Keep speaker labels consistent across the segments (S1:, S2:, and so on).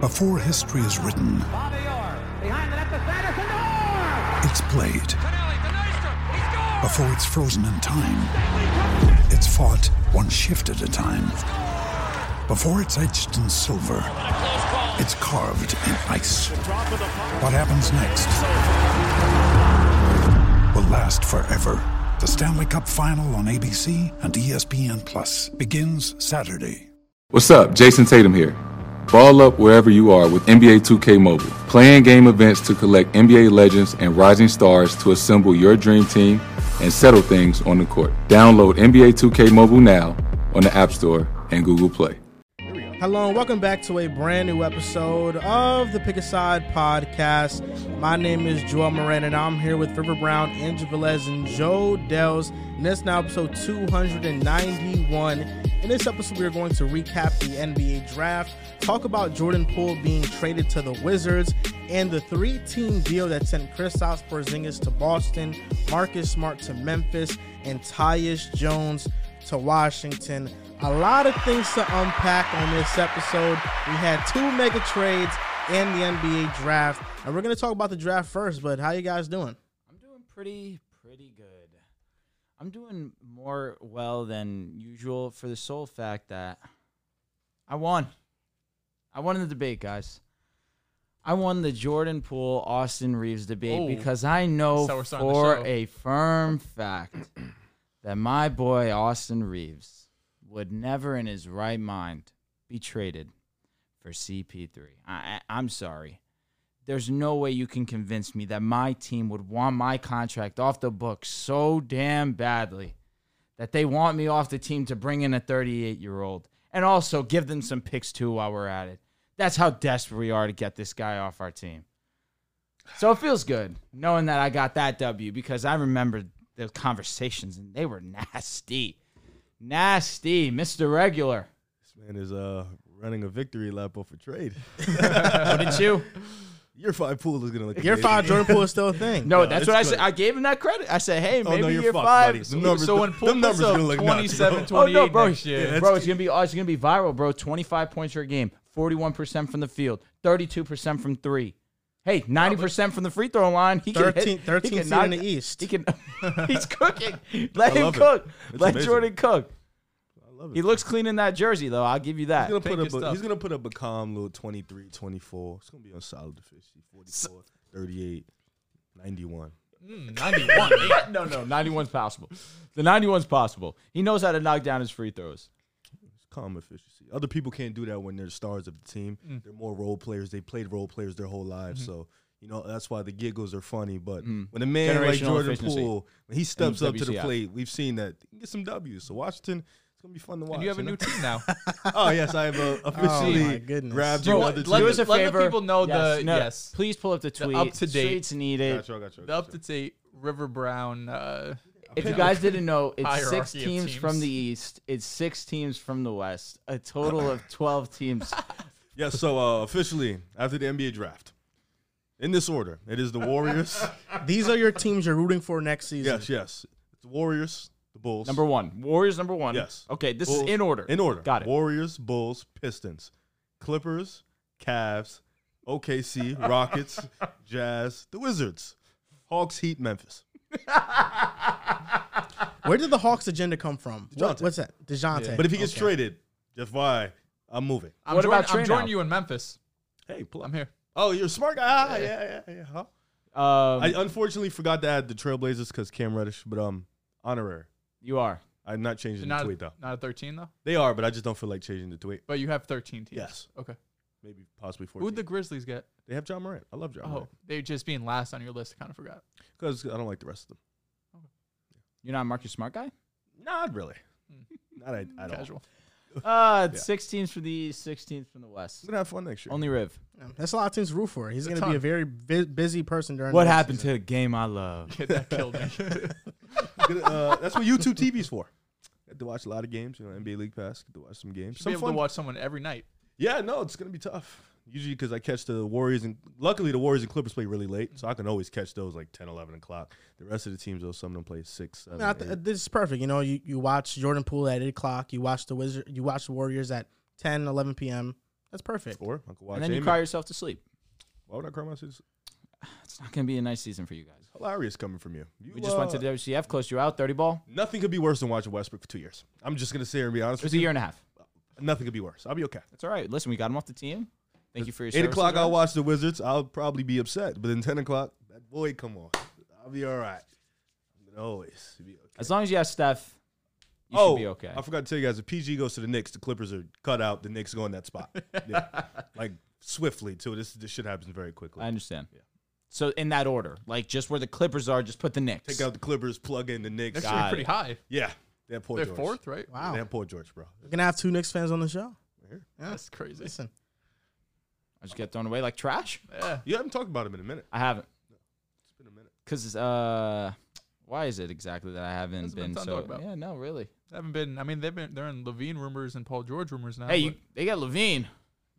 S1: Before history is written, it's played. Before it's frozen in time, it's fought one shift at a time. Before it's etched in silver, it's carved in ice. What happens next will last forever. The Stanley Cup Final on ABC and E ESPN Plus begins Saturday.
S2: What's up? Jason Tatum here. Ball up wherever you are with NBA 2K Mobile. Playing game events to collect NBA legends and rising stars to assemble your dream team and settle things on the court. Download NBA 2K Mobile now on the App Store and Google Play.
S3: Hello and welcome back to a brand new episode of the Pick a Side podcast. My name is Joel Moran and I'm here with River Brown, Angel Velez, and Joe Dells. And this is now episode 291. In this episode, we are going to recap the NBA draft, talk about Jordan Poole being traded to the Wizards, and the three-team deal that sent Kristaps Porzingis to Boston, Marcus Smart to Memphis, and Tyus Jones to Washington. A lot of things to unpack on this episode. We had two mega trades and the NBA draft, and we're going to talk about the draft first. But how you guys doing?
S4: I'm doing pretty pretty good. I'm doing more well than usual for the sole fact that I won. I won the debate, guys. I won the Jordan Poole Austin Reeves debate
S5: Ooh.
S4: because I know
S5: So Oh. we're starting the
S4: for
S5: show.
S4: a firm fact that my boy Austin Reeves would never in his right mind be traded for CP3. I, I, am sorry. There's no way you can convince me that my team would want my contract off the books so damn badly that they want me off the team to bring in a 38 year old and also give them some picks too while we're at it. That's how desperate we are to get this guy off our team. So it feels good knowing that I got that W because I remember the conversations and they were nasty. Nasty, Mr. Regular.
S6: This man is uh running a victory lap off a trade.
S4: Wouldn't you?
S6: Year five pool is gonna look.
S3: Year five Jordan Poole is still a thing.
S4: No,
S6: No,
S4: that's
S6: it's
S4: what I
S6: good.
S4: said. I gave him that credit. I said, hey,
S6: Oh,
S4: maybe
S6: no, you're
S4: year
S6: fucked,
S4: five.
S6: buddy. The numbers-
S5: so when
S6: them
S5: Poole
S6: numbers
S5: puts up
S6: gonna look nuts,
S5: 27,
S4: Oh
S5: 28
S4: no, bro!
S5: next year,
S6: that's
S4: bro, it's gonna be oh, it's gonna be viral, bro. Twenty five points per game, forty one percent from the field, thirty two percent from three. Hey, ninety percent from the free throw line. He can hit-
S3: 13
S4: he
S3: 13
S4: can
S3: seed
S4: knock-
S3: in the East.
S4: He can. he's cooking. Let
S6: I
S4: him
S6: love it.
S4: cook.
S6: It's
S4: Let
S6: amazing.
S4: Jordan cook.
S6: I love it.
S4: He looks clean in that jersey, though. I'll give you that.
S6: He's gonna, put
S5: Think it's
S6: up a,
S5: tough.
S6: he's gonna put up a calm little 23, 24. It's gonna be on solid efficiency 44, 38, 91.
S5: Mm, 91. eh?
S4: no, no, ninety one's possible. The ninety one's possible. He knows how to knock down his free throws.
S6: It's calm efficiency. Other people can't do that when they're stars of the team.
S5: Mm.
S6: They're more role players. They played role players their whole lives.
S5: Mm-hmm.
S6: So, you know, that's why the giggles are funny. But
S5: Mm.
S6: when a man like
S4: Generational
S6: Jordan
S4: efficiency.
S6: Poole, when he steps up to the
S4: WCF.
S6: plate, we've seen that. He can get some W's. So Washington, it's gonna be fun to watch.
S5: And you have a
S6: know?
S5: new team now.
S6: Oh yes, I have uh,
S3: my
S6: officially
S3: goodness.
S6: grabbed
S5: Bro,
S6: your other
S5: let-
S6: two.
S5: let
S4: Do
S5: the-
S4: us a
S5: let the
S4: favor.
S5: people know the- yes.
S4: Please pull up the tweet.
S5: up-to-date.
S4: Tweets needed.
S6: Got you, I got you, I
S5: the
S6: got
S5: up to date River Brown. Uh,
S4: If you guys didn't know, it's
S5: Hierarchy
S4: six
S5: of
S4: teams,
S5: teams.
S4: from the East, it's six teams from the West, a total of 12 teams.
S6: Yeah, so uh, officially after the NBA draft, in this order, it is the Warriors.
S3: These are your teams you're rooting for next season.
S6: yes, yes, it's the Warriors, the Bulls.
S4: number one, Warriors, number one.
S6: Yes.
S4: Okay, this
S6: Bulls-
S4: is in order.
S6: In order.
S4: Got it.
S6: Warriors, Bulls, Pistons, Clippers, Cavs, OKC, Rockets, Jazz, the Wizards, Hawks, Heat, Memphis.
S3: Where did the Hawks agenda come from? What,
S6: DeJounte.
S3: what's that? Dejounte.
S6: But if he gets
S3: Okay.
S6: traded, Jeff, why? I'm moving.
S5: I'm
S4: What
S5: joining,
S4: about Trey
S5: I'm joining
S4: now?
S5: you in Memphis.
S6: Hey, pull up.
S5: I'm here.
S6: Oh, you're a smart guy. Ah, yeah, yeah, yeah. Huh?
S4: Um,
S6: I unfortunately forgot to add the Trailblazers because Cam Reddish, but um, honorary.
S4: you are.
S6: I'm not
S5: You're
S6: changing the
S5: not,
S6: tweet though.
S5: not a 13 though,
S6: They are, but I just don't feel like changing the tweet.
S5: but you have 13 teams.
S6: Yes.
S5: Okay.
S6: Maybe possibly
S5: Who
S6: 14.
S5: would the Grizzlies get?
S6: they have John Morant. I love John
S5: Oh,
S6: Morant
S5: they just being last on your list. I kind of forgot.
S6: because I don't like the rest of them.
S4: You're not a Marcus Smart guy?
S6: Not really. Hmm. Not at, at all.
S5: Casual.
S4: Uh, it's Six teams from the East, six teams from the West.
S6: We're gonna have fun next year.
S4: Only Riv.
S3: That's a lot of teams to root for. He's going to
S5: ton.
S3: be a very bu- busy person during
S4: What
S3: the
S4: happened to the game I love?
S5: Kid that killed me.
S6: Gonna, uh, that's what YouTube TV's for. Get to watch a lot of games. You know, NBA League Pass. Get to watch some games.
S5: Should be
S6: Some
S5: able to
S6: fun.
S5: watch someone every night.
S6: yeah, no, it's gonna be tough. Usually because I catch the Warriors and luckily the Warriors and Clippers play really late, so I can always catch those like 10, 11 o'clock. The rest of the teams, though, some of them play six, seven,
S3: No, I th-
S6: eight.
S3: this is perfect. You know, you, you watch Jordan Poole at 8 o'clock. You watch the Wizard. You watch the Warriors at 10, 11 p.m. That's perfect.
S6: Or I could watch.
S4: and then you
S6: Amy.
S4: cry yourself to sleep.
S6: Why would I cry myself?
S4: It's not going to be a nice season for you guys.
S6: Hilarious coming from you. you
S4: We just went to
S6: uh,
S4: the WCF, closed you out, 30 ball.
S6: Nothing could be worse than watching Westbrook for two years. I'm just gonna sit here and be honest
S4: It was
S6: with
S4: a
S6: you.
S4: year and a half.
S6: Nothing could be worse. I'll be okay.
S4: That's all right. Listen, we got him off the team. Thank you for your
S6: Eight
S4: services,
S6: o'clock, I'll
S4: guys.
S6: watch the Wizards. I'll probably be upset, but then ten o'clock, that boy, come on, I'll be all right. I'll Oh, always be okay.
S4: As long as you have Steph, you should be okay.
S6: I forgot to tell you guys. If PG goes to the Knicks, the Clippers are cut out. The Knicks go in that spot, Yeah. like swiftly too. This this shit happens very quickly.
S4: I understand. So in that order, like just where the Clippers are, just put the Knicks.
S6: Take out the Clippers, plug in the Knicks.
S5: Next year
S4: Got
S5: pretty
S4: it.
S5: high.
S6: Yeah, that poor
S5: They're
S6: George.
S5: fourth, right?
S3: Wow.
S6: That poor George, bro.
S3: We're gonna have two Knicks fans on the show.
S5: That's crazy.
S3: Listen,
S4: I just get thrown away like trash.
S5: Yeah.
S6: You haven't talked about him in a minute.
S4: I haven't,
S6: It's been a minute.
S4: cause uh, why is it exactly that I haven't
S5: Hasn't been
S4: been
S5: fun to
S4: so?
S5: talk about.
S4: Yeah, no, really.
S5: Haven't been. I mean, they've been. They're in Levine rumors and Paul George rumors now.
S4: hey, you,
S5: but
S4: they got Levine.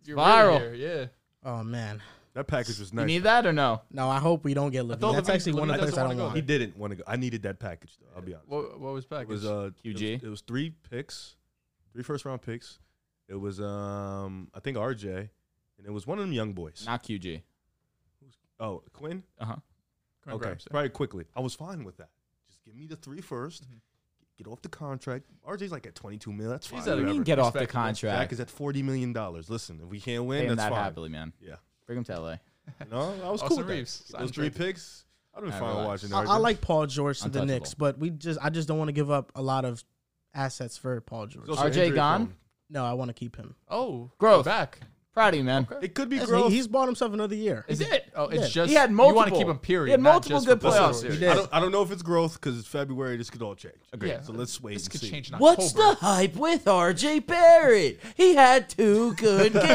S5: you're
S4: viral.
S5: weird here, Yeah.
S3: oh man,
S6: That package was nice.
S4: You need that or no?
S3: no, I hope we don't get Levine.
S5: thought
S3: That's
S5: Levine-
S3: actually one of the
S5: Levine
S3: things I don't
S5: doesn't wanna
S3: want.
S5: go.
S6: He didn't want to go. I needed that package though. I'll be honest.
S5: What, what was back?
S6: It was uh,
S4: QG?
S6: It was, it was three picks, three first round picks. It was um, I think RJ, and it was one of them young boys.
S4: Not QG.
S6: oh, Quinn.
S4: Uh huh.
S6: Okay, probably quickly. I was fine with that. Just give me the three first,
S4: Mm-hmm.
S6: Get off the contract. RJ's like at twenty two mil. That's fine.
S5: He's
S4: You
S5: at-
S4: mean
S5: Whatever.
S4: get off the
S5: Respectable.
S6: Zach
S4: contract?
S6: is at forty million dollars. Listen, if we can't win,
S4: Pay him
S6: that's
S4: that
S6: fine.
S4: happily, man.
S6: Yeah.
S4: Bring him to LA.
S6: No, I was
S5: Austin
S6: cool. with that.
S5: Reeves,
S6: Get
S5: sign
S6: Those three
S5: trade.
S6: picks. I'd have been
S4: I
S6: fine
S4: relax.
S6: watching.
S3: I, I
S6: RJ.
S3: like Paul George to the
S4: Untouchable.
S3: Knicks, but we just I just don't want to give up a lot of assets for Paul George.
S6: It's
S4: RJ
S6: also injury
S4: gone?
S6: prone.
S3: No, I want to keep him.
S5: Oh,
S4: Growth.
S5: back.
S4: Proud of you, man.
S6: It could be
S3: Yes,
S6: growth.
S3: he- he's bought himself another year.
S4: Is it?
S5: Oh, it's
S3: Yeah.
S5: just
S4: He had
S5: You want to
S4: multiple.
S5: keep him. Period.
S4: He had
S5: not
S4: multiple
S5: just
S4: good
S5: for Paul
S4: playoff
S5: George.
S4: series.
S6: I don't, I don't know if it's growth because it's February. This could all change.
S5: Yeah.
S6: So let's wait.
S5: This
S6: and
S5: could
S6: see.
S5: change in
S4: What's
S5: October.
S4: the hype with RJ Barrett? He had two good games.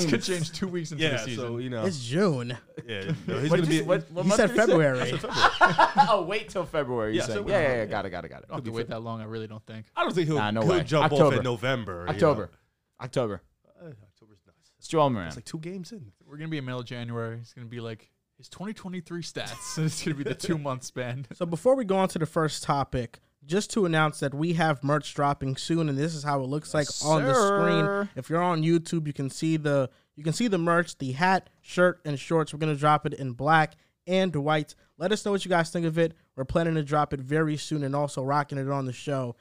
S5: This could change two weeks into
S6: Yeah.
S5: the season.
S6: So you know.
S3: It's June.
S6: yeah. No,
S4: What
S6: he's gonna
S4: did you-
S6: be.
S4: what- what
S3: He
S4: month
S3: said
S4: did he say?
S3: February.
S4: oh, wait till February.
S6: Yeah,
S4: Yeah, yeah,
S6: so-
S4: yeah, yeah, got it, got it, got it.
S5: don't have to wait that long. I really don't think.
S6: I don't think he'll,
S4: Nah, no
S6: he'll
S4: way.
S6: jump off
S4: October.
S6: in November. you know.
S4: October, October.
S6: Uh, October's nuts.
S4: It's Joel Moran.
S6: It's like two games in.
S5: We're gonna be in middle of January. It's gonna be like his 2023 stats. and it's gonna be the two month span.
S3: So before we go on to the first topic, just to announce that we have merch dropping soon, and this is how it looks like on the
S4: sir.
S3: screen. If you're on YouTube, you can see the you can see the merch, the hat, shirt, and shorts. We're gonna drop it in black and white. Let us know what you guys think of it. We're planning to drop it very soon, and also rocking it on the show.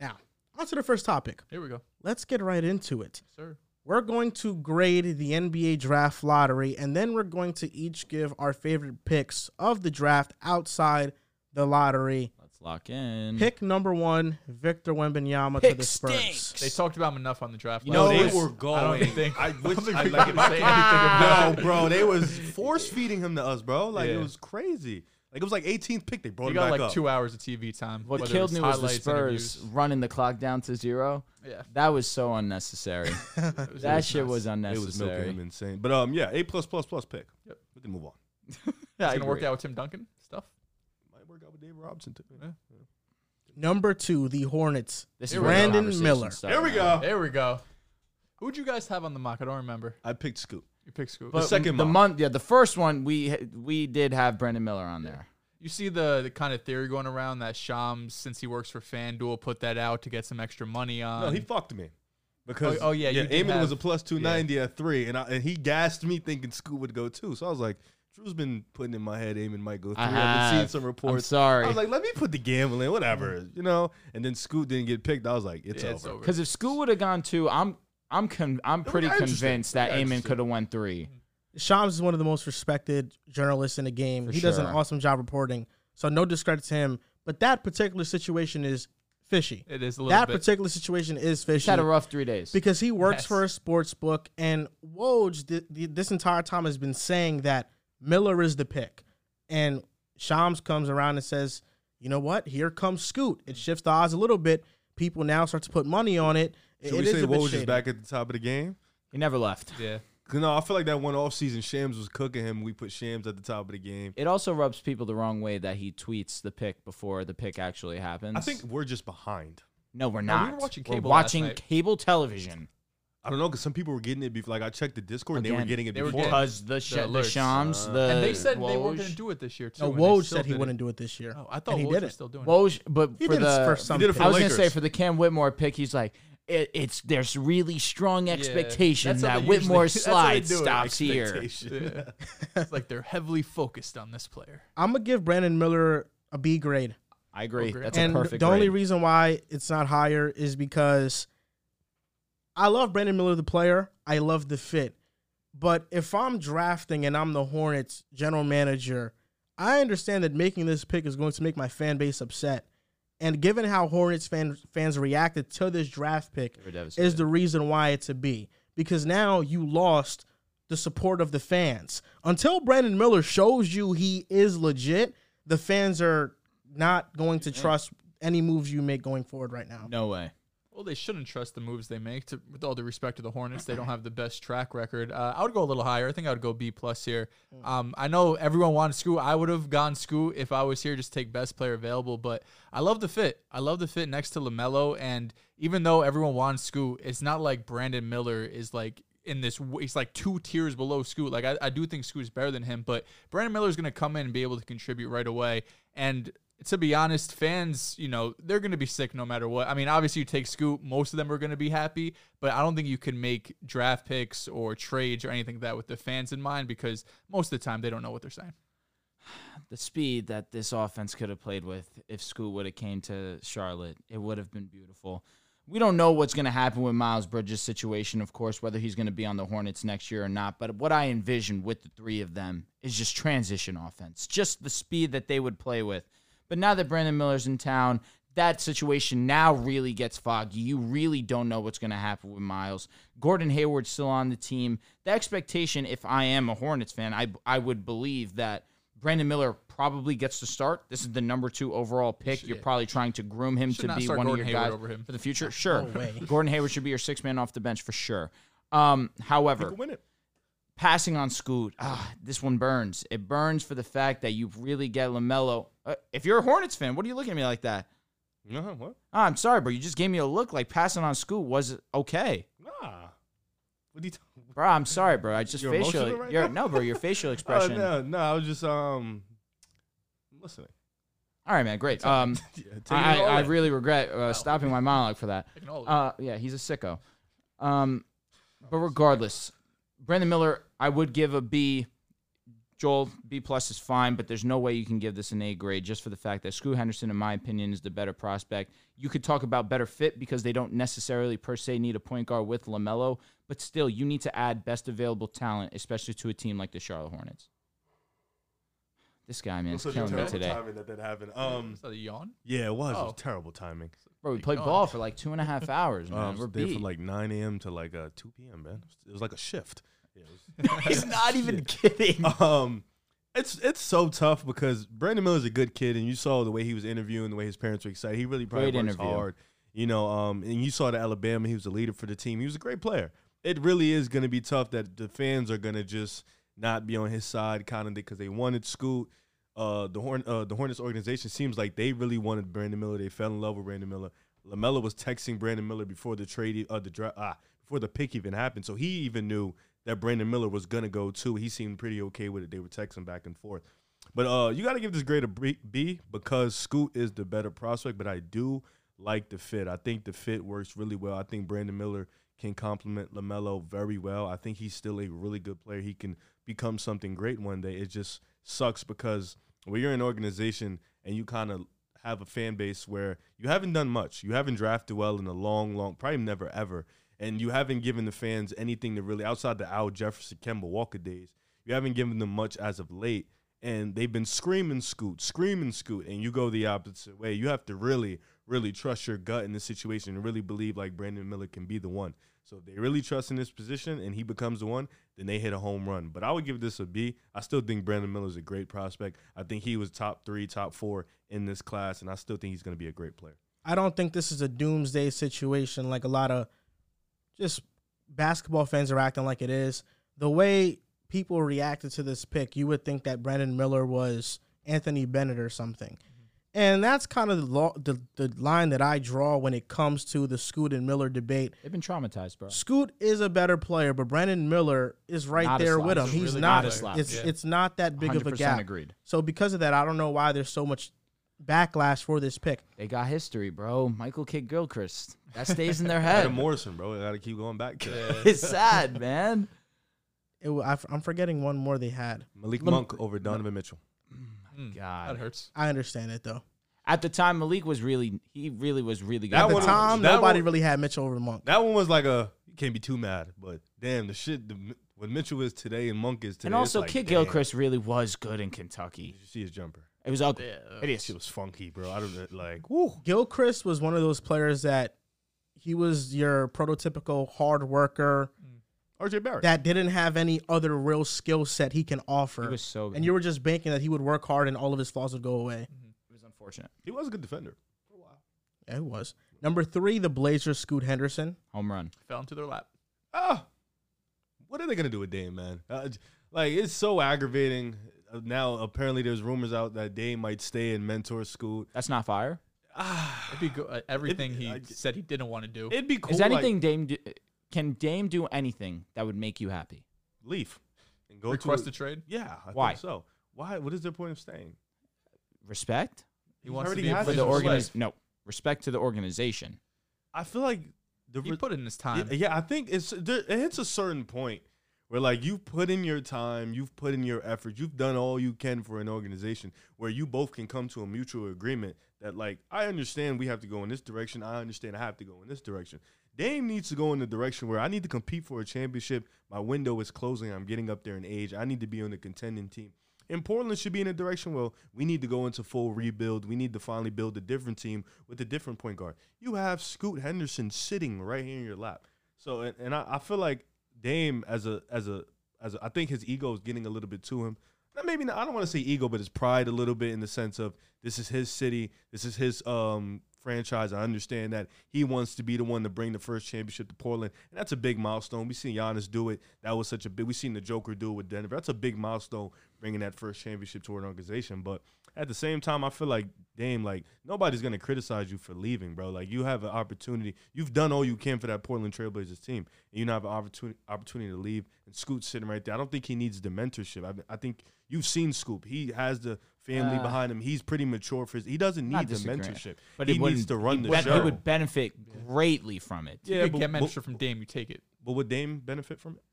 S3: Now, on to the first topic.
S5: Here we go,
S3: Let's get right into it.
S5: sir.
S3: We're going to grade the NBA draft lottery, and then we're going to each give our favorite picks of the draft outside the lottery.
S4: Let's lock in.
S3: Pick number one, Victor Wembanyama to
S4: Pick
S3: the Spurs.
S4: stinks.
S5: They talked about him enough on the draft.
S4: You know,
S5: last night.
S4: they were
S5: I don't think.
S6: I wish
S5: don't think
S6: I
S5: we
S6: like
S5: can
S6: if I
S5: say
S6: could-
S5: anything about
S6: No, bro, they was force feeding him to us, bro. Like it
S5: Yeah.
S6: was crazy. Like it was like 18th pick. They brought
S5: You
S6: him
S5: got
S6: back
S5: like
S6: up.
S5: two hours of TV time.
S4: What
S5: whether it
S4: killed me was the
S5: highlights,
S4: Spurs
S5: interviews.
S4: running the clock down to zero.
S5: Yeah.
S4: That was so unnecessary.
S5: It was- it
S4: that
S5: was
S4: shit
S5: nuts.
S4: was
S6: They was milking
S4: unnecessary.
S6: him insane. But um, yeah, A plus plus plus pick.
S5: Yep.
S6: We can move on.
S4: Yeah, I
S5: It's gonna work
S4: agree.
S5: out with Tim Duncan stuff.
S6: Might work out with Dave Robinson too.
S5: Yeah.
S3: Number two, the Hornets.
S4: This
S5: Here we go.
S4: where the
S3: Brandon
S4: conversation
S3: Miller.
S4: started, man.
S5: There we go. Who'd you guys have on the mock? I don't remember.
S6: I picked Scoop.
S5: You picked Scoop.
S4: But
S5: The
S4: the
S5: sec-
S6: second
S4: the
S6: mock.
S4: month, yeah, the first one we we did have Brandon Miller on there.
S5: you see the, the kind of theory going around that Shams, since he works for FanDuel, put that out to get some extra money on.
S6: No, he fucked me. Because
S5: Um, oh, yeah,
S6: yeah,
S5: you did
S6: Amon was
S5: have-
S6: a plus two ninety at three, and I, and he gassed me thinking Scoop would go two. So I was like, Drew's been putting in my head Amon might go three.
S4: I
S6: I've been seeing
S4: have.
S6: some
S4: I'm
S6: reports.
S4: sorry.
S6: I was like, let me put the gambling, whatever, you know. And then Scoop didn't get picked. I was like, it's
S5: Mm. Yeah,
S6: over.
S5: it's over.
S4: Because if Scoot would have gone two, I'm I'm con- I'm pretty
S6: got interested.
S4: convinced
S6: We
S4: that
S6: got
S4: Amon
S6: interested.
S4: could have went three.
S3: Shams is one of the most respected journalists in the game.
S4: For
S3: he does an
S4: sure.
S3: awesome job reporting, so no discredit to him. But that particular situation is fishy.
S5: it is a little
S3: That
S5: bit.
S3: particular situation is fishy.
S4: He's had a rough three days.
S3: because he works
S5: Yes.
S3: for a sports book and Woj th- th- this entire time has been saying that Miller is the pick and Shams comes around and says you know what here comes Scoot it shifts the odds a little bit people now start to put money on it It-
S6: Should we
S3: it is
S6: say
S3: a bit
S6: Woj is
S3: shady.
S6: back at the top of the game?
S4: he never left.
S5: yeah.
S6: 'Cause No, I feel like that one off season Shams was cooking him. We put Shams at the top of the game.
S4: It also rubs people the wrong way that he tweets the pick before the pick actually happens.
S6: I think we're just behind.
S4: no, we're
S5: No, we
S4: not.
S5: were watching cable last
S4: watching
S5: night.
S4: cable television
S6: I don't know because some people were getting it before. Like I checked the Discord, and they were
S4: Again,
S6: getting it
S5: they were
S6: before.
S5: getting-
S4: because the, sh- the
S5: alerts.
S4: Shams, the
S5: And they said they weren't
S4: Woj-
S5: going to do it this year, too.
S3: Uh, no,
S5: and they
S3: Woj
S5: still
S3: said he
S5: did it.
S3: wouldn't do it this year
S5: Oh, I thought
S3: and he
S5: Woj
S3: did
S5: was
S3: it
S5: still doing it.
S4: Woj, but
S3: he
S4: for
S3: did
S4: the
S3: it for some
S6: did it for
S4: I
S3: picks.
S4: was gonna
S6: Lakers.
S4: say for the Cam Whitmore pick, he's like, it, it's there's really strong expectation
S5: That's how
S4: that
S5: they
S4: Whitmore
S5: usually- that's how they
S4: slide
S5: do it,
S4: stops here.
S6: Expectation.
S5: it's like they're heavily focused on this player.
S3: I'm gonna give Brandon Miller a B grade.
S4: I agree.
S5: Agree.
S4: That's
S3: and
S4: a perfect.
S3: the only
S4: grade.
S3: reason why it's not higher is because I love Brandon Miller, the player. I love the fit. But if I'm drafting and I'm the Hornets general manager, I understand that making this pick is going to make my fan base upset. And given how Hornets fan, fans reacted to this draft pick,
S4: were devastated.
S3: is the reason why it's a B. Because now you lost the support of the fans. Until Brandon Miller shows you he is legit, the fans are not going to trust any moves you make going forward right now.
S4: no way.
S5: Well, they shouldn't trust the moves they make. To, with all due respect to the Hornets, they don't have the best track record. Uh, I would go a little higher. I think I would go B plus here. Um, I know everyone wanted Scoo. I would have gone Scoo if I was here. Just take best player available. But I love the fit. I love the fit next to Lamelo. And even though everyone wants Scoo, it's not like Brandon Miller is like in this w- he's like two tiers below Scoot. Like I, I do think Scoot's better than him, but Brandon Miller is going to come in and be able to contribute right away. And to be honest, fans, you know, they're going to be sick no matter what. I mean, obviously you take Scoot, most of them are going to be happy, but I don't think you can make draft picks or trades or anything like that with the fans in mind because most of the time they don't know what they're saying.
S4: The speed that this offense could have played with if Scoot would have came to Charlotte, it would have been beautiful. We don't know what's going to happen with Miles Bridges' situation, of course, whether he's going to be on the Hornets next year or not. But what I envision with the three of them is just transition offense, just the speed that they would play with. But now that Brandon Miller's in town, that situation now really gets foggy. You really don't know what's going to happen with Miles. Gordon Hayward's still on the team. The expectation, if I am a Hornets fan, I, I would believe that Brandon Miller probably gets to start. This is the number two overall pick. You're probably trying to groom him
S5: Should
S4: to
S5: not
S4: be
S5: start
S4: one
S5: Gordon
S4: of your
S5: Hayward
S4: guys
S5: over him.
S4: for the future. Sure, Gordon Hayward should be your six man off the bench for sure. Um, however,
S6: Win it.
S4: passing on Scoot, ah, this one burns. It burns for the fact that you really get Lamelo. Uh, if you're a Hornets fan, what are you looking at me like that?
S6: Nah, Uh-huh, what?
S4: Ah, I'm sorry, bro. You just gave me a look like passing on Scoot was okay,
S6: Nah. What are you talking
S4: bro. I'm sorry, bro. I just
S6: You're
S4: facial.
S6: emotional right
S4: your-
S6: now?
S4: no, bro. Your facial
S6: about?
S4: expression.
S6: Oh, No, no, I was just um listening.
S4: All right, man. Great. Um,
S6: Yeah, take
S4: I,
S6: it all
S4: I
S6: in.
S4: really regret uh, stopping my monologue for that.
S5: Taking all of it.
S4: Uh, yeah, he's a sicko. Um, but regardless, Brandon Miller, I would give a B. Joel, B plus is fine, but there's no way you can give this an A grade just for the fact that Screw Henderson, in my opinion, is the better prospect. You could talk about better fit because they don't necessarily per se need a point guard with LaMelo, but still, you need to add best available talent, especially to a team like the Charlotte Hornets. This guy, man, is
S6: It was such
S4: killing me
S6: terrible
S4: today.
S6: timing that that happened. Um,
S5: Is that a yawn?
S6: yeah, it was. It
S5: Oh.
S6: was terrible timing.
S4: Bro, we played ball for like two and a half hours, man.
S6: Uh, I was
S4: We're
S6: there
S4: beat.
S6: from like 9 a.m. to like uh, 2 p.m. Man, it was like a shift. Yeah, it
S4: He's not even kidding.
S6: was- um, it's it's so tough because Brandon Miller's a good kid, and you saw the way he was interviewing, the way his parents were excited. He really probably
S4: Great
S6: works
S4: interview.
S6: hard, you know. Um, and you saw the Alabama; he was the leader for the team. He was a great player. It really is going to be tough that the fans are going to just not be on his side, kind of because they wanted Scoot. Uh, the Horn, uh, the Hornets organization seems like they really wanted Brandon Miller. They fell in love with Brandon Miller. Lamella was texting Brandon Miller before the trade, uh, the draft, ah, before the pick even happened. So he even knew that Brandon Miller was gonna go too. He seemed pretty okay with it. They were texting back and forth. But uh, you got to give this grade a B B because Scoot is the better prospect. But I do like the fit. I think the fit works really well. I think Brandon Miller can complement Lamelo very well. I think he's still a really good player. He can become something great one day. It just sucks because when you're an organization and you kind of have a fan base where you haven't done much, you haven't drafted well in a long, long, probably never ever, and you haven't given the fans anything to really outside the Al Jefferson, Kemba Walker days. You haven't given them much as of late and they've been screaming scoot, screaming scoot, and you go the opposite way. You have to really, really trust your gut in this situation and really believe like Brandon Miller can be the one. So if they really trust in this position and he becomes the one, then they hit a home run. But I would give this a B. I still think Brandon Miller is a great prospect. I think he was top three, top four in this class, and I still think he's going to be a great player.
S3: I don't think this is a doomsday situation like a lot of just basketball fans are acting like it is. The way people reacted to this pick, you would think that Brandon Miller was Anthony Bennett or something. And that's kind of the, law, the the line that I draw when it comes to the Scoot and Miller debate.
S4: They've been traumatized, bro.
S3: Scoot is a better player, but Brandon Miller is right
S4: Not a
S3: there
S4: slouch.
S3: with him.
S4: He's
S3: He's,
S5: a really
S3: not.
S5: good
S3: it's
S5: player.
S3: it's,
S5: Yeah.
S3: not that big of a
S4: 100%
S3: gap.
S4: agreed.
S3: So because of that, I don't know why there's so much backlash for this pick.
S4: They got history, bro. Michael Kidd Gilchrist. That stays in their
S6: Adam
S4: head.
S6: Morrison, bro. I gotta keep going back to that.
S4: it's sad, man.
S3: It, wa- I, am forgetting one more they had.
S6: Malik Monk over Donovan Mitchell.
S5: That
S6: Hmm.
S4: God.
S5: hurts.
S3: I understand it though.
S4: At the time, Malik was really he really was really good.
S6: That
S3: At the
S6: one-
S3: time,
S6: that
S3: nobody
S6: one-
S3: really had Mitchell over Monk.
S6: That one was like a you can't be too mad, but damn the shit. The, what Mitchell is today and Monk is today.
S4: and also,
S6: it's
S4: Kid
S6: like, damn.
S4: Gilchrist really was good in Kentucky.
S6: Did you see his jumper?
S4: It was ugly. it is.
S6: She was funky, bro. I don't know, like. Woo.
S3: Gilchrist was one of those players that he was your prototypical hard worker
S6: RJ Barrett.
S3: that didn't have any other real skill set he can offer.
S4: He was so good.
S3: and you were just banking that he would work hard and all of his flaws would go away.
S4: it was unfortunate.
S6: he was a good defender.
S4: Mm-hmm.
S3: Yeah, it was. Number three, the Blazers, Scoot Henderson.
S4: Home run.
S5: Fell into their lap.
S6: Ah, what are they gonna do with Dame, man? Uh, j- like it's so aggravating. Uh, Now apparently there's rumors out that Dame might stay in mentor school.
S4: That's not fire.
S5: It'd be go- uh, everything he
S6: I-
S5: said he didn't want to do.
S6: It'd be cool.
S4: is
S6: like,
S4: anything Dame? Do, can Dame do anything that would make you happy?
S6: leave and go
S5: Request
S6: to
S5: a trade.
S6: Yeah. I
S4: Why?
S6: Think so why? What is their point of staying?
S4: Respect
S5: He wants to
S6: already
S5: be a
S6: has
S4: for
S6: Blazers
S4: the
S5: Blazers
S6: play.
S5: player.
S4: organiz- No respect to the organization.
S6: I feel like the
S5: He
S6: re-
S5: put in his
S6: Yeah,
S5: time.
S6: yeah, I think it's there, it hits a certain point where like you've put in your time, you've put in your effort, you've done all you can for an organization where you both can come to a mutual agreement that like I understand we have to go in this direction, I understand I have to go in this direction. Dame needs to go in the direction where I need to compete for a championship. My window is closing. I'm getting up there in age. I need to be on the contending team. And Portland should be in a direction where we need to go into full rebuild. We need to finally build a different team with a different point guard. You have Scoot Henderson sitting right here in your lap. So and, and I, I feel like Dame as a as a as a, I think his ego is getting a little bit to him. Not maybe not, I don't want to say ego, but his pride a little bit in the sense of this is his city, this is his um franchise. I understand that he wants to be the one to bring the first championship to Portland, and that's a big milestone. We seen Giannis do it. That was such a big. We seen the Joker do it with Denver. That's a big milestone bringing that first championship to an organization. But at the same time, I feel like Dame, like nobody's gonna criticize you for leaving, bro. Like you have an opportunity. You've done all you can for that Portland Trailblazers team, and you now have an opportunity opportunity to leave. And Scoot's sitting right there. I don't think he needs the mentorship. I, I think you've seen Scoop. He has the family
S4: Uh,
S6: behind him. He's pretty mature for his. He doesn't
S4: Not
S6: need the
S4: disagreeing.
S6: mentorship,
S4: But
S6: he
S4: it
S6: needs
S4: wouldn't-
S6: to run
S4: he
S6: the
S4: ben-
S6: show.
S4: He would benefit greatly from it.
S5: You could
S6: but
S5: get
S6: what-
S5: mentorship from Dame. You take it.
S6: But would Dame benefit from it?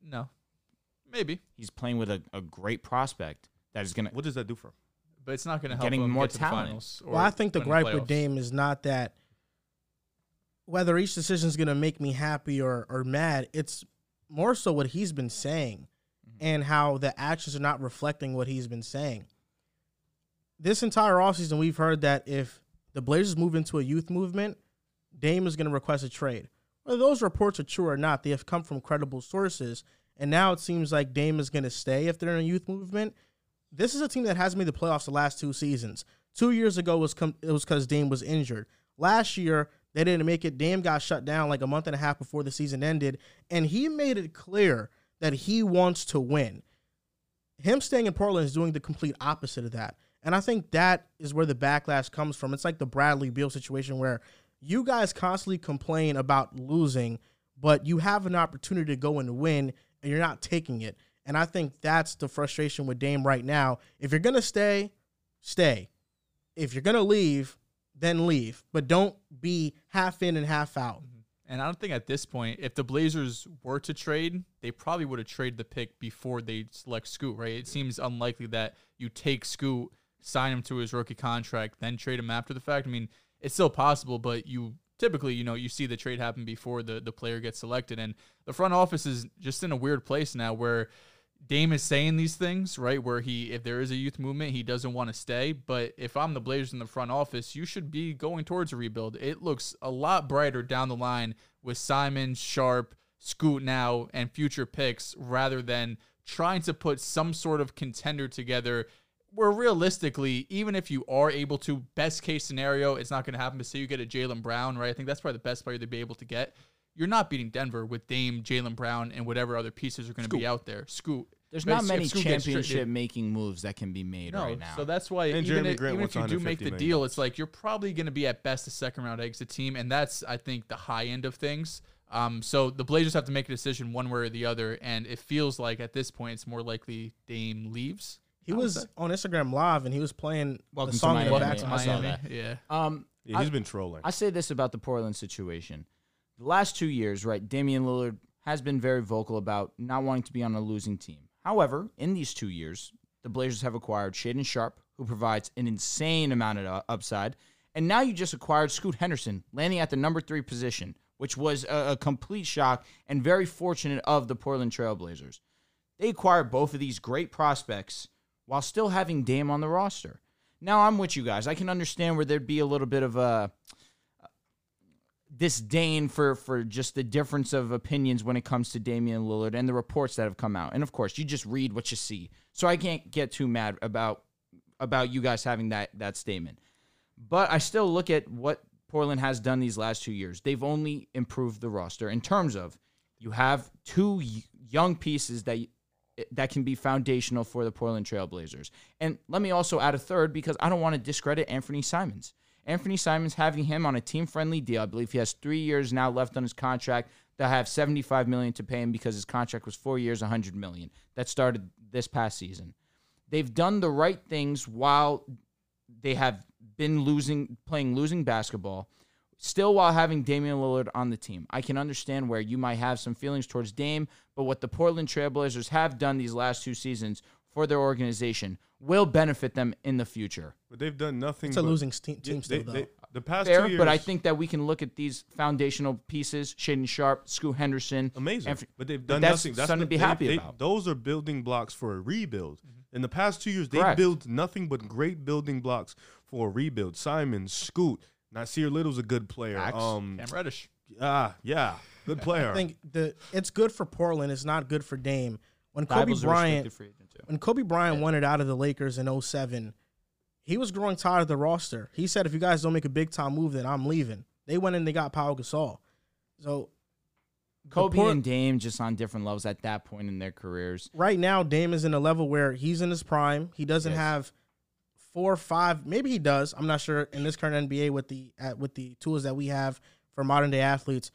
S5: No, maybe,
S4: He's playing with a, a great prospect that is gonna.
S6: What does that do for him?
S5: but it's not going to help.
S4: Getting
S5: him
S4: more
S5: get to
S4: talent.
S5: The finals or
S3: Well, I think the
S5: win
S3: gripe with
S5: playoffs.
S3: Dame is not that whether each decision is going to make me happy or, or mad. It's more so what he's been saying
S5: Mm-hmm.
S3: and how the actions are not reflecting what he's been saying. This entire offseason, we've heard that if the Blazers move into a youth movement, Dame is going to request a trade. Whether those reports are true or not, they have come from credible sources. And now it seems like Dame is going to stay if they're in a youth movement this is a team that has made the playoffs the last two seasons. Two years ago was com- it was because Dame was injured. Last year they didn't make it. Dame got shut down like a month and a half before the season ended, and he made it clear that he wants to win. Him staying in Portland is doing the complete opposite of that, and I think that is where the backlash comes from. It's like the Bradley Beal situation where you guys constantly complain about losing, but you have an opportunity to go and win, and you're not taking it. And I think that's the frustration with Dame right now. If you're gonna stay, stay. If you're gonna leave, then leave. But don't be half in and half out.
S5: And I don't think at this point, if the Blazers were to trade, they probably would have traded the pick before they select Scoot, right? It seems unlikely that you take Scoot, sign him to his rookie contract, then trade him after the fact. I mean, it's still possible, but you typically, you know, you see the trade happen before the, the player gets selected. And the front office is just in a weird place now where Dame is saying these things, right? Where he, if there is a youth movement, he doesn't want to stay. But if I'm the Blazers in the front office, you should be going towards a rebuild. It looks a lot brighter down the line with Simon, Sharp, Scoot now, and future picks rather than trying to put some sort of contender together. Where realistically, even if you are able to, best case scenario, it's not going to happen. But say you get a Jalen Brown, right? I think that's probably the best player they'd be able to get. You're not beating Denver with Dame, Jalen Brown, and wwhatever other pieces are going to be out there. Scoot.
S4: There's
S5: But
S4: not
S5: if
S4: many
S5: Scoot gets traded-
S4: championship making moves that can be made
S5: no,
S4: right now.
S5: so that's why even,
S6: Jeremy
S5: if,
S6: Grant
S5: even if you
S6: wants
S5: do make the
S6: $150 million.
S5: deal, it's like you're probably going to be at best a second round exit team, and that's I think the high end of things. Um, so the Blazers have to make a decision one way or the other, and it feels like at this point it's more likely Dame leaves
S3: He was on Instagram Live and he was playing
S4: Welcome
S3: the
S4: to
S3: song in the
S4: Miami.
S3: back to
S4: I saw
S3: myself.
S4: that.
S5: Yeah.
S4: Um,
S6: Yeah,
S4: I-
S6: he's been trolling.
S4: I say this about the Portland situation. The last two years, right, Damian Lillard has been very vocal about not wanting to be on a losing team. However, in these two years, the Blazers have acquired Shaden Sharp, who provides an insane amount of uh, upside. And now you just acquired Scoot Henderson, landing at the number three position, which was a, a complete shock and very fortunate of the Portland Trailblazers. They acquired both of these great prospects while still having Dame on the roster. Now I'm with you guys. I can understand where there'd be a little bit of a disdain for for just the difference of opinions when it comes to Damian Lillard and the reports that have come out. And of course, you just read what you see. So I can't get too mad about about you guys having that that statement. But I still look at what Portland has done these last two years. They've only improved the roster in terms of you have two y- young pieces that y- that can be foundational for the Portland Trailblazers. And let me also add a third because I don't want to discredit Anthony Simons. Anthony Simons having him on a team friendly deal. I believe he has three years now left on his contract. They'll have seventy five million to pay him because his contract was four years, hundred million. That started this past season. They've done the right things while they have been losing playing losing basketball still while having Damian Lillard on the team. I can understand where you might have some feelings towards Dame, but what the Portland Trailblazers have done these last two seasons for their organization will benefit them in the future.
S6: but they've done nothing.
S3: It's a
S6: but-
S3: losing ste-
S6: Yeah,
S3: team
S6: they-
S3: still, though.
S6: they- the past
S4: Fair,
S6: two years,
S4: but I think that we can look at these foundational pieces, Shaden Sharp, Scoot Henderson.
S6: amazing.
S4: and-
S6: but they've done
S4: that's
S6: nothing. That's
S4: something
S6: the-
S4: to be
S6: they-
S4: happy
S6: they-
S4: about. Mm-hmm.
S6: Those are building blocks for a rebuild. In the past two years, they
S4: Correct.
S6: built nothing but great building blocks for a rebuild. Simon, Scoot, Nasir Little's a good player.
S4: Axe,
S6: Um,
S5: Cam Reddish.
S6: ah, yeah, good player.
S3: I think the it's good for Portland. It's not good for Dame. When Kobe
S4: Thibault's a
S3: Bryant
S4: restricted free agent too.
S3: when Kobe Bryant wanted out of the Lakers in 07, he was growing tired of the roster. He said, if you guys don't make a big time move, then I'm leaving. They went in, they got Paul Gasol. So
S4: Kobe
S3: Port-
S4: and Dame just on different levels at that point in their careers.
S3: right now, Dame is in a level where he's in his prime. He doesn't
S4: Yes.
S3: have four or five. Maybe he does. I'm not sure in this current NBA with the at, with the tools that we have for modern day athletes.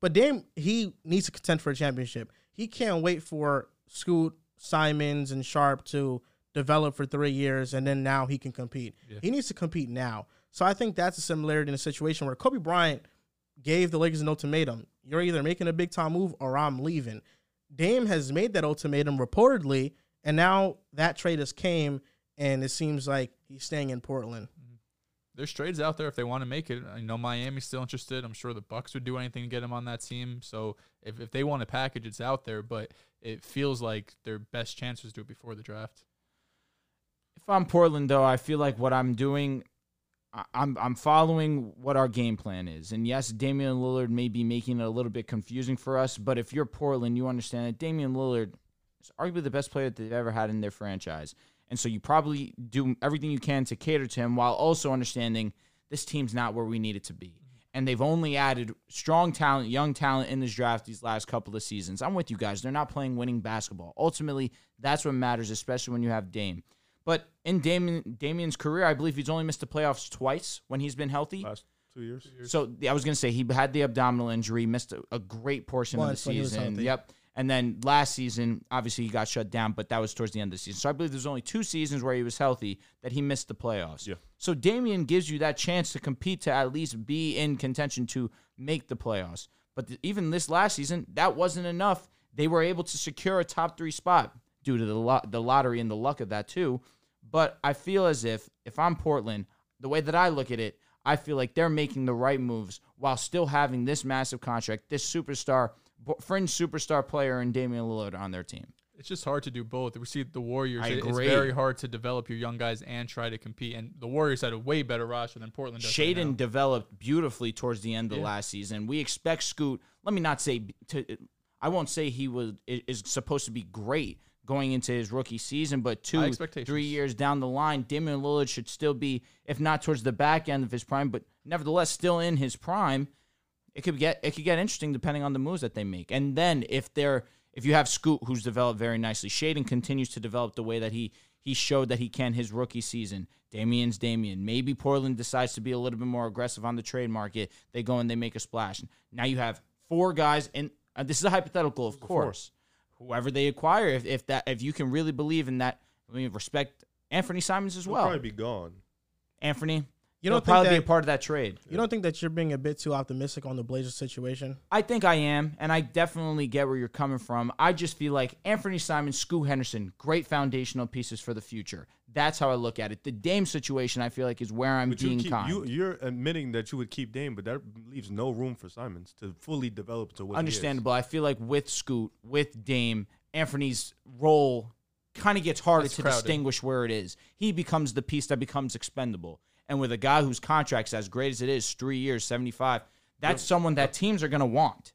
S3: But Dame, he needs to contend for a championship. He can't wait for Scoot, Simons, and Sharp to develop for three years, and then now he can compete. He needs to compete now. So I think that's a similarity in a situation where Kobe Bryant gave the Lakers an ultimatum. You're either making a big time move or I'm leaving. Dame has made that ultimatum reportedly, and now that trade has came, and it seems like he's staying in Portland.
S5: There's trades out there if they want to make it. I know Miami's still interested. I'm sure the Bucks would do anything to get him on that team. So if, if they want to package, it's out there. But it feels like their best chance was to do it before the draft.
S4: if I'm Portland though, I feel like what I'm doing, I- I'm I'm following what our game plan is. And yes, Damian Lillard may be making it a little bit confusing for us, but if you're Portland, you understand that Damian Lillard is arguably the best player that they've ever had in their franchise, and so you probably do everything you can to cater to him while also understanding this team's not where we need it to be. And they've only added strong talent, young talent in this draft these last couple of seasons. I'm with you guys. They're not playing winning basketball. Ultimately, that's what matters, especially when you have Dame. But in Damien Damian's career, I believe he's only missed the playoffs twice when he's been healthy.
S6: Last two years.
S4: So I was gonna say he had the abdominal injury, missed a, a great portion
S3: Once
S4: of the
S3: when he was
S4: season.
S3: healthy.
S4: Yep. And then last season, obviously he got shut down, but that was towards the end of the season. So I believe there's only two seasons where he was healthy that he missed the playoffs.
S6: Yeah.
S4: So Damian gives you that chance to compete to at least be in contention to make the playoffs. But th- even this last season, that wasn't enough. They were able to secure a top three spot due to the lo- the lottery and the luck of that too. But I feel as if if I'm Portland, the way that I look at it, I feel like they're making the right moves while still having this massive contract, this superstar, bo- fringe superstar player, and Damian Lillard on their team.
S5: It's just hard to do both. We see the Warriors.
S4: I
S5: it- It's
S4: agree.
S5: very hard to develop your young guys and try to compete. And the Warriors had a way better roster than Portland does. right
S4: Shaden
S5: now.
S4: developed beautifully towards the end of last season. We expect Scoot. Let me not say b- to. I won't say he was i- is supposed to be great going into his rookie season, but
S5: High
S4: two,
S5: expectations.
S4: three years down the line, Damian Lillard should still be, if not towards the back end of his prime, but nevertheless still in his prime. It could get it could get interesting depending on the moves that they make. And then if they're if you have Scoot who's developed very nicely, Shaden continues to develop the way that he he showed that he can his rookie season. Damian's Damian. Maybe Portland decides to be a little bit more aggressive on the trade market. They go and they make a splash. Now you have four guys and uh, this is a hypothetical, of course. Whoever they acquire, if, if that if you can really believe in that I mean, respect Anthony Simons as
S6: He'll
S4: well.
S6: probably be gone.
S4: Anthony,
S3: You
S4: you will
S3: don't think
S4: probably be a
S3: that
S4: part of that trade.
S3: you don't think that you're being a bit too optimistic on the Blazers situation?
S4: I think I am, and I definitely get where you're coming from. I just feel like Anthony Simon, Scoo Henderson, great foundational pieces for the future. That's how I look at it. The Dame situation, I feel like, is where I'm
S6: But you
S4: being
S6: keep,
S4: kind.
S6: you, you're admitting that you would keep Dame, but that leaves no room for Simons to fully develop to what he is.
S4: Understandable. I feel like with Scoot, with Dame, Anthony's role kind of gets harder
S5: It's
S4: to
S5: crowded.
S4: distinguish where it is. He becomes the piece that becomes expendable. And with a guy whose contract's as great as it is, three years, 75, that's someone that teams are going to want.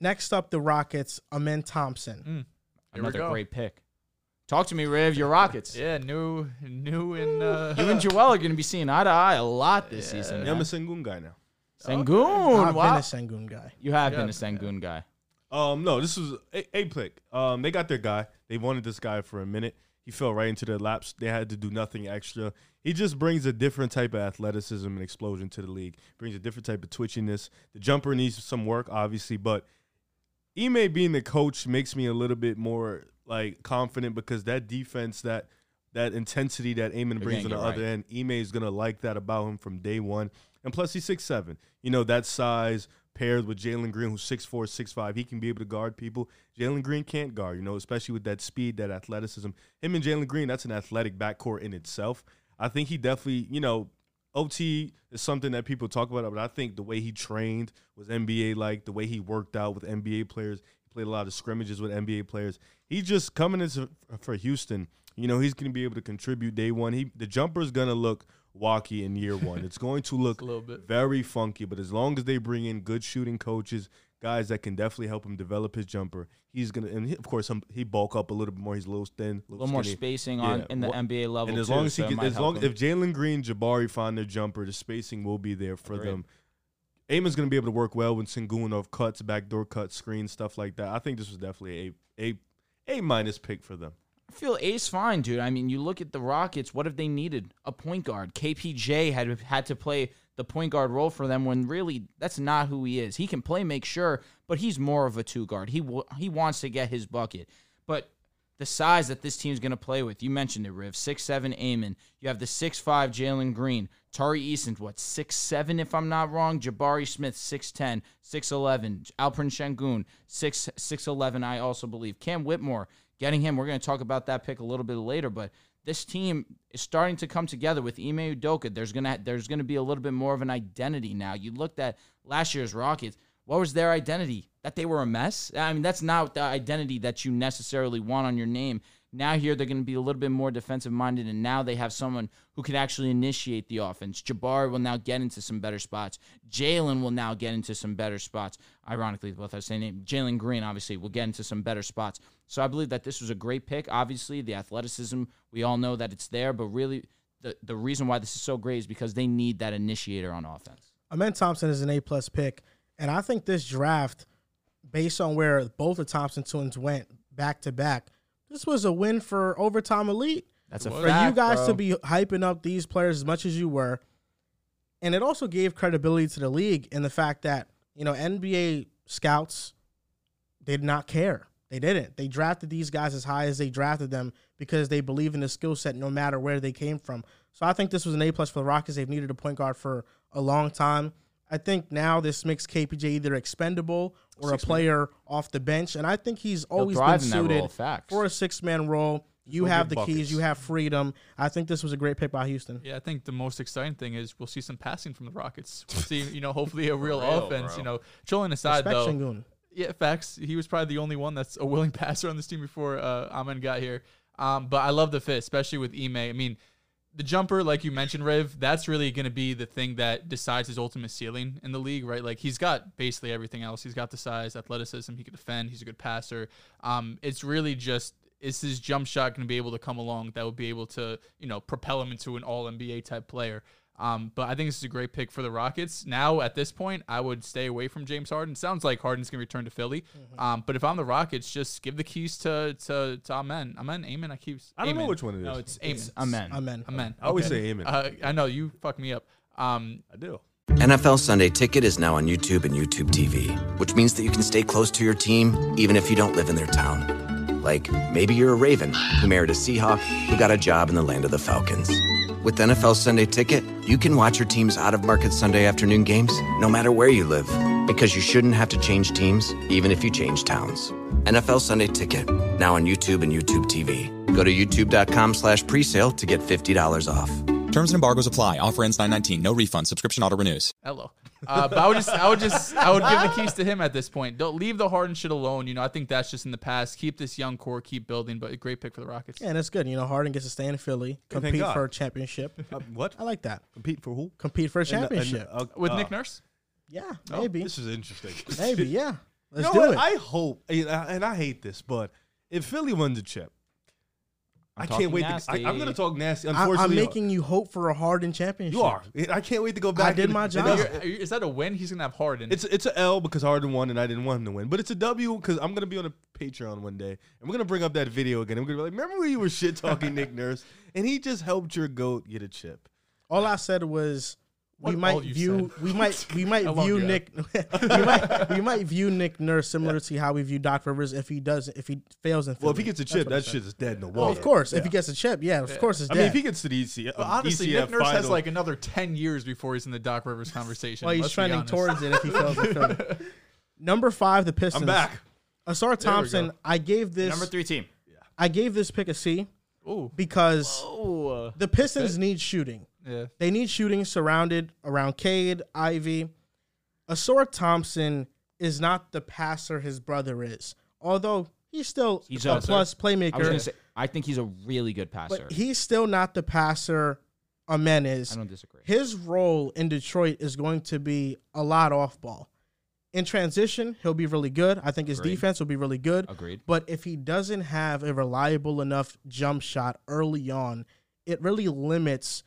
S3: Next up, the Rockets, Amin Thompson.
S5: Here we
S4: Another
S5: go.
S4: great pick. Talk to me, Riv, your Rockets.
S5: Yeah, new, new, and uh,
S4: You and Joel are going to be seeing eye to eye a lot this season.
S6: Yeah, I'm a Sengun guy now.
S4: Sengun.
S3: I've
S4: wow.
S3: been a Sengun guy.
S4: You have
S5: Yeah.
S4: been a Sengun guy.
S6: Um, no, this was a, a pick. Um, they got their guy. They wanted this guy for a minute. He fell right into their laps. They had to do nothing extra. He just brings a different type of athleticism and explosion to the league. Brings a different type of twitchiness. The jumper needs some work, obviously, but Ime being the coach makes me a little bit more like confident because that defense, that that intensity that Eamon brings on
S4: gonna
S6: the
S4: get
S6: other end, Ime is gonna like that about him from day one. And plus he's six seven. You know, that size paired with Jalen Green, who's 6'4, 6'5, he can be able to guard people. Jalen Green can't guard, you know, especially with that speed, that athleticism. Him and Jalen Green, that's an athletic backcourt in itself. I think he definitely, you know, OT is something that people talk about, but I think the way he trained was NBA like, the way he worked out with NBA players. He played a lot of scrimmages with NBA players. He's just coming into for Houston. You know, he's going to be able to contribute day one. He the jumper's going to look walky in year one. It's going to look
S5: a little bit.
S6: very funky, but as long as they bring in good shooting coaches, guys that can definitely help him develop his jumper, he's going to and he, of course him, he bulk up a little bit more. He's a little thin,
S4: A little more
S6: skinny.
S4: spacing on
S6: Yeah,
S4: in the
S6: wha-
S4: NBA level.
S6: And as
S4: too,
S6: long as he
S4: so it
S6: can,
S4: might
S6: as
S4: help
S6: long
S4: him.
S6: if Jalen Green, Jabari find their jumper, the spacing will be there for
S4: Agreed.
S6: them. Amon's going to be able to work well with Sengunov cuts, backdoor cuts, screens, stuff like that. I think this was definitely a a a minus pick for them.
S4: I feel Ace fine, dude. I mean, you look at the Rockets. What have they needed? A point guard. KPJ had had to play the point guard role for them when really that's not who he is. He can play, make sure, but he's more of a two guard. He w- he wants to get his bucket, but. The size that this team's going to play with, you mentioned it, Riv. Six seven, Amon. You have the six five, Jalen Green. Tari Eason's what six seven, if I'm not wrong. Jabari Smith 6'10", 6'11". Alprin Shangun six six eleven. I also believe Cam Whitmore getting him. We're going to talk about that pick a little bit later, but this team is starting to come together with Ime Udoka. There's gonna there's gonna be a little bit more of an identity now. You looked at last year's Rockets. What was their identity? That they were a mess. I mean, that's not the identity that you necessarily want on your name. Now here they're going to be a little bit more defensive minded, and now they have someone who can actually initiate the offense. Jabari will now get into some better spots. Jalen will now get into some better spots. Ironically, both I was saying Jalen Green obviously will get into some better spots. So I believe that this was a great pick. Obviously, the athleticism we all know that it's there, but really the the reason why this is so great is because they need that initiator on offense.
S3: Amen Thompson is an A plus pick, and I think this draft, based on where both the Thompson twins went back to back, this was a win for overtime elite.
S4: That's a
S5: Well,
S3: For
S4: fact,
S3: you guys
S4: bro.
S3: to be hyping up these players as much as you were, and it also gave credibility to the league in the fact that you know NBA scouts they did not care. They didn't. They drafted these guys as high as they drafted them because they believe in the skill set no matter where they came from. So I think this was an A plus for the Rockets. They've needed a point guard for a long time. I think now this makes KPJ either expendable or a player off the bench, and I think he's always been
S4: thrive in that role,
S3: suited
S4: facts.
S3: for a six man role. You
S6: go
S3: have
S6: get
S3: the
S6: buckets.
S3: keys. You have freedom. I think this was a great pick by Houston.
S5: Yeah, I think the most exciting thing is we'll see some passing from the Rockets. We'll see, you know, hopefully a real, offense. You know, trolling aside
S3: Respect
S5: though,
S3: Şengün.
S5: yeah, facts. He was probably the only one that's a willing passer on this team before uh, Amen got here. Um, but I love the fit, especially with Ime. I mean, the jumper, like you mentioned, Riv, that's really going to be the thing that decides his ultimate ceiling in the league, right? Like he's got basically everything else. He's got the size, athleticism. He can defend. He's a good passer. Um, it's really just is his jump shot going to be able to come along that will be able to you know propel him into an All NBA type player. Um, but I think this is a great pick for the Rockets. Now at this point, I would stay away from James Harden. Sounds like Harden's gonna return to Philly. Um, but if I'm the Rockets, just give the keys to to, to Amen. Amen, Amen. I keep.
S6: I don't know
S5: Amen.
S6: which one it is.
S5: No, it's Amen.
S4: Amen.
S3: Amen.
S5: Amen.
S6: I always say Amen.
S5: Uh, I know you fuck me up. Um,
S6: I do.
S7: NFL Sunday Ticket is now on YouTube and YouTube TV, which means that you can stay close to your team even if you don't live in their town. Like maybe you're a Raven who married a Seahawk who got a job in the land of the Falcons. With NFL Sunday Ticket, you can watch your team's out of market Sunday afternoon games no matter where you live because you shouldn't have to change teams even if you change towns. NFL Sunday Ticket, now on YouTube and YouTube TV. Go to youtube.com slash presale to get $50 off.
S8: Terms and embargoes apply. Offer ends 919. No refund. Subscription auto renews.
S5: Hello. Uh, but I would just, I would just, I would give the keys to him at this point. Don't leave the Harden shit alone. You know, I think that's just in the past. Keep this young core, keep building. But a great pick for the Rockets.
S3: Yeah, that's good. You know, Harden gets to stay in Philly,
S6: thank
S3: compete
S6: God.
S3: for a championship.
S6: Uh, what?
S3: I like that.
S6: Compete for who?
S3: Compete for a
S6: And- and-
S3: championship.
S6: uh,
S5: With
S6: uh,
S5: Nick Nurse,
S3: yeah, maybe,
S6: Oh, This is interesting.
S3: maybe, yeah. Let's
S6: you know
S3: do it.
S6: what? I hope, and I, and I hate this, but if Philly wins the chip, I'm I can
S4: talking
S6: not wait. To, I,
S4: nasty.
S6: am going to talk nasty.
S3: I,
S6: Unfortunately,
S3: am making you hope for a Harden championship.
S6: you are. I can't wait to go back.
S3: did
S6: and-
S3: my
S6: it
S3: job.
S6: doesn't-
S5: You're- are you- is that a win? He's gonna have Harden.
S6: It's it's a L because Harden won and I didn't want him to win, but it's a W because I'm gonna be on a Patreon one day and we're gonna bring up that video again. I'm gonna be like, remember when you were shit talking Nick Nurse and he just helped your goat get a chip.
S3: All I said was we
S5: What all
S3: might
S5: you
S3: view
S5: said.
S3: we might we might
S5: I love
S3: view
S5: you,
S3: Nick we might we might view Nick Nurse similar to how we view Doc Rivers if he does if he fails in
S6: Well, if he
S3: Philly.
S6: gets a chip, that shit is dead in the wall.
S3: well, Oh, of course, if he gets a chip, yeah, of course it's
S6: I
S3: dead.
S6: mean, if he gets to the EC,
S5: but honestly,
S6: ECF
S5: Nick Nurse has
S6: final-
S5: like another ten years before he's in the Doc Rivers conversation.
S3: well, he's
S5: let's be
S3: trending
S5: honest.
S3: towards it if he fails in Philly. Number five, the Pistons.
S6: I'm back.
S3: Asar Thompson. I gave this
S4: Number three team.
S3: I gave this pick a C
S5: Ooh,
S3: because
S5: ooh,
S3: the Pistons need shooting.
S5: yeah.
S3: They need shooting surrounded around Cade, Ivy. Asor Thompson is not the passer his brother is, although he's still
S4: He's
S3: a
S4: up there.
S3: plus
S4: I was
S3: playmaker.
S4: gonna say I think he's a really good passer.
S3: but he's still not the passer Amen
S4: I
S3: is.
S4: don't disagree.
S3: His role in Detroit is going to be a lot off ball. In transition, he'll be really good. I think his
S4: Agreed.
S3: defense will be really good.
S4: Agreed.
S3: But if he doesn't have a reliable enough jump shot early on, it really limits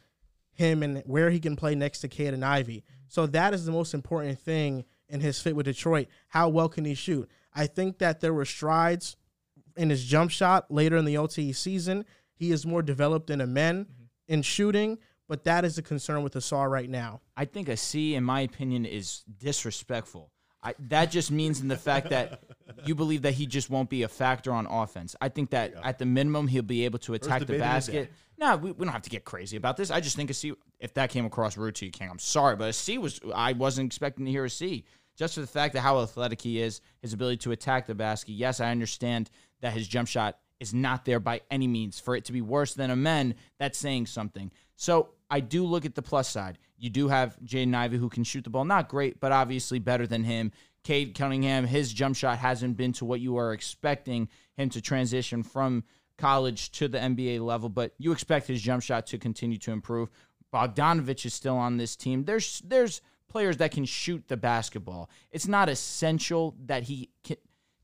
S3: him and where he can play next to Cade and Ivy. So that is the most important thing in his fit with Detroit. How well can he shoot? I think that there were strides in his jump shot later in the OTE season. He is more developed than a men
S4: Mm-hmm.
S3: in shooting, but that is the concern with Asar right now.
S4: I think a C, in my opinion, is disrespectful. I, that just means in the fact that you believe that he just won't be a factor on offense. I think that at the minimum he'll be able to attack the
S6: debate of the
S4: basket. No, we, we don't have to get crazy about this. I just think a C. If that came across rude to you, King, I'm sorry, but a C was I wasn't expecting to hear a C. Just for the fact that how athletic he is, his ability to attack the basket. Yes, I understand that his jump shot is not there by any means. For it to be worse than a men, that's saying something. So I do look at the plus side. You do have Jaden Ivey who can shoot the ball, not great, but obviously better than him. Cade Cunningham, his jump shot hasn't been to what you are expecting him to transition from college to the NBA level, but you expect his jump shot to continue to improve. Bogdanovich is still on this team. There's there's players that can shoot the basketball. It's not essential that he can,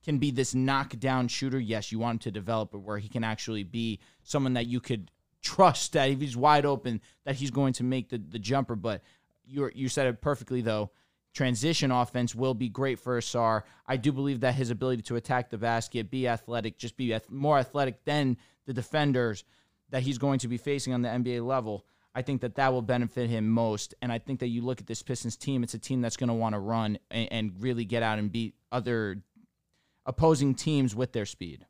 S4: can be this knockdown shooter. Yes, you want him to develop it where he can actually be someone that you could trust that if he's wide open that he's going to make the, the jumper. But you you said it perfectly though. Transition offense will be great for Asar. I do believe that his ability to attack the basket, be athletic, just be ath- more athletic than the defenders that he's going to be facing on the NBA level. I think that that will benefit him most. And I think that you look at this Pistons team, it's a team that's going to want to run and, and really get out and beat other opposing teams with their speed.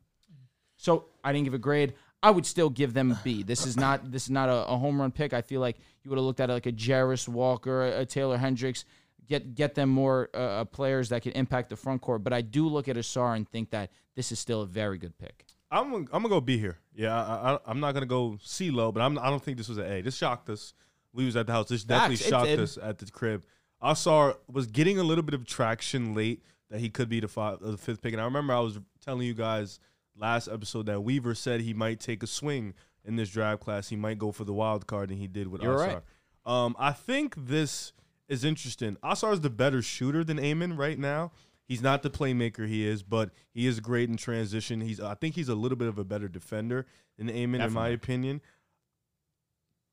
S4: So I didn't give a grade. I would still give them a B. This is not this is not a, a home run pick. I feel like you would have looked at it like a Jarvis Walker, a, a Taylor Hendricks. Get get them more uh, uh, players that could impact the front court. But I do look at Asar and think that this is still a very good pick.
S6: I'm I'm gonna go B here. Yeah, I, I, I'm not gonna go C low, but I'm I don't think this was an A. This shocked us. We was at the house. This definitely
S4: Facts, it
S6: shocked
S4: did.
S6: us at the crib. Asar was getting a little bit of traction late that he could be the, five, uh, the fifth pick, and I remember I was telling you guys last episode that Weaver said he might take a swing in this draft class. He might go for the wild card, and he did with
S4: You're
S6: Asar.
S4: right.
S6: Um, I think this is interesting. Asar is the better shooter than Amon right now. He's not the playmaker he is, but he is great in transition. He's I think he's a little bit of a better defender than Amon, in my
S4: Definitely.
S6: opinion.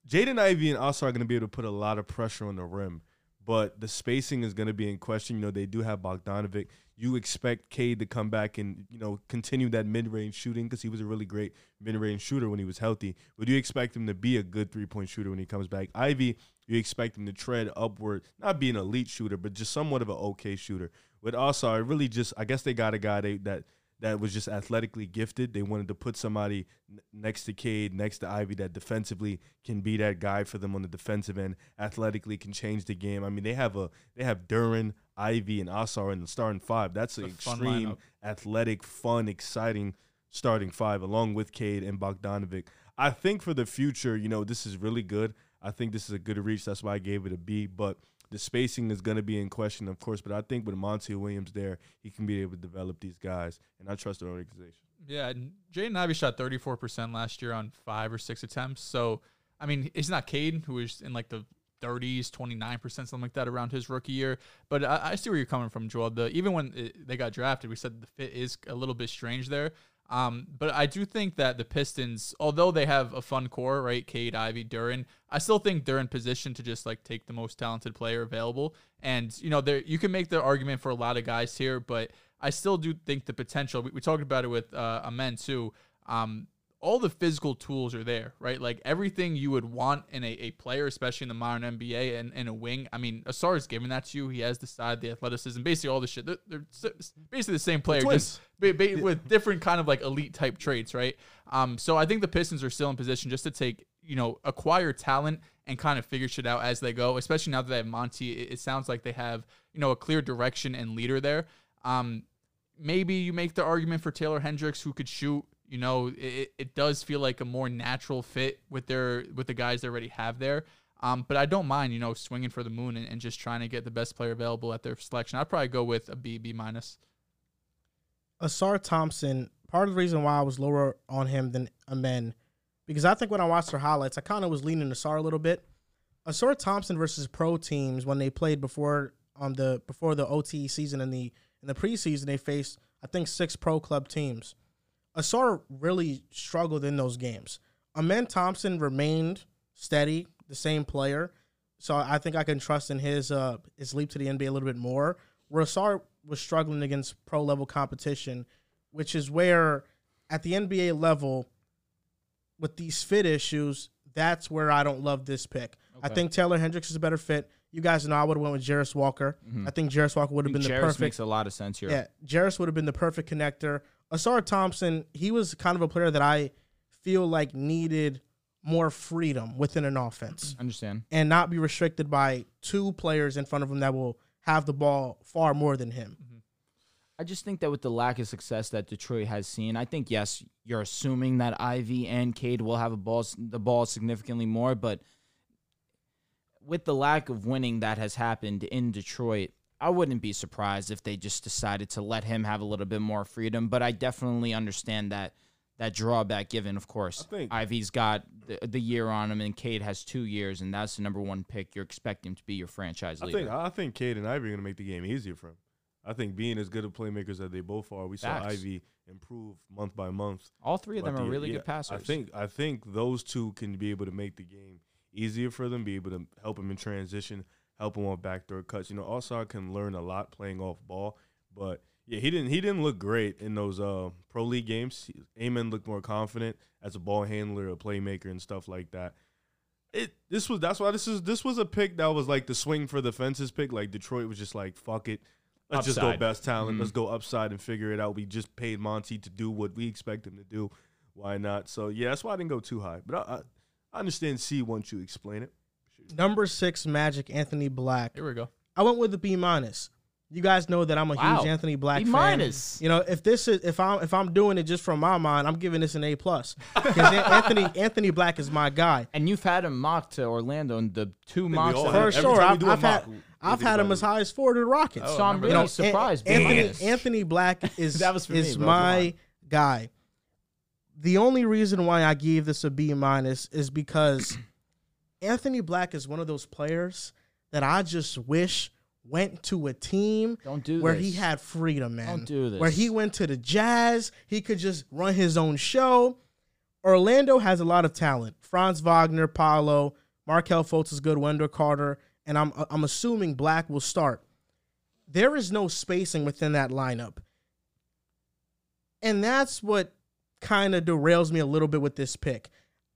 S6: Jaden Ivey and Asar are going to be able to put a lot of pressure on the rim, but the spacing is going to be in question. You know, they do have Bogdanovic. You expect Cade to come back and, you know, continue that mid range shooting because he was a really great mid range shooter when he was healthy. But you expect him to be a good three point shooter when he comes back. Ivy, you expect him to tread upward, not be an elite shooter, but just somewhat of an okay shooter. With Asar, it really just, I guess they got a guy they, that that was just athletically gifted. They wanted to put somebody n- next to Cade, next to Ivy, that defensively can be that guy for them on the defensive end. Athletically can change the game. I mean, they have a they have Duran, Ivy, and Asar in the starting five. That's an
S5: a fun
S6: extreme
S5: lineup.
S6: athletic, fun, exciting starting five, along with Cade and Bogdanovic. I think for the future, you know, this is really good. I think this is a good reach. That's why I gave it a B. But the spacing is going to be in question, of course. But I think with Monty Williams there, he can be able to develop these guys. And I trust the organization.
S5: Yeah, and Jaden Ivey shot 34% last year on five or six attempts. So, I mean, it's not Cade, who was in like the 30s, 29%, something like that around his rookie year. But I, I see where you're coming from, Joel. The, even when it, they got drafted, we said the fit is a little bit strange there. Um, but I do think that the Pistons, although they have a fun core, right? Cade, Ivy, Duran, I still think they're in position to just like take the most talented player available. And, you know, there you can make the argument for a lot of guys here, but I still do think the potential. We, we talked about it with uh, Amen too. Um, all the physical tools are there, right? Like everything you would want in a, a player, especially in the modern NBA and in a wing. I mean, Asar is giving that to you. He has the side, the athleticism, basically all this shit. They're, they're s- basically the same player, just ba- ba- with different kind of like elite type traits, right? Um, so I think the Pistons are still in position just to take, you know, acquire talent and kind of figure shit out as they go. Especially now that they have Monty, it, it sounds like they have, you know, a clear direction and leader there. Um, maybe you make the argument for Taylor Hendricks, who could shoot. You know, it- it, it does feel like a more natural fit with their with the guys they already have there. Um, but I don't mind, you know, swinging for the moon and, and just trying to get the best player available at their selection. I'd probably go with a B, B minus.
S3: Asar Thompson, part of the reason why I was lower on him than Amen, because I think when I watched their highlights, I kind of was leaning Asar a little bit. Asar Thompson versus pro teams when they played before um the before the OT season and the in the preseason they faced I think six pro club teams. Asar really struggled in those games. Amen Thompson remained steady, the same player. So I think I can trust in his uh his leap to the NBA a little bit more. Where Asar was struggling against pro level competition, which is where at the NBA level, with these fit issues, that's where I don't love this pick. I think Taylor Hendricks is a better fit. You guys know I would have went with Jarris Walker. I think Jarris Walker would have been the
S4: Mm-hmm. Jarris
S3: perfect.
S4: makes a lot of sense here.
S3: Yeah, Jarris would have been the perfect connector. Asar Thompson, he was kind of a player that I feel like needed more freedom within an offense
S4: Understand?
S3: and not be restricted by two players in front of him that will have the ball far more than him.
S4: Mm-hmm. I just think that with the lack of success that Detroit has seen, I think yes, you're assuming that Ivy and Cade will have a ball the ball significantly more, but with the lack of winning that has happened in Detroit, I wouldn't be surprised if they just decided to let him have a little bit more freedom, but I definitely understand that that drawback given, of course.
S6: think-
S4: Ivy's got the, the year on him and Cade has 2 years and that's the number 1 pick you're expecting to be your franchise
S6: I
S4: leader.
S6: think I think Cade and Ivy are going to make the game easier for him. I think being as good of playmakers as they both are, we saw
S4: Facts.
S6: Ivy improve month by month.
S4: All three of
S6: But
S4: them are
S6: the-
S4: really
S6: yeah,
S4: good passers.
S6: I think I think those two can be able to make the game easier for them, be able to help them in transition, help them on backdoor cuts. You know, Alsar can learn a lot playing off ball, but yeah, he didn't he didn't look great in those uh, pro league games. Amen looked more confident as a ball handler, a playmaker, and stuff like that. It this was that's why this is this was a pick that was like the swing for the fences pick. Like Detroit was just like fuck it. Let's just
S4: Upside. Mm-hmm.
S6: go best talent. Let's go upside and figure it out. We just paid Monty to do what we expect him to do. Why not? So yeah, that's why I didn't go too high. But I, I, I understand C once you explain it.
S3: Number six, Magic Anthony Black.
S5: Here we go.
S3: I went with the B minus. You guys know that I'm a
S4: Wow.
S3: huge Anthony Black
S4: B
S3: fan.
S4: minus.
S3: You know, if this is if I'm if I'm doing it just from my mind, I'm giving this an A plus because Anthony Anthony Black is my guy.
S4: And you've had him mocked to Orlando in the two mocks.
S6: all
S4: that-
S6: have.
S3: For
S6: Every time
S3: sure,
S6: we
S3: I've,
S6: do a
S3: I've
S6: mock,
S3: had
S6: we- we
S3: I've
S6: think
S3: had him
S6: about
S3: as
S6: it.
S3: high as four to the Rockets.
S4: so I'm really
S3: You know, An-
S4: surprised. B
S3: Anthony,
S4: minus.
S3: Anthony Black is
S4: That was for
S3: is
S4: me, bro. Come
S3: my
S4: on.
S3: guy. The only reason why I gave this a B minus is because Anthony Black is one of those players that I just wish went to a team
S4: Don't do
S3: where
S4: this.
S3: he had freedom, man.
S4: Don't do
S3: Where
S4: this.
S3: he went to the Jazz, he could just run his own show. Orlando has a lot of talent. Franz Wagner, Paolo, Markel Fultz is good, Wendell Carter, and I'm I'm assuming Black will start. There is no spacing within that lineup. And that's what kind of derails me a little bit with this pick.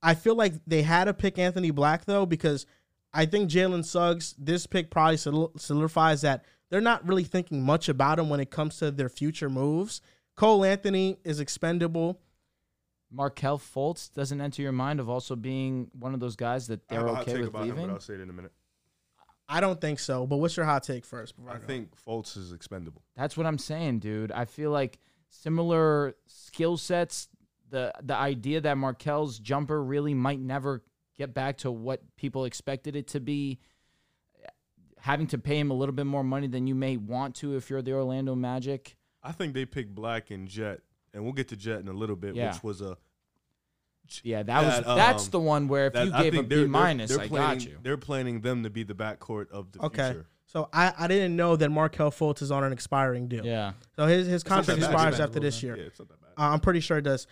S3: I feel like they had to pick Anthony Black though because I think Jalen Suggs this pick probably sol- solidifies that they're not really thinking much about him when it comes to their future moves. Cole Anthony is expendable.
S4: Markel Fultz doesn't enter your mind of also being one of those guys that
S6: I have
S4: they're
S6: a hot
S4: okay
S6: take
S4: with
S6: about him,
S4: leaving.
S6: but I'll say it in a minute.
S3: I don't think so. But what's your hot take first? before
S6: I
S3: go?
S6: think Fultz is expendable.
S4: That's what I'm saying, dude. I feel like similar skill sets. The the idea that Markel's jumper really might never get back to what people expected it to be. Having to pay him a little bit more money than you may want to if you're the Orlando Magic.
S6: I think they picked Black and Jet, and we'll get to Jet in a little bit,
S4: Yeah.
S6: which was a
S4: Yeah, that, was
S6: That, um,
S4: that's the one where if
S6: that-
S4: you
S6: I
S4: gave a
S6: think they're-
S4: B
S6: they're-
S4: minus,
S6: they're
S4: I
S6: planning,
S4: got you.
S6: They're planning them to be the backcourt of the
S3: Okay.
S6: future.
S3: So I, I didn't know that Markel Fultz is on an expiring deal.
S4: Yeah,
S3: So his his
S6: not
S3: contract
S6: that bad.
S3: expires
S6: It's
S3: after this
S6: Yeah,
S3: year.
S6: it's not that bad.
S3: Uh, I'm pretty sure it does.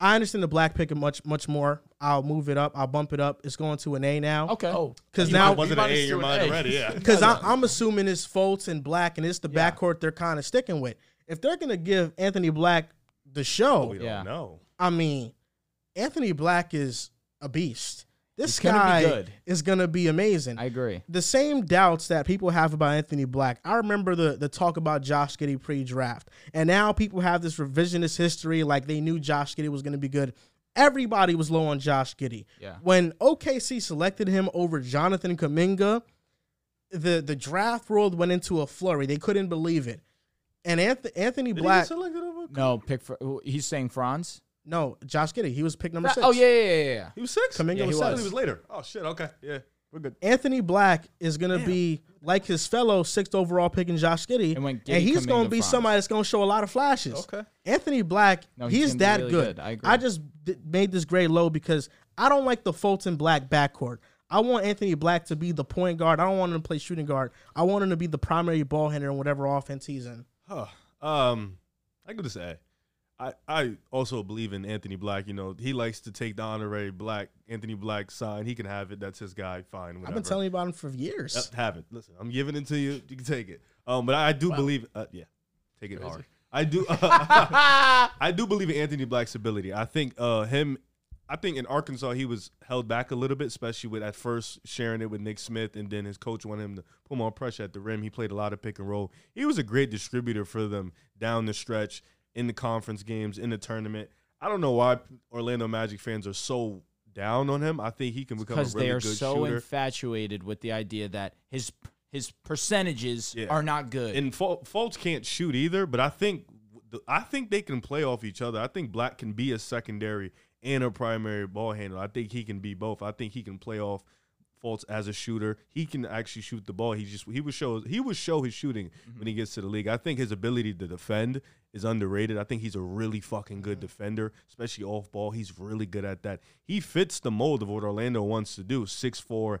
S3: I understand the black pick much much more. I'll move it up. I'll bump it up. It's going to an A now.
S4: okay.
S5: Oh,
S3: Because
S5: you
S3: now,
S5: might want-
S6: wasn't an
S5: minus
S6: A in your
S5: to an
S6: mind
S5: A.
S6: already. Yeah.
S3: because I'm assuming it's Fultz and Black, and it's the
S5: Yeah.
S3: backcourt they're kind of sticking with. If they're gonna give Anthony Black the show,
S6: We
S4: Oh, Yeah.
S6: don't know.
S3: I mean, Anthony Black is a beast. This
S4: He's gonna
S3: guy
S4: be good.
S3: is gonna be amazing.
S4: I agree.
S3: the same doubts that people have about Anthony Black. I remember the the talk about Josh Giddy pre-draft, and now people have this revisionist history like they knew Josh Giddy was going to be good. Everybody was low on Josh Giddy.
S4: Yeah.
S3: When OKC selected him over Jonathan Kaminga, the the draft world went into a flurry. They couldn't believe it. And Anthony, Anthony
S6: Did
S3: Black,
S6: he get selected over?
S4: No, pick for he's saying Franz.
S3: no, Josh Giddy, he was pick number six.
S4: Oh yeah, yeah, yeah, yeah.
S6: He was six.
S3: Kaminga
S4: Yeah, he
S3: was
S6: I thought
S3: seven.
S4: was.
S6: He was later. Oh shit. Okay. Yeah. We're good.
S3: Anthony Black is going to be like his fellow sixth overall pick in Josh Giddy,
S4: And
S3: and,
S4: when Giddey
S3: he's
S4: Kuminga
S3: going to be
S4: Franz.
S3: somebody that's going to show a lot of flashes.
S6: Okay.
S3: Anthony Black,
S4: No,
S3: he's,
S4: he's gonna be
S3: that
S4: really
S3: good.
S4: good. I agree.
S3: just d- made this grade low because I don't like the Fulton Black backcourt. I want Anthony Black to be the point guard. I don't want him to play shooting guard. I want him to be the primary ball handler in whatever offense he's in.
S6: Huh. Um, I give this an A. I, I also believe in Anthony Black. You know, he likes to take the honorary Black Anthony Black sign. He can have it. That's his guy. Fine. Whatever.
S3: I've been telling you about him for years.
S6: Yep, have it. Listen, I'm giving it to you. You can take it. Um, but I do believe. Uh, yeah, take it hard. I do. I do believe in Anthony Black's ability. I think uh, him. I think in Arkansas he was held back a little bit, especially with at first sharing it with Nick Smith, and then his coach wanted him to put more pressure at the rim. He played a lot of pick and roll. He was a great distributor for them down the stretch in the conference games in the tournament. I don't know why Orlando Magic fans are so down on him. I think he can become a
S4: because
S6: really
S4: they are
S6: good
S4: so
S6: shooter.
S4: infatuated with the idea that his his percentages
S6: Yeah.
S4: are not good.
S6: and Fol- Fultz can't shoot either. But I think I think they can play off each other. I think Black can be a secondary and a primary ball handler. I think he can be both. I think he can play off Fultz as a shooter. He can actually shoot the ball. He just he would show he would show his shooting when he gets to the league. I think his ability to defend is underrated. I think he's a really fucking good defender, especially off ball. He's really good at that. He fits the mold of what Orlando wants to do. 6'4, 6'5,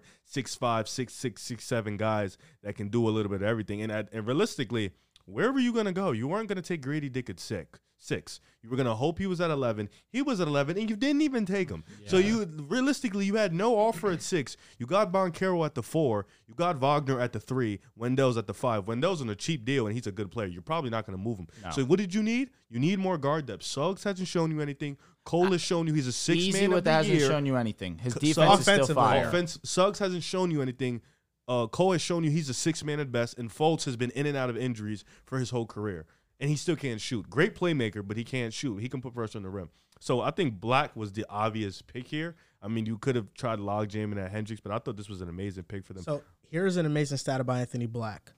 S6: 6'6, 6'7 guys that can do a little bit of everything. And at, and realistically, where were you gonna go? You weren't gonna take Grady Dick at six. Six. You were gonna hope he was at eleven. He was at eleven, and you didn't even take him. So you realistically, you had no offer at six. You got Boncaro at the four. You got Wagner at the three. Wendell's at the five. Wendell's on a cheap deal, and he's a good player. You're probably not gonna move him. So what did you need? You need more guard depth. Suggs hasn't shown you anything. Cole has shown you he's a six
S4: Easy
S6: man
S4: with
S6: of the
S4: that hasn't
S6: year.
S4: shown you anything. His
S6: So
S4: defense is still
S3: offensively-
S4: fire.
S6: Offense. Suggs hasn't shown you anything. Uh, Cole has shown you he's a six man at best, and Fultz has been in and out of injuries for his whole career, and he still can't shoot. Great playmaker, but he can't shoot. He can put pressure on the rim. So I think Black was the obvious pick here. I mean, you could have tried log jamming at Hendricks, but I thought this was an amazing pick for them.
S3: So here's an amazing stat about Anthony Black.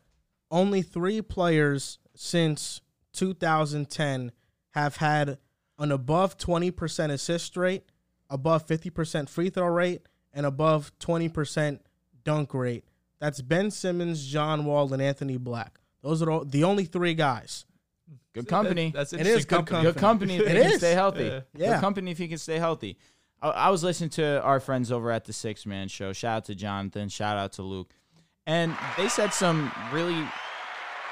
S3: Only three players since 2010 have had an above 20% assist rate, above 50% free throw rate, and above 20% dunk rate. That's Ben Simmons, John Wall, and Anthony Black. Those are all, the only three guys.
S4: Good company.
S5: That's
S3: It
S5: interesting
S3: is good
S5: company.
S4: Good company if
S3: It
S4: he can
S3: is.
S4: stay healthy.
S5: Yeah.
S3: Yeah.
S4: Good company if he can stay healthy. I, I was listening to our friends over at the Six Man Show. Shout out to Jonathan. Shout out to Luke. And they said some really,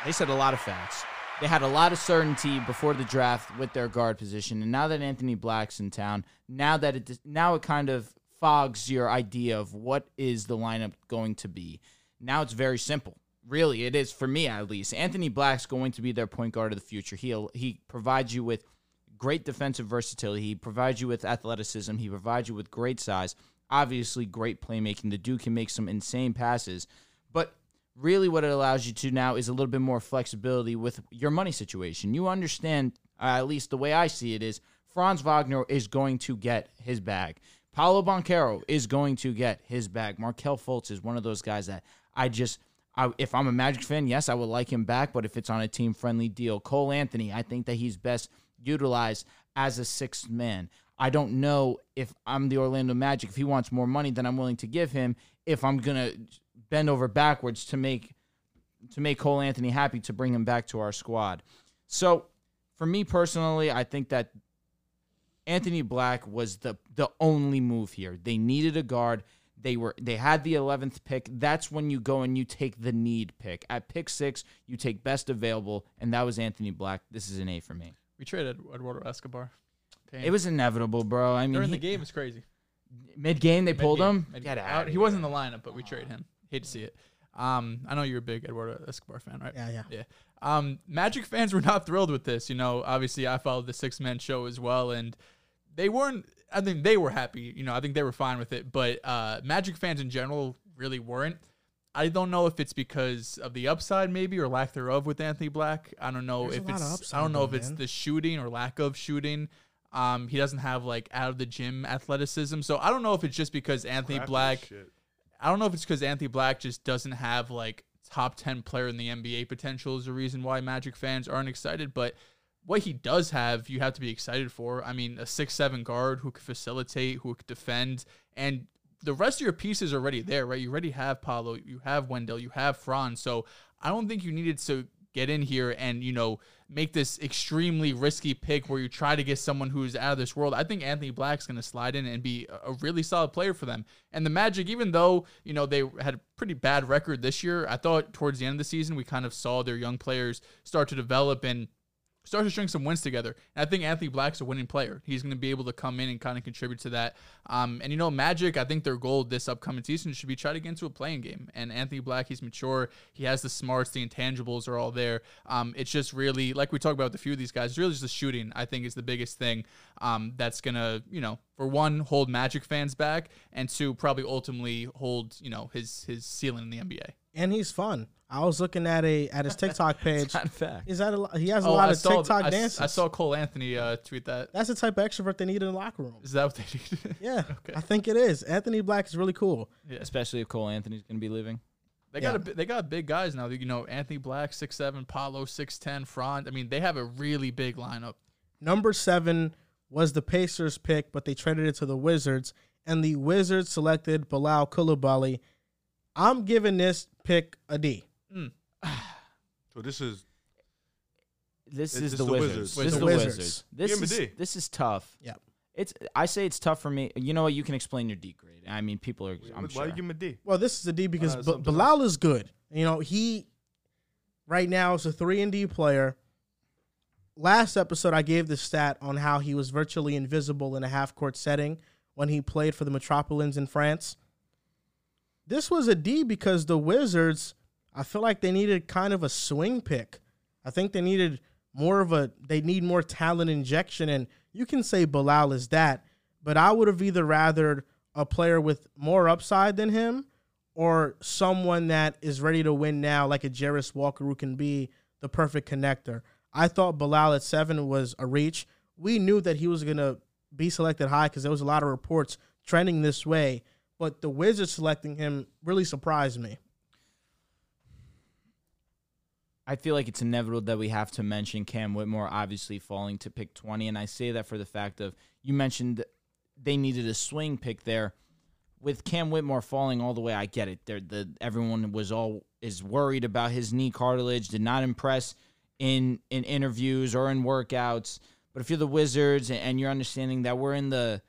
S4: they said a lot of facts. They had a lot of certainty before the draft with their guard position, and now that Anthony Black's in town, now that it now it kind of fogs your idea of what is the lineup going to be. Now it's very simple. Really, it is for me at least. Anthony Black's going to be their point guard of the future. He he provides you with great defensive versatility. He provides you with athleticism. He provides you with great size. Obviously, great playmaking. The dude can make some insane passes. But really what it allows you to now is a little bit more flexibility with your money situation. You understand, uh, at least the way I see it, is Franz Wagner is going to get his bag. Paolo Boncaro is going to get his bag. Markel Fultz is one of those guys that I just, I, if I'm a Magic fan, yes, I would like him back, but if it's on a team friendly deal, Cole Anthony, I think that he's best utilized as a sixth man. I don't know if I'm the Orlando Magic, if he wants more money than I'm willing to give him, if I'm gonna bend over backwards to make to make Cole Anthony happy to bring him back to our squad. So for me personally, I think that Anthony Black was the the only move here. They needed a guard. They were they had the 11th pick. That's when you go and you take the need pick. At pick 6, you take best available and that was Anthony Black. This is an A for me.
S5: We traded Eduardo Escobar. Pain.
S4: It was inevitable, bro. I mean,
S5: during the
S4: he-
S5: game. It's crazy.
S4: mid-game they pulled
S5: Mid-game,
S4: him.
S5: mid-game.
S4: Get out.
S5: He wasn't in the lineup, but we traded him. Hate to see it. Um, I know you're a big Eduardo Escobar fan, right?
S3: Yeah, yeah.
S5: yeah. Um, Magic fans were not thrilled with this. You know, obviously I followed the six man show as well, and they weren't. I think they were happy. You know, I think they were fine with it, but uh, Magic fans in general really weren't. I don't know if it's because of the upside, maybe, or lack thereof with Anthony Black. I don't know
S3: There's a
S5: if
S3: lot of
S5: it's.
S3: upside,
S5: I don't know
S3: though,
S5: if it's
S3: man.
S5: the shooting or lack of shooting. Um, he doesn't have like out of the gym athleticism, so I don't know if it's just because Anthony Black. I don't know if it's because Anthony Black just doesn't have like top 10 player in the NBA potential is the reason why Magic fans aren't excited, but what he does have, you have to be excited for. I mean, a six seven guard who could facilitate, who could defend, and the rest of your pieces are already there, right? You already have Paolo, you have Wendell, you have Franz. So I don't think you needed to get in here and you know make this extremely risky pick where you try to get someone who's out of this world. I think Anthony Black's going to slide in and be a- a really solid player for them. And the Magic, even though you know they had a pretty bad record this year, I thought towards the end of the season we kind of saw their young players start to develop and start to string some wins together. And I think Anthony Black's a winning player. He's going to be able to come in and kind of contribute to that. Um, and you know, Magic, I think their goal this upcoming season should be try to get into a playing game. And Anthony Black, he's mature. He has the smarts. The intangibles are all there. Um, it's just really like we talked about with a few of these guys. It's really just the shooting. I think is the biggest thing um, that's going to you know for one hold Magic fans back, and two probably ultimately hold you know his his ceiling in the NBA.
S3: and he's fun. I was looking at a at his TikTok page.
S4: Not fact.
S3: Is that a, lo- he has a lot
S5: Oh, I
S3: of
S5: saw,
S3: TikTok
S5: I,
S3: dances?
S5: I saw Cole Anthony uh, tweet that.
S3: That's the type of extrovert they need in the locker room.
S5: Is that what they did?
S3: Yeah,
S5: Okay.
S3: I think it is. Anthony Black is really cool.
S4: Especially if Cole Anthony's going to be leaving.
S5: They
S3: Yeah.
S5: got a, bi- they got big guys now. You know, Anthony Black, six seven, Paolo, six ten, Franz. I mean, they have a really big lineup.
S3: Number seven was the Pacers pick, but they traded it to the Wizards, and the Wizards selected Bilal Kulabali. I'm giving this pick a D.
S6: So this is
S4: This
S6: It's
S4: is
S6: just
S4: the
S6: the
S4: Wizards.
S6: Wizards.
S4: This is
S3: The
S4: the
S3: Wizards.
S4: Wizards. This
S6: Give 'em a
S4: is
S6: D.
S4: this is tough.
S3: Yep.
S4: It's I say it's tough for me. You know what? You can explain your D grade. I mean, people are. I'm
S6: why
S4: sure.
S6: you give him a D?
S3: Well, this is a D because
S6: Uh,
S3: B-
S6: something
S3: Bilal is good. You know, he right now is a three and D player. Last episode, I gave the stat on how he was virtually invisible in a half court setting when he played for the Metropolitans in France. This was a D because the Wizards, I feel like they needed kind of a swing pick. I think they needed more of a they need more talent injection and you can say Bilal is that, but I would have either rathered a player with more upside than him or someone that is ready to win now, like a Jarvis Walker who can be the perfect connector. I thought Bilal at seven was a reach. We knew that he was gonna be selected high because there was a lot of reports trending this way, but the Wizards selecting him really surprised me.
S4: I feel like it's inevitable that we have to mention Cam Whitmore obviously falling to pick 20 and I say that for the fact of you mentioned they needed a swing pick there with Cam Whitmore falling all the way I get it there the everyone was all is worried about his knee cartilage did not impress in in interviews or in workouts but if you're the Wizards and- and you're understanding that we're in the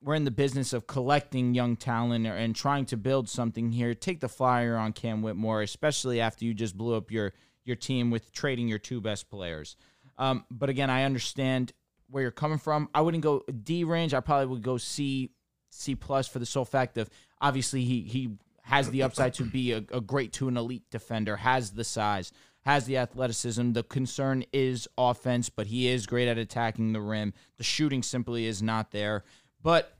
S4: we're in the business of collecting young talent or, and trying to build something here. Take the flyer on Cam Whitmore, especially after you just blew up your your team with trading your two best players. Um, but again, I understand where you're coming from. I wouldn't go D range. I probably would go C C plus for the sole fact of obviously he he has the upside to be a, a great to an elite defender, has the size, has the athleticism. The concern is offense, but he is great at attacking the rim. The shooting simply is not there. But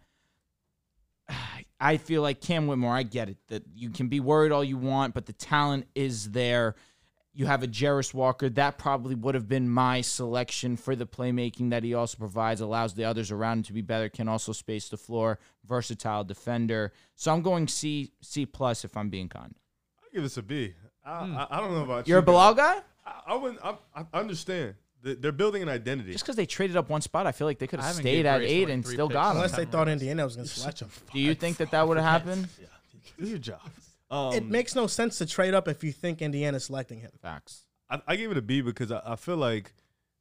S4: I feel like Cam Whitmore, I get it that you can be worried all you want, but the talent is there. You have a Jarris Walker. That probably would have been my selection for the playmaking that he also provides, allows the others around him to be better, can also space the floor, versatile defender. So I'm going C C plus if I'm being kind.
S6: I give this a B. I, I, I don't know about
S4: Hmm. You're a
S6: you guys.
S4: Bilal guy?
S6: I, I wouldn't. I, I understand. They- They're building an identity.
S4: Just because they traded up one spot, I feel like they could
S5: I
S4: have
S5: haven't
S4: stayed
S5: given
S4: at
S5: Grace,
S4: eight
S5: like,
S4: and
S5: three
S4: still
S5: picks.
S4: got him.
S5: Unless
S3: Unless they thought Indiana was going to select him.
S4: Do you think that that would have happened?
S6: Do your job. Um,
S3: It makes no sense to trade up if you think Indiana's selecting him.
S4: Facts.
S6: I, I gave it a B because I, I feel like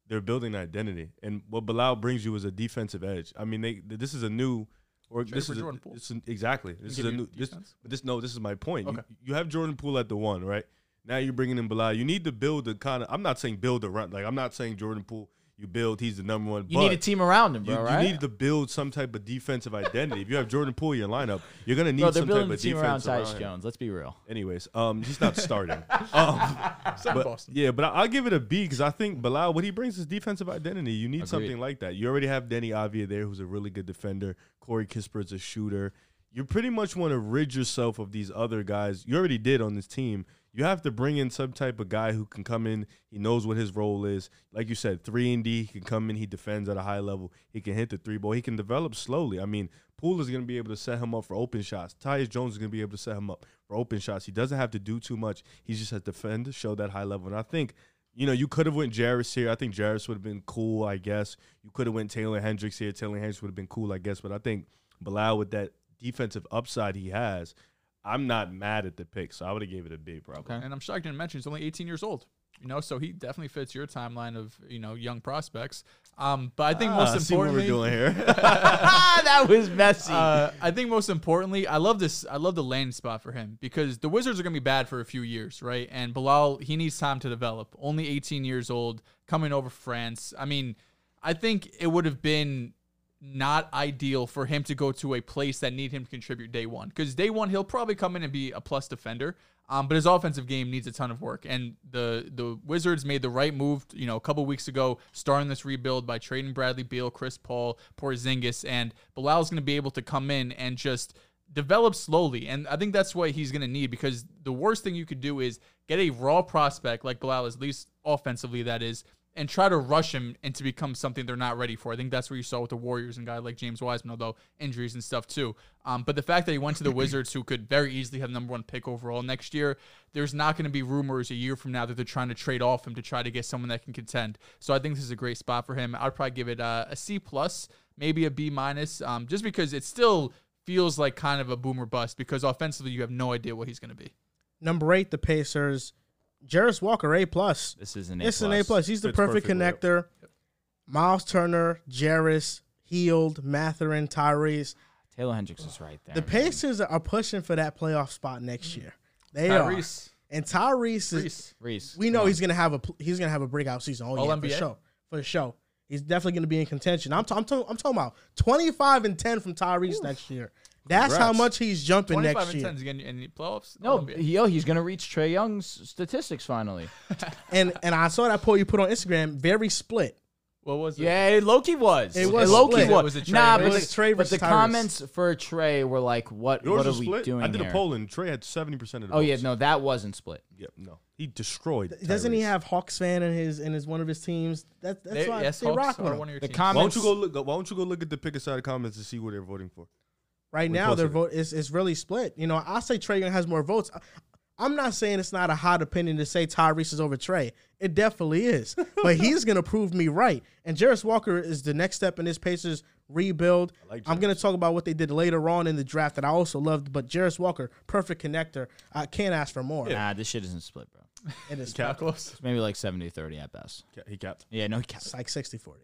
S6: they're building an identity, and what Bilal brings you is a defensive edge. I mean, they this is a new. Or this
S5: for
S6: is, a,
S5: Jordan Poole.
S6: this is- exactly this is
S5: give
S6: a
S5: you
S6: new this,
S5: defense?
S6: but this no this is my point. You-
S5: Okay.
S6: You, have Jordan Poole at the one right now. You're bringing in Bilal. You need to build the kind of. I'm not saying build a run. Like I'm not saying Jordan Poole. You build. He's the number one.
S4: You
S6: but
S4: need a team around him,
S6: You,
S4: bro,
S6: you
S4: right?
S6: need to build some type of defensive identity. if you have Jordan Poole in your lineup, you're gonna need
S4: no, they're
S6: some type
S4: building the
S6: of
S4: team
S6: defense
S4: around Tyus
S6: around him.
S4: Jones. Let's be real.
S6: Anyways, um, he's not starting. um,
S5: Except
S6: but,
S5: Boston.
S6: Yeah, but I, I'll give it a B because I think Bilal, what he brings is defensive identity. You need something like that. You already have Danny Avia there, who's a really good defender. Corey Kispert's a shooter. You pretty much want to rid yourself of these other guys. You already did on this team. You have to bring in some type of guy who can come in. He knows what his role is. Like you said, three and D. He can come in. He defends at a high level. He can hit the three ball. He can develop slowly. I mean, Poole is going to be able to set him up for open shots. Tyus Jones is going to be able to set him up for open shots. He doesn't have to do too much. He just has to defend, show that high level. And I think, you know, you could have went Jarris here. I think Jarris would have been cool, I guess. You could have went Taylor Hendricks here. Taylor Hendricks would have been cool, I guess. But I think Bilal with that defensive upside he has, I'm not mad at the pick. So I would have gave it a B probably.
S4: Okay.
S5: And I'm shocked I didn't mention he's only 18 years old. You know, so he definitely fits your timeline of you know young prospects. Um, but I think
S6: Ah,
S5: most
S6: see what
S5: importantly,
S6: we're doing here.
S4: ah, that was messy.
S5: Uh, I think most importantly, I love this. I love the landing spot for him because the Wizards are going to be bad for a few years, right? And Bilal, he needs time to develop. Only 18 years old, coming over France. I mean, I think it would have been not ideal for him to go to a place that need him to contribute day one because day one he'll probably come in and be a plus defender. Um, but his offensive game needs a ton of work, and the the Wizards made the right move, you know, a couple weeks ago, starting this rebuild by trading Bradley Beal, Chris Paul, Porzingis, and Bilal's going to be able to come in and just develop slowly. And I think that's what he's going to need because the worst thing you could do is get a raw prospect like Bilal, at least offensively, that is, and try to rush him into become something they're not ready for. I think that's what you saw with the Warriors and guy like James Wiseman, although injuries and stuff too. Um, but the fact that he went to the Wizards, who could very easily have number one pick overall next year, there's not going to be rumors a year from now that they're trying to trade off him to try to get someone that can contend. So I think this is a great spot for him. I'd probably give it uh, a C plus, maybe a B minus, um, just because it's still feels like kind of a boomer bust because offensively you have no idea what he's going to be.
S3: Number eight, the Pacers. Jarris Walker, A plus.
S4: this is an A.
S3: It's an A plus. He's the
S6: Fits
S3: perfect,
S6: perfect
S3: connector. Miles Turner, Jarris, Heald, Matherin, Tyrese.
S4: Taylor Hendricks is right there.
S3: The Pacers are pushing for that playoff spot next year. They
S5: Tyrese.
S3: are. And Tyrese is.
S5: Reese.
S4: Reese.
S3: We know he's gonna have a pl- he's gonna have a breakout season. Oh
S5: All
S3: yeah, for
S5: NBA?
S3: sure, for sure. He's definitely gonna be in contention. I'm t- I'm, t- I'm talking about 25 and 10 from Tyrese next year. That's how
S6: Congrats.
S3: much he's jumping
S5: 25
S3: next
S5: and
S3: year.
S5: 10 again in the playoffs?
S4: No,
S5: All-NBA.
S4: yo, he's gonna reach Trey Young's statistics finally.
S3: And and I saw that poll you put on Instagram. Very split.
S5: What was it?
S4: Yeah, Loki was.
S3: It was
S4: Loki
S3: split.
S4: was.
S3: It
S5: was a Trey
S4: nah, but,
S5: versus-
S3: It was Trey
S4: the, but the
S3: versus Tyrese.
S4: comments for Trey were like, "What?
S6: Yours
S4: what are
S6: was split.
S4: we doing?"
S6: I did
S4: here?
S6: a poll and Trey had 70% of the
S4: Oh yeah,
S6: votes.
S4: no, that wasn't split.
S6: Yep, no. He destroyed.
S3: Doesn't he
S6: Tyrese.
S3: have Hawks fan in his in his one of his teams? That, that's
S5: They-
S3: why
S5: yes,
S3: they
S5: Hawks
S3: rock
S5: are
S3: with him.
S5: one of your
S4: The
S5: teams.
S6: Why don't
S4: comments.
S6: you go look? Why don't you go look at the pick aside comments to see what they're voting for?
S3: Right
S6: We're
S3: now, their
S6: closer.
S3: vote is it's really split. You know, I say Trey Young has more votes. I- I'm not saying it's not a hot opinion to say Tyrese is over Trey. It definitely is, but he's gonna prove me right. And Jarris Walker is the next step in this Pacers rebuild.
S6: like
S3: I'm gonna talk about what they did later on in the draft that I also loved. But Jarris Walker, perfect connector. I can't ask for more.
S4: Nah, this shit isn't split, bro.
S3: It is
S5: How close?
S4: It's maybe like 70-30 at best.
S6: Ca- He capped.
S4: Yeah, no, he
S3: it's
S4: can't.
S3: like 60-40.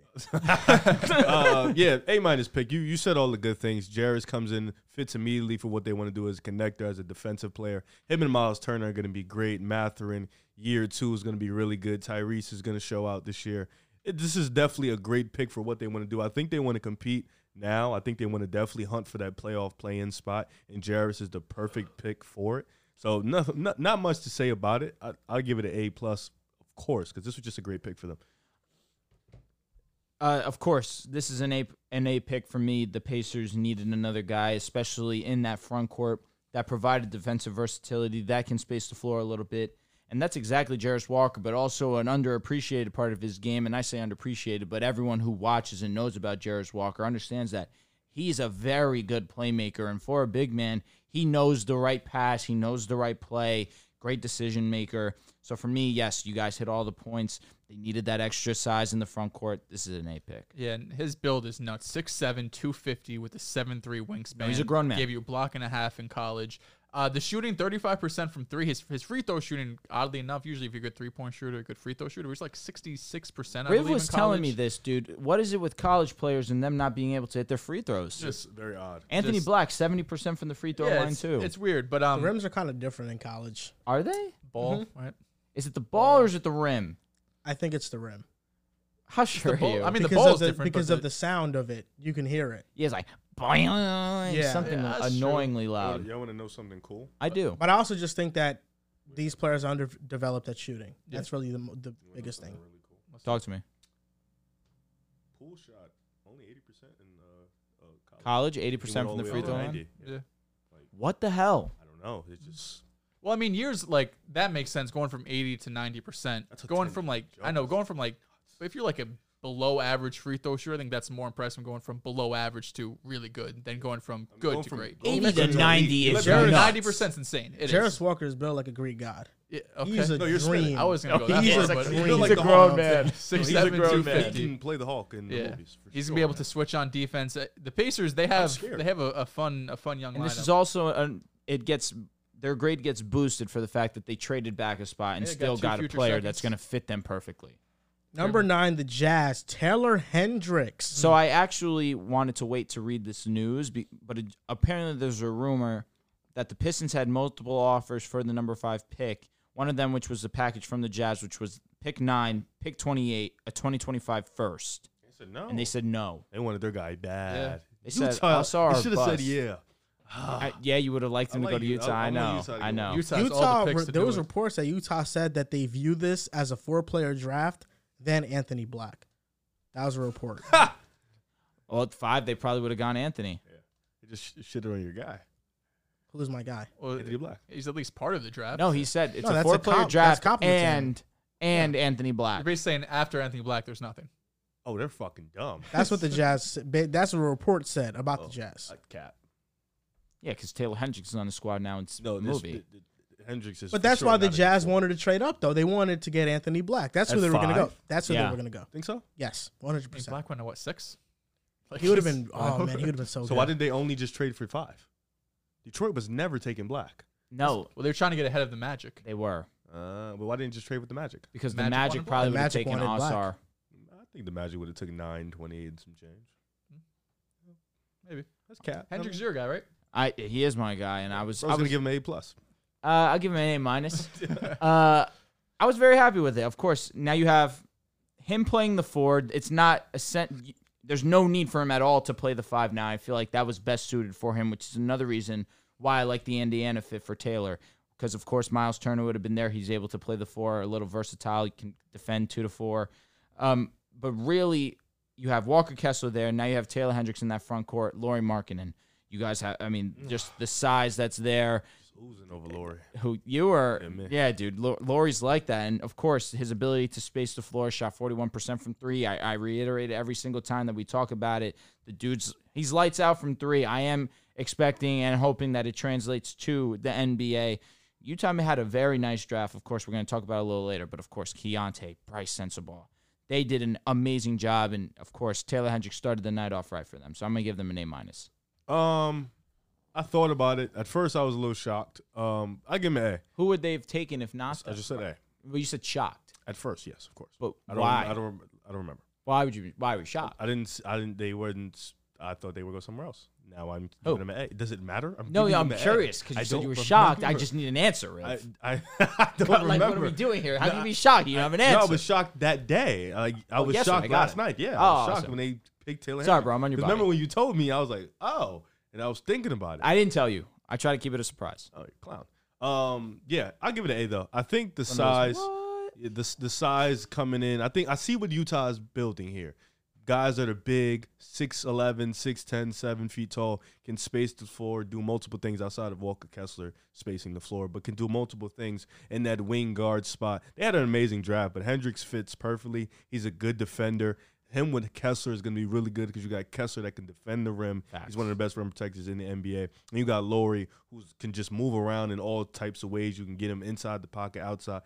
S6: uh, yeah, A minus pick. You you said all the good things. Jarris comes in, fits immediately for what they want to do as a connector, as a defensive player. Him and Miles Turner are going to be great. Matherin year two is going to be really good. Tyrese is going to show out this year. It- this is definitely a great pick for what they want to do. I think they want to compete now. I think they want to definitely hunt for that playoff play-in spot, and Jarris is the perfect pick for it. So nothing, not, not much to say about it. I, I'll give it an A plus, of course, because this was just a great pick for them.
S4: Uh, of course, this is an A an A pick for me. The Pacers needed another guy, especially in that front court that provided defensive versatility that can space the floor a little bit, and that's exactly Jarris Walker, but also an underappreciated part of his game. And I say underappreciated, but everyone who watches and knows about Jarris Walker understands that he's a very good playmaker, and for a big man, he knows the right pass, he knows the right play, great decision maker. So for me, yes, you guys hit all the points. They needed that extra size in the front court. This is an A pick.
S5: Yeah, and his build is nuts. 6'7", 250 with a 7'3 wingspan.
S4: No, he's a grown man.
S5: Gave you a block and a half in college. Uh, the shooting, 35% from three. His, his free throw shooting, oddly enough, usually if you're a good three-point shooter, a good free throw shooter, he's like 66%, I
S4: Riv
S5: believe,
S4: was
S5: in
S4: telling me
S5: college.
S4: this, dude. What is it with college players and them not being able to hit their free throws?
S6: Just very odd.
S4: Anthony
S5: just-
S4: Black, seventy percent from the free throw
S5: yeah,
S4: line
S5: it's,
S4: too.
S5: it's weird, but um,
S3: Rims are kind of different in college.
S4: Are they?
S5: ball,
S4: Mm-hmm.
S5: right?
S4: Is it the ball or is it the rim?
S3: I think it's the rim
S4: How sure are
S5: ball-
S4: you?
S5: I mean, the
S3: because
S5: ball
S3: of
S5: is
S3: the
S5: different, but
S3: because of
S5: the-
S3: the sound of it. You can hear it.
S4: yeah, it's like boing,
S3: Yeah.
S4: something
S5: Yeah, that's true.
S4: annoyingly
S6: Y'all,
S4: loud.
S6: want to know something cool?
S4: I do.
S3: But I also just think that these players are underdeveloped at shooting. That's really the mo- the biggest thing.
S4: Talk to me.
S6: Pool shot only eighty percent in uh, uh, college.
S4: College, eighty
S6: He went
S4: percent
S6: all
S4: from the free
S6: way up
S4: throw
S6: to
S4: line.
S6: 90.
S5: Yeah.
S4: What the hell?
S6: I don't know. It's just
S5: Well, I mean, years like that makes sense. Going from eighty to ninety percent,
S6: That's a
S5: going
S6: 10
S5: from like I know, going from like if you're like a below average free throw shooter, I think that's more impressive. than Going from below average to really good than going from good
S6: going
S5: to
S6: from
S5: great.
S6: gold
S4: 80 to
S6: medal
S4: 90
S6: elite.
S4: is
S6: Let me-
S4: nuts.
S5: Ninety percent is insane. It is.
S3: Jarvis Walker is built like a Greek god.
S5: Yeah, okay.
S3: He's a
S6: No, you're spinning.
S3: dream.
S5: I wasn't gonna go that
S3: He's
S5: far,
S3: a
S5: but
S3: dream.
S6: Oh, He's a
S3: grown
S6: man.
S5: six,
S6: He's a
S5: seven,
S6: grown man.
S5: 250.
S6: He can play the Hulk in the
S5: Yeah,
S6: movies. For
S5: he's
S6: sure,
S5: gonna be able
S6: man.
S5: to switch on defense. Uh, The Pacers, they have
S6: scared.
S5: they have a, a fun a fun young
S4: And
S5: lineup.
S4: this is also an, it gets their grade gets boosted for the fact that they traded back a spot and
S5: Yeah, got
S4: still
S5: two
S4: got, a
S5: future
S4: player
S5: seconds.
S4: that's going to fit them perfectly.
S6: Mm-hmm.
S3: Number nine, the Jazz, Taylor Hendricks.
S4: So I actually wanted to wait to read this news, be- but it, apparently there's a rumor that the Pistons had multiple offers for the number five pick. One of them, which was the package from the Jazz, which was pick nine, pick 28, a 2025 first.
S6: They said no.
S4: And they said no.
S6: they wanted their guy bad.
S4: They said, "I saw
S6: They
S4: our
S6: should have said
S4: bus."
S6: yeah.
S4: I- yeah, you would have liked them to
S6: I like
S4: go to
S6: you.
S4: Utah. I,
S6: I- I want
S4: know.
S6: Utah to
S4: I
S6: go.
S4: know.
S5: Utah's all
S3: Utah.
S5: the picks
S3: re-
S5: to
S3: there
S5: do
S3: was
S5: it.
S3: reports that Utah said that they view this as a four-player draft than Anthony Black. That was a report.
S4: Well, at five, they probably would have gone Anthony.
S6: They just sh- shitted on your guy,
S3: Who's my guy?
S5: Well,
S6: Anthony Black.
S5: he's at least part of the draft.
S4: No, he said it's
S3: No,
S4: a
S3: that's a
S4: four player
S3: comp- that's
S4: draft
S3: compliment to him.
S4: and and Anthony
S5: You're
S4: Black.
S5: basically saying after Anthony Black, there's nothing.
S6: Oh, they're fucking dumb.
S3: That's what the Jazz. ba- That's what a report said about
S6: Oh,
S3: the Jazz.
S6: a Cap.
S4: Yeah, because Taylor Hendricks is on the squad now. It's
S6: No,
S4: the
S6: this,
S4: movie.
S6: th- th- Hendricks is.
S3: But
S6: for
S3: that's
S6: sure
S3: why the
S6: not a
S3: Jazz
S6: good player.
S3: wanted to trade up, though. They wanted to get Anthony Black. That's
S6: At
S3: where they were going to go.
S6: five?
S3: That's where
S4: Yeah.
S3: they were going to go.
S6: Think so?
S3: Yes, one hundred
S5: I mean,
S3: percent.
S5: Black went to what six? Like
S3: He would have
S5: he's-
S3: been. Oh man, he would have been so.
S6: So
S3: good.
S6: why did they only just trade for five? Detroit was never taking Black.
S4: no,
S5: Well, they were trying to get ahead of the Magic.
S4: they were
S6: Uh, but why didn't you just trade with the Magic?
S4: because the
S5: Magic
S4: Magic
S5: wanted
S3: Black.
S4: probably would have
S3: Magic
S4: taken
S3: wanted Black.
S4: Osar.
S6: I think the Magic would have took nine, twenty-eight, and some change.
S5: Maybe
S6: That's cap.
S5: Hendricks, your guy, right?
S4: I he is my guy, and I was
S6: I
S4: I
S6: was, gonna
S4: was
S6: give him an A plus.
S4: uh, I'll give him an A minus. uh, I was very happy with it. Of course, now you have him playing the four. It's not a cent. There's no need for him at all to play the five now. I feel like that was best suited for him, which is another reason why I like the Indiana fit for Taylor. Because of course Miles Turner would have been there. He's able to play the four, a little versatile. He can defend two to four. Um, but really, you have Walker Kessler there. Now you have Taylor Hendricks in that front court. Laurie Markkinen. You guys have, I mean, just the size that's there
S6: Losing over Lori.
S4: who you are.
S6: Yeah,
S4: Yeah,
S6: man.
S4: dude. Lo- Lori's like that. And of course, his ability to space the floor shot 41% from three. I, I reiterate it every single time that we talk about it. The dude's, he's lights out from three. I am expecting and hoping that it translates to the NBA. Utah had a very nice draft. Of course, we're going to talk about it a little later. But of course, Keontae, Bryce Sensabaugh. They did an amazing job. And of course, Taylor Hendricks started the night off right for them. So I'm going to give them an A minus.
S6: Um, I thought about it. At first, I was a little shocked. Um, I give him an
S4: Who would they have taken if not?
S6: A. I
S4: them?
S6: just said A.
S4: well, you said shocked.
S6: At first, yes, of course.
S4: But
S6: I don't,
S4: why?
S6: I don't. rem- I don't remember.
S4: Why would you? be- Why were you shocked?
S6: I didn't. s- I didn't. They weren't. s- I thought they would go somewhere else. Now I'm
S4: Who?
S6: giving them an A. Does it matter? I'm
S4: Oh. No,
S6: giving
S4: yeah, I'm
S6: them an A.
S4: curious because
S6: I
S4: you said you
S6: don't
S4: were shocked. I
S6: remember.
S4: just need an answer, Riff.
S6: I. I, I don't
S4: like,
S6: remember.
S4: what are we doing here? How can
S6: Nah,
S4: you be shocked? You don't have an
S6: No,
S4: answer. Oh,
S6: I was shocked that day. Like I was
S4: yesterday, I
S6: shocked
S4: got
S6: last
S4: it.
S6: night.
S4: Oh,
S6: Yeah, I was shocked
S4: awesome.
S6: when they picked Taylor.
S4: Sorry,
S6: Henry.
S4: bro, I'm on your
S6: 'Cause
S4: body.
S6: Remember when you told me? I was like, oh, and I was thinking about it.
S4: I didn't tell you. I try to keep it a surprise.
S6: Oh, you're a clown. Um, yeah, I'll give it an A though. I think the size, yeah, the the size coming in. I think I see what Utah is building here. guys that are big, 6'11, 6'10, 7 feet tall, can space the floor, do multiple things outside of Walker Kessler spacing the floor, but can do multiple things in that wing guard spot. They had an amazing draft, but Hendricks fits perfectly. He's a good defender. Him with Kessler is going to be really good because you got Kessler that can defend the rim. He's one of the best rim protectors in the NBA. And you got Lowry, who can just move around in all types of ways. You can get him inside the pocket, outside,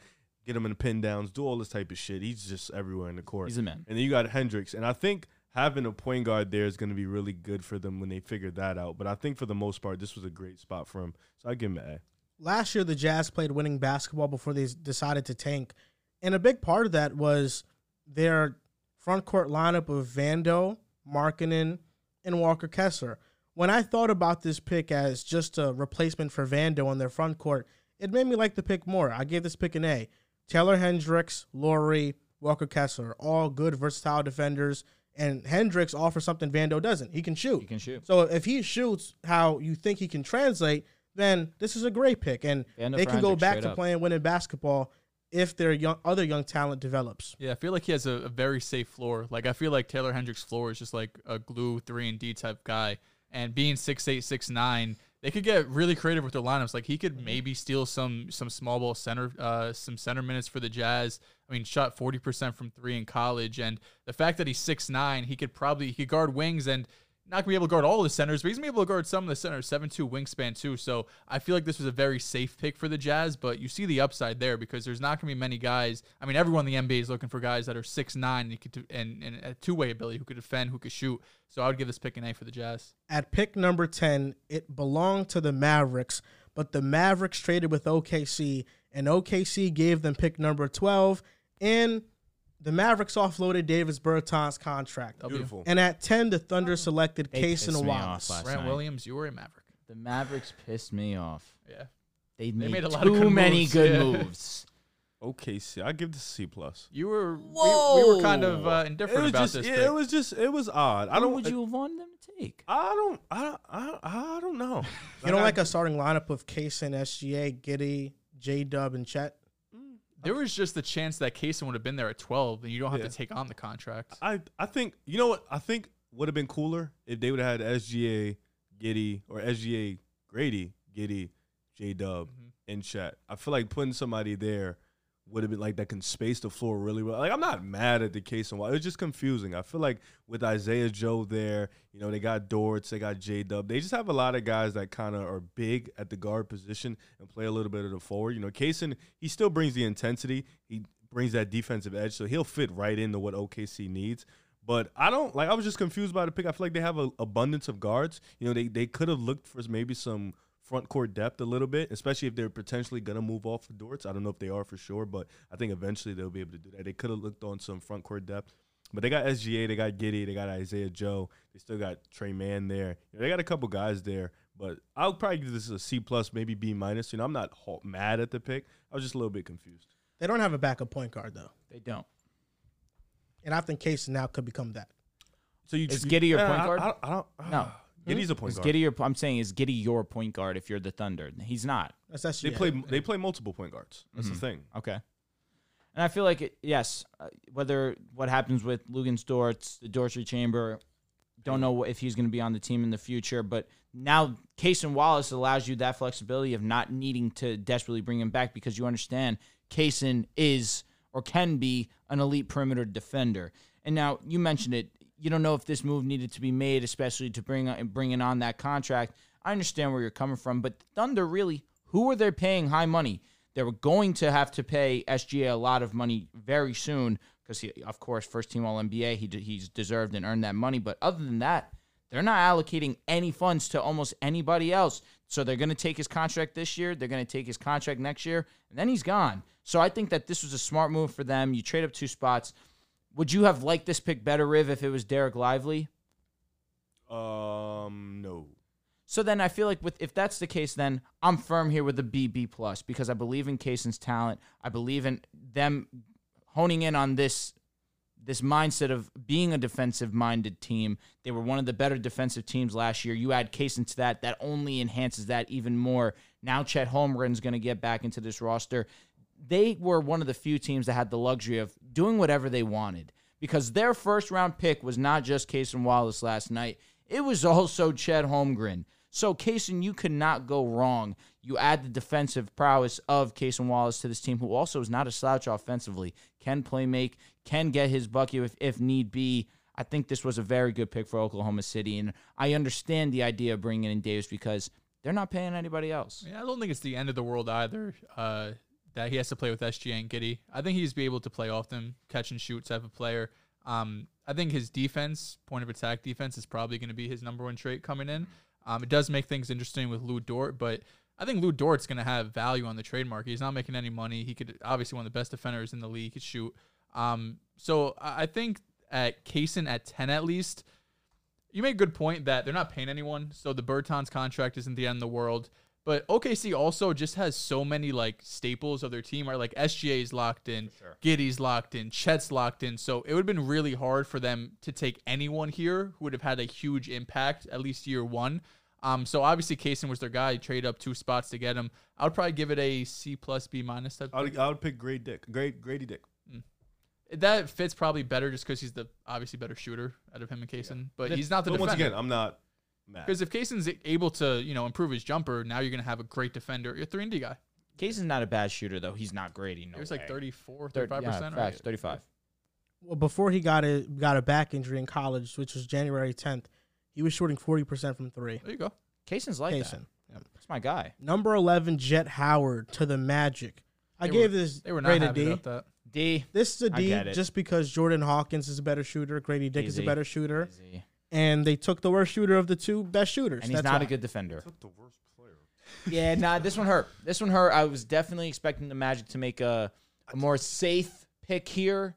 S6: get him in the pin downs, do all this type of shit. He's just everywhere in the court.
S4: He's a man.
S6: And then you got Hendricks. And I think having a point guard there is going to be really good for them when they figure that out. But I think for the most part, this was a great spot for him. So I give him an A.
S3: last year the Jazz played winning basketball before they s- decided to tank, and a big part of that was their front court lineup of Vando, Markkinen, and Walker Kessler. When I thought about this pick as just a replacement for Vando on their front court, it made me like the pick more. I gave this pick an A. Taylor Hendricks, Laurie, Walker Kessler, all good versatile defenders. And Hendricks offers something Vando doesn't. He can shoot. He
S4: can shoot.
S3: So if he shoots how you think he can translate, then this is a great pick, and
S4: Vando
S3: they can go
S4: Frančić,
S3: back
S4: straight
S3: to
S4: up.
S3: playing winning basketball if their young other young talent develops.
S5: Yeah, I feel like he has a, a very safe floor. Like I feel like Taylor Hendricks' floor is just like a glue three and D type guy. And being six eight, six nine, they could get really creative with their lineups. Like he could maybe steal some some small ball center uh some center minutes for the Jazz. I mean, shot forty percent from three in college, and the fact that he's six nine, he could probably he could guard wings and not gonna be able to guard all the centers, but he's gonna be able to guard some of the centers. Seven two wingspan too. So I feel like this was a very safe pick for the Jazz, but you see the upside there because there's not gonna be many guys. I mean, everyone in the NBA is looking for guys that are six nine and you could do- and, and a two way ability who could defend, who could shoot. So I would give this pick an A for the Jazz.
S3: At pick number ten, it belonged to the Mavericks, but the Mavericks traded with OKC, and OKC gave them pick number twelve, and the Mavericks offloaded Davis Bertans' contract.
S6: Beautiful.
S3: And at ten, the Thunder selected
S4: They
S3: Case and
S4: pissed me off
S3: Wallace.
S4: last
S5: Grant
S4: night.
S5: Williams, you were a Maverick.
S4: The Mavericks pissed me off.
S5: Yeah.
S4: They made,
S5: made a lot of
S4: too
S5: good
S4: many
S5: moves,
S4: good
S5: yeah.
S4: moves.
S6: Okay, see, I give this a C plus.
S5: You were we, we were kind of uh, indifferent about
S6: just,
S5: this
S6: yeah,
S5: pick.
S6: it was just, it was odd. I
S4: Who
S6: don't.
S4: would you have wanted them to take?
S6: I don't. I don't. I don't, I don't know.
S3: You don't like a starting lineup of Case and SGA, Giddy, J Dub, and Chet.
S5: there was just the chance that Kaysen would have been there at twelve and you don't have
S6: Yeah.
S5: to take on the contract.
S6: I I think you know what I think would have been cooler if they would have had SGA Giddy or SGA Grady Giddy J Dub and Chat. I feel like putting somebody there would have been like that can space the floor really well. Like I'm not mad at the case and why it was just confusing. I feel like with Isaiah Joe there, you know they got Dortz, they got J Dub. They just have a lot of guys that kind of are big at the guard position and play a little bit of the forward. You know, Kaysen, he still brings the intensity. He brings that defensive edge, so he'll fit right into what OKC needs. But I don't like. I was just confused by the pick. I feel like they have an abundance of guards. You know, they they could have looked for maybe some front court depth a little bit, especially if they're potentially gonna move off of Dortz. I don't know if they are for sure, but I think eventually they'll be able to do that. They could have looked on some front court depth, but they got SGA, they got Giddy, they got Isaiah Joe, they still got Trey Mann there. You know, they got a couple guys there, but I'll probably give this a C plus, maybe B minus. You know, I'm not ho- mad at the pick. I was just a little bit confused.
S3: They don't have a backup point guard though,
S4: They don't.
S3: and I think Case now could become that.
S6: So you
S4: Is Giddey your
S6: Yeah,
S4: point
S6: I-
S4: guard?
S6: I, don't- I don't.
S4: No.
S6: Giddy's a point
S4: Is
S6: guard.
S4: Giddy your, I'm saying is Giddy your point guard if you're the Thunder? He's not.
S3: That's SGA.
S6: They play. They play multiple point guards. That's
S4: Mm-hmm.
S6: the thing.
S4: Okay. And I feel like it, yes, uh, whether what happens with Lugans Dortz, the Dorsey Chamber, don't know if he's going to be on the team in the future. But now Case and Wallace allows you that flexibility of not needing to desperately bring him back because you understand Kaysen is or can be an elite perimeter defender. And now you mentioned it. You don't know if this move needed to be made, especially to bring bringing on that contract. I understand where you're coming from, but Thunder really, who are they paying high money? They were going to have to pay SGA a lot of money very soon because he, of course, first team All NBA. He de- he's deserved and earned that money. But other than that, they're not allocating any funds to almost anybody else. So they're going to take his contract this year. They're going to take his contract next year, and then he's gone. So I think that this was a smart move for them. You trade up two spots. Would you have liked this pick better, Riv, if it was Derek Lively?
S6: Um, no.
S4: So then I feel like with if that's the case, then I'm firm here with the BB plus because I believe in Kaysen's talent. I believe in them honing in on this this mindset of being a defensive minded team. They were one of the better defensive teams last year. You add Kaysen to that, that only enhances that even more. Now Chet Holmgren's going to get back into this roster. They were one of the few teams that had the luxury of doing whatever they wanted because their first round pick was not just Casey Wallace last night. It was also Chet Holmgren. So, Kaysen, you could not go wrong. You add the defensive prowess of Kaysen Wallace to this team, who also is not a slouch offensively, can play make, can get his bucket if, if need be. I think this was a very good pick for Oklahoma City, and I understand the idea of bringing in Davis because they're not paying anybody else.
S5: Yeah, I don't think it's the end of the world either. Uh, that he has to play with SGA and Giddy. I think he's be able to play off them, catch and shoot type of player. Um, I think his defense, point of attack defense, is probably going to be his number one trait coming in. Um, it does make things interesting with Lou Dort, but I think Lou Dort's going to have value on the trade market. He's not making any money. He could obviously one of the best defenders in the league. He could shoot. Um, so I I think at Kaysen at ten at least, you made a good point that they're not paying anyone, so the Burton's contract isn't the end of the world. But OKC also just has so many like staples of their team, right? Like SGA is locked in, Giddy's locked in, Chet's locked in. So it would have been really hard for them to take anyone here who would have had a huge impact at least year one. Um, so obviously Kaysen was their guy. Trade up two spots to get him. I would probably give it a C plus B minus type.
S6: I would, I would pick Great Dick, Great Grady Dick.
S5: That fits probably better just because he's the obviously better shooter out of him and Kaysen, but he's not the.
S6: But once
S5: defender.
S6: again, I'm not mad.
S5: Because if Kaysen's able to, you know, improve his jumper, now you're going to have a great defender. You're a 3 and D guy.
S4: Casey's not a bad shooter, though. He's not great. No
S5: It was like 34,
S4: Thir-
S5: 35%.
S4: yeah,
S5: right?
S4: facts, 35.
S3: Well, before he got a got a back injury in college, which was January 10th, he was shooting 40 percent from three.
S5: There you go.
S4: Casey's like that.
S3: Kaysen.
S4: That's my guy.
S3: Number 11, Jet Howard to the Magic. I
S5: They
S3: gave
S5: were-
S3: this
S5: They were not
S3: grade a
S5: happy
S3: D.
S5: about that.
S4: D.
S3: This is a
S4: I
S3: D
S4: get it.
S3: just because Jordan Hawkins is a better shooter, Grady Dick is a
S4: Easy.
S3: better shooter,
S4: Easy.
S3: and they took the worst shooter of the two best shooters.
S4: And he's
S3: That's
S4: not
S3: why.
S4: a good defender. yeah, nah, this one hurt. This one hurt. I was definitely expecting the Magic to make a, a more safe pick here.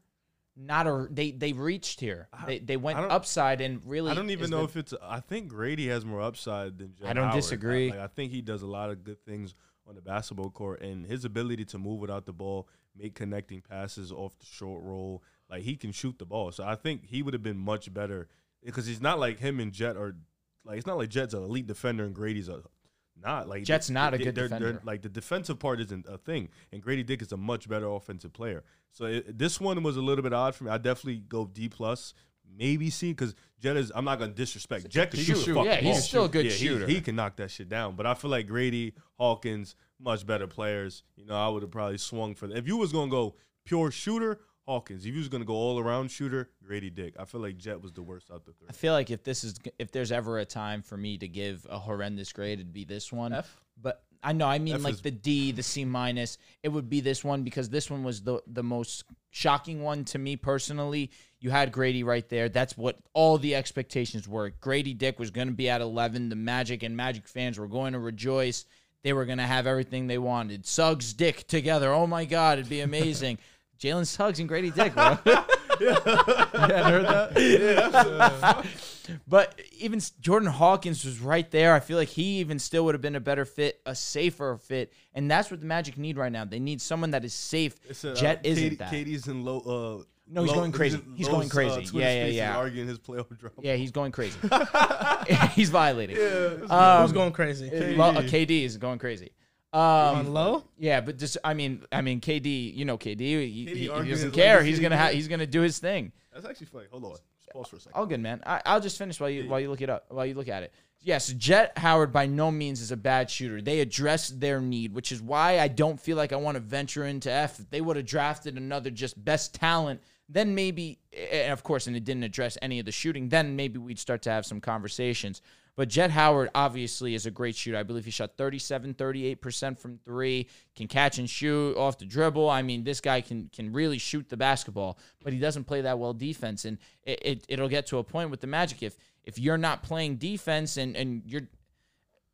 S4: Not a they they reached here. They they went
S6: I don't-
S4: upside and really.
S6: I don't even
S4: is
S6: know
S4: the-
S6: if it's. I think Grady has more upside than. Jet
S4: I don't
S6: Howard.
S4: disagree.
S6: I, like, I think he does a lot of good things on the basketball court, and his ability to move without the ball, make connecting passes off the short roll, like he can shoot the ball. So I think he would have been much better because he's not like him and Jet are like it's not like Jet's an elite defender and Grady's a not like
S4: Jet's not a good defender.
S6: like the defensive part isn't a thing, and Grady Dick is a much better offensive player. So it, this one was a little bit odd for me. I definitely go D plus, maybe C, because Jet is. I'm not gonna disrespect Jet. Can
S5: he
S6: shoot,
S5: can
S6: the
S5: shoot.
S6: fucking
S4: Yeah, he's
S6: ball.
S4: still a good
S6: Yeah, he-
S4: shooter.
S6: He, can knock that shit down. But I feel like Grady Hawkins, much better players. You know, I would have probably swung for that. If you was gonna go pure shooter, Hawkins. If you was gonna go all around shooter, Grady Dick. I feel like Jet was the worst out the three.
S4: I feel like if this is if there's ever a time for me to give a horrendous grade, it'd be this one.
S5: F?
S4: But I know I mean
S6: F
S4: like
S6: is-
S4: the D, the C minus. It would be this one because this one was the the most shocking one to me personally. You had Grady right there. That's what all the expectations were. Grady Dick was going to be at eleven. The Magic and Magic fans were going to rejoice. They were going to have everything they wanted. Suggs Dick together. Oh my God, it'd be amazing. Jalen Suggs and Grady Dick, bro.
S5: Yeah, I heard that.
S4: But even s- Jordan Hawkins was right there. I feel like he even still would have been a better fit, a safer fit, and that's what the Magic need right now. They need someone that is safe.
S6: said,
S4: Jet
S6: uh,
S4: isn't
S6: Katie-
S4: that.
S6: Katie's in low. Uh,
S4: No, he's
S6: low-
S4: going crazy. He's going
S6: Lowe's,
S4: crazy.
S6: Twitter
S4: Yeah, yeah,
S6: spaces
S4: yeah.
S6: Arguing his playoff drama.
S4: Yeah, he's going crazy. he's violating. Uh,
S3: Who's going crazy?
S4: Lo- uh, KD is going crazy. Um,
S3: On low?
S4: yeah, but just I mean, I mean, KD. You know, KD. He, he- he
S6: arguing
S4: doesn't
S6: his
S4: care.
S6: legacy,
S4: He's gonna ha-
S6: man.
S4: he's gonna do his thing.
S6: That's actually funny. Hold on. Just pause for a second.
S4: All good, man. I, I'll just finish while you while you look it up while you look at it. Yes, Jet Howard by no means is a bad shooter. They addressed their need, which is why I don't feel like I want to venture into F. If they would have drafted another just best talent, then maybe, and of course, and it didn't address any of the shooting, then maybe we'd start to have some conversations. But Jet Howard obviously is a great shooter. I believe he shot 37, 38% from three, can catch and shoot off the dribble. I mean, this guy can can really shoot the basketball, but he doesn't play that well defense. And it, it, it'll get to a point with the Magic if if you're not playing defense and, and you're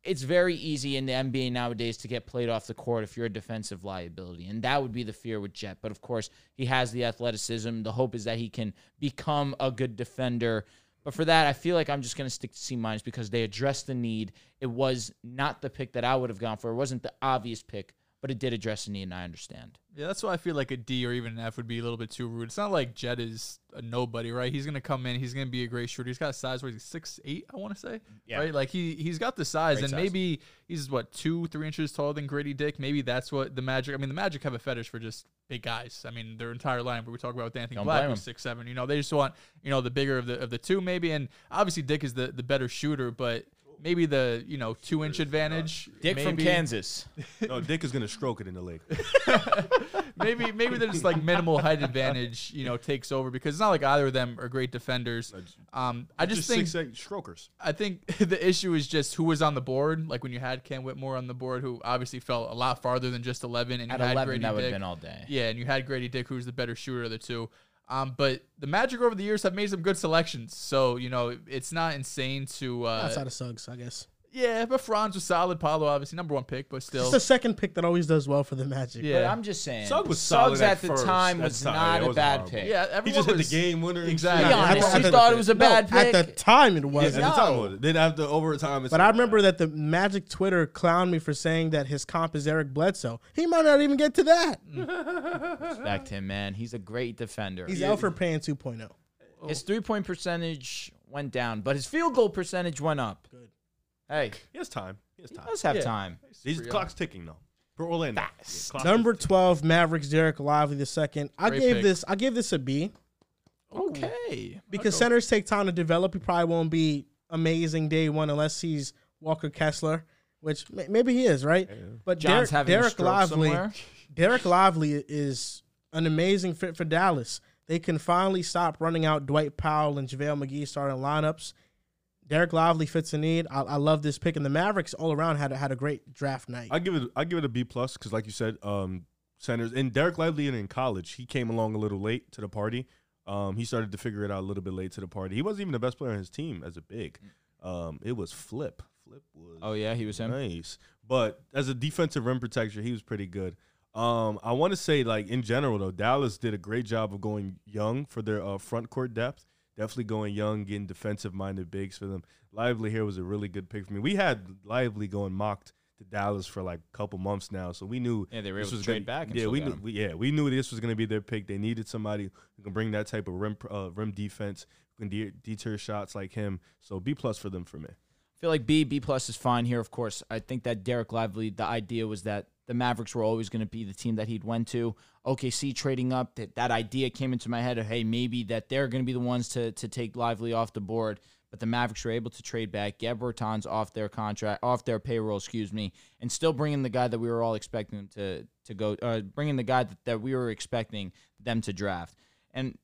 S4: it's very easy in the NBA nowadays to get played off the court if you're a defensive liability. And that would be the fear with Jet. But of course, he has the athleticism. The hope is that he can become a good defender. But for that, I feel like I'm just going to stick to C minus because they addressed the need. It was not the pick that I would have gone for. It wasn't the obvious pick, but it did address a need, and I understand.
S5: Yeah, that's why I feel like a D or even an F would be a little bit too rude. It's not like Jed is a nobody, right? He's gonna come in, he's gonna be a great shooter. He's got a size where he's six eight, I wanna say.
S9: Yeah.
S5: Right? Like he he's got the size
S9: Great
S5: and
S9: size.
S5: maybe he's what, two, three inches taller than Gritty Dick. Maybe that's what the magic I mean, the magic have a fetish for just big guys. I mean, their entire line, but we talk about with Anthony
S4: Don't
S5: Black
S4: blame
S5: who's
S4: him.
S5: six seven. You know, they just want, you know, the bigger of the of the two maybe and obviously Dick is the, the better shooter, but maybe the, you know, two inch advantage.
S9: Dick from
S5: maybe-
S9: Kansas.
S6: No, Dick is gonna stroke it in the lake.
S5: maybe maybe they're just like minimal height advantage, you know, takes over because it's not like either of them are great defenders. Um, I just
S6: Just
S5: think
S6: six eight strokers.
S5: I think the issue is just who was on the board. Like when you had Cam Whitmore on the board, who obviously fell a lot farther than just eleven, and you
S4: At
S5: had
S4: 11,
S5: Grady
S4: that would have
S5: Dick.
S4: been all day.
S5: Yeah, and you had Grady Dick, who's the better shooter of the two. Um, but the Magic over the years have made some good selections, so you know it's not insane to.
S3: Outside
S5: Uh,
S3: of Suggs, I guess.
S5: yeah, but Franz was solid. Paolo, obviously, number one pick, but
S3: It's
S5: still.
S3: the second pick that always does well for the Magic.
S5: Yeah.
S4: But I'm just saying,
S6: Suggs was
S4: Suggs
S6: solid at
S4: at, the
S6: first.
S4: time
S6: That's
S4: was
S6: solid.
S4: not
S6: It
S4: a
S6: wasn't
S4: bad
S6: horrible.
S4: pick.
S5: yeah,
S6: He
S5: everyone
S6: just hit the
S5: was-
S6: game winner. and
S5: Exactly.
S6: shit.
S4: Be
S5: Yeah, I
S4: honest,
S5: thought- I
S4: you
S5: thought
S4: thought it was a bad
S3: no,
S4: pick.
S3: At the time, it
S6: Yes,
S3: wasn't.
S6: at the time it was. Then after overtime, it's
S3: But I remember that the Magic Twitter clowned me for saying that his comp is Eric Bledsoe. He might not even get to that.
S4: Respect him, man. He's a great defender.
S3: He's out for paying 2.0.
S4: His three point percentage went down, but his field goal percentage went up. Good. Hey,
S6: He has time. He has
S4: he
S6: time.
S4: does have
S5: Yeah.
S4: time.
S6: His clock's ticking though. For Orlando, Yeah, clock
S3: Number
S6: is-
S3: 12, Mavericks, Derek Lively the second. I
S5: Great
S3: gave
S5: pick.
S3: this I gave this a B
S5: okay.
S3: because
S5: Okay.
S3: centers take time to develop. He probably won't be amazing day one unless he's Walker Kessler, which may, maybe he is, right? But Derek,
S4: John's having a
S3: Derek
S4: stroke
S3: Lively,
S4: somewhere.
S3: Derek Lively is an amazing fit for Dallas. They can finally stop running out Dwight Powell and JaVale McGee starting lineups. Derek Lively fits a need. I, I love this pick, and the Mavericks all around had a, had a great draft night.
S6: I give it. I give it a B plus because, like you said, um, centers and Derek Lively and in college, he came along a little late to the party. Um, he started to figure it out a little bit late to the party. He wasn't even the best player on his team as a big. Um, it was Flip. Flip was
S4: Oh yeah, he was him.
S6: nice, but as a defensive rim protector, he was pretty good. Um, I want to say like in general though, Dallas did a great job of going young for their uh, front court depth. Definitely going young, getting defensive minded bigs for them. Lively here was a really good pick for me. We had Lively going mocked to Dallas for like a couple months now, so we knew
S4: Yeah, they were
S6: this
S4: able to
S6: was
S4: trade
S6: gonna-
S4: back and
S6: yeah,
S4: still
S6: we
S4: got
S6: knew,
S4: him.
S6: we- yeah, we knew this was going to be their pick. They needed somebody who can bring that type of rim pr- uh, rim defense, who can de- deter shots like him. So B plus for them for me.
S4: I feel like B B plus is fine here. Of course, I think that Derek Lively. The idea was that the Mavericks were always going to be the team that he'd went to. OKC trading up. That that idea came into my head of hey, maybe that they're going to be the ones to to take Lively off the board. But the Mavericks were able to trade back, get Bertans off their contract, off their payroll, excuse me, and still bring in the guy that we were all expecting them to to go, uh, bring in the guy that, that we were expecting them to draft. And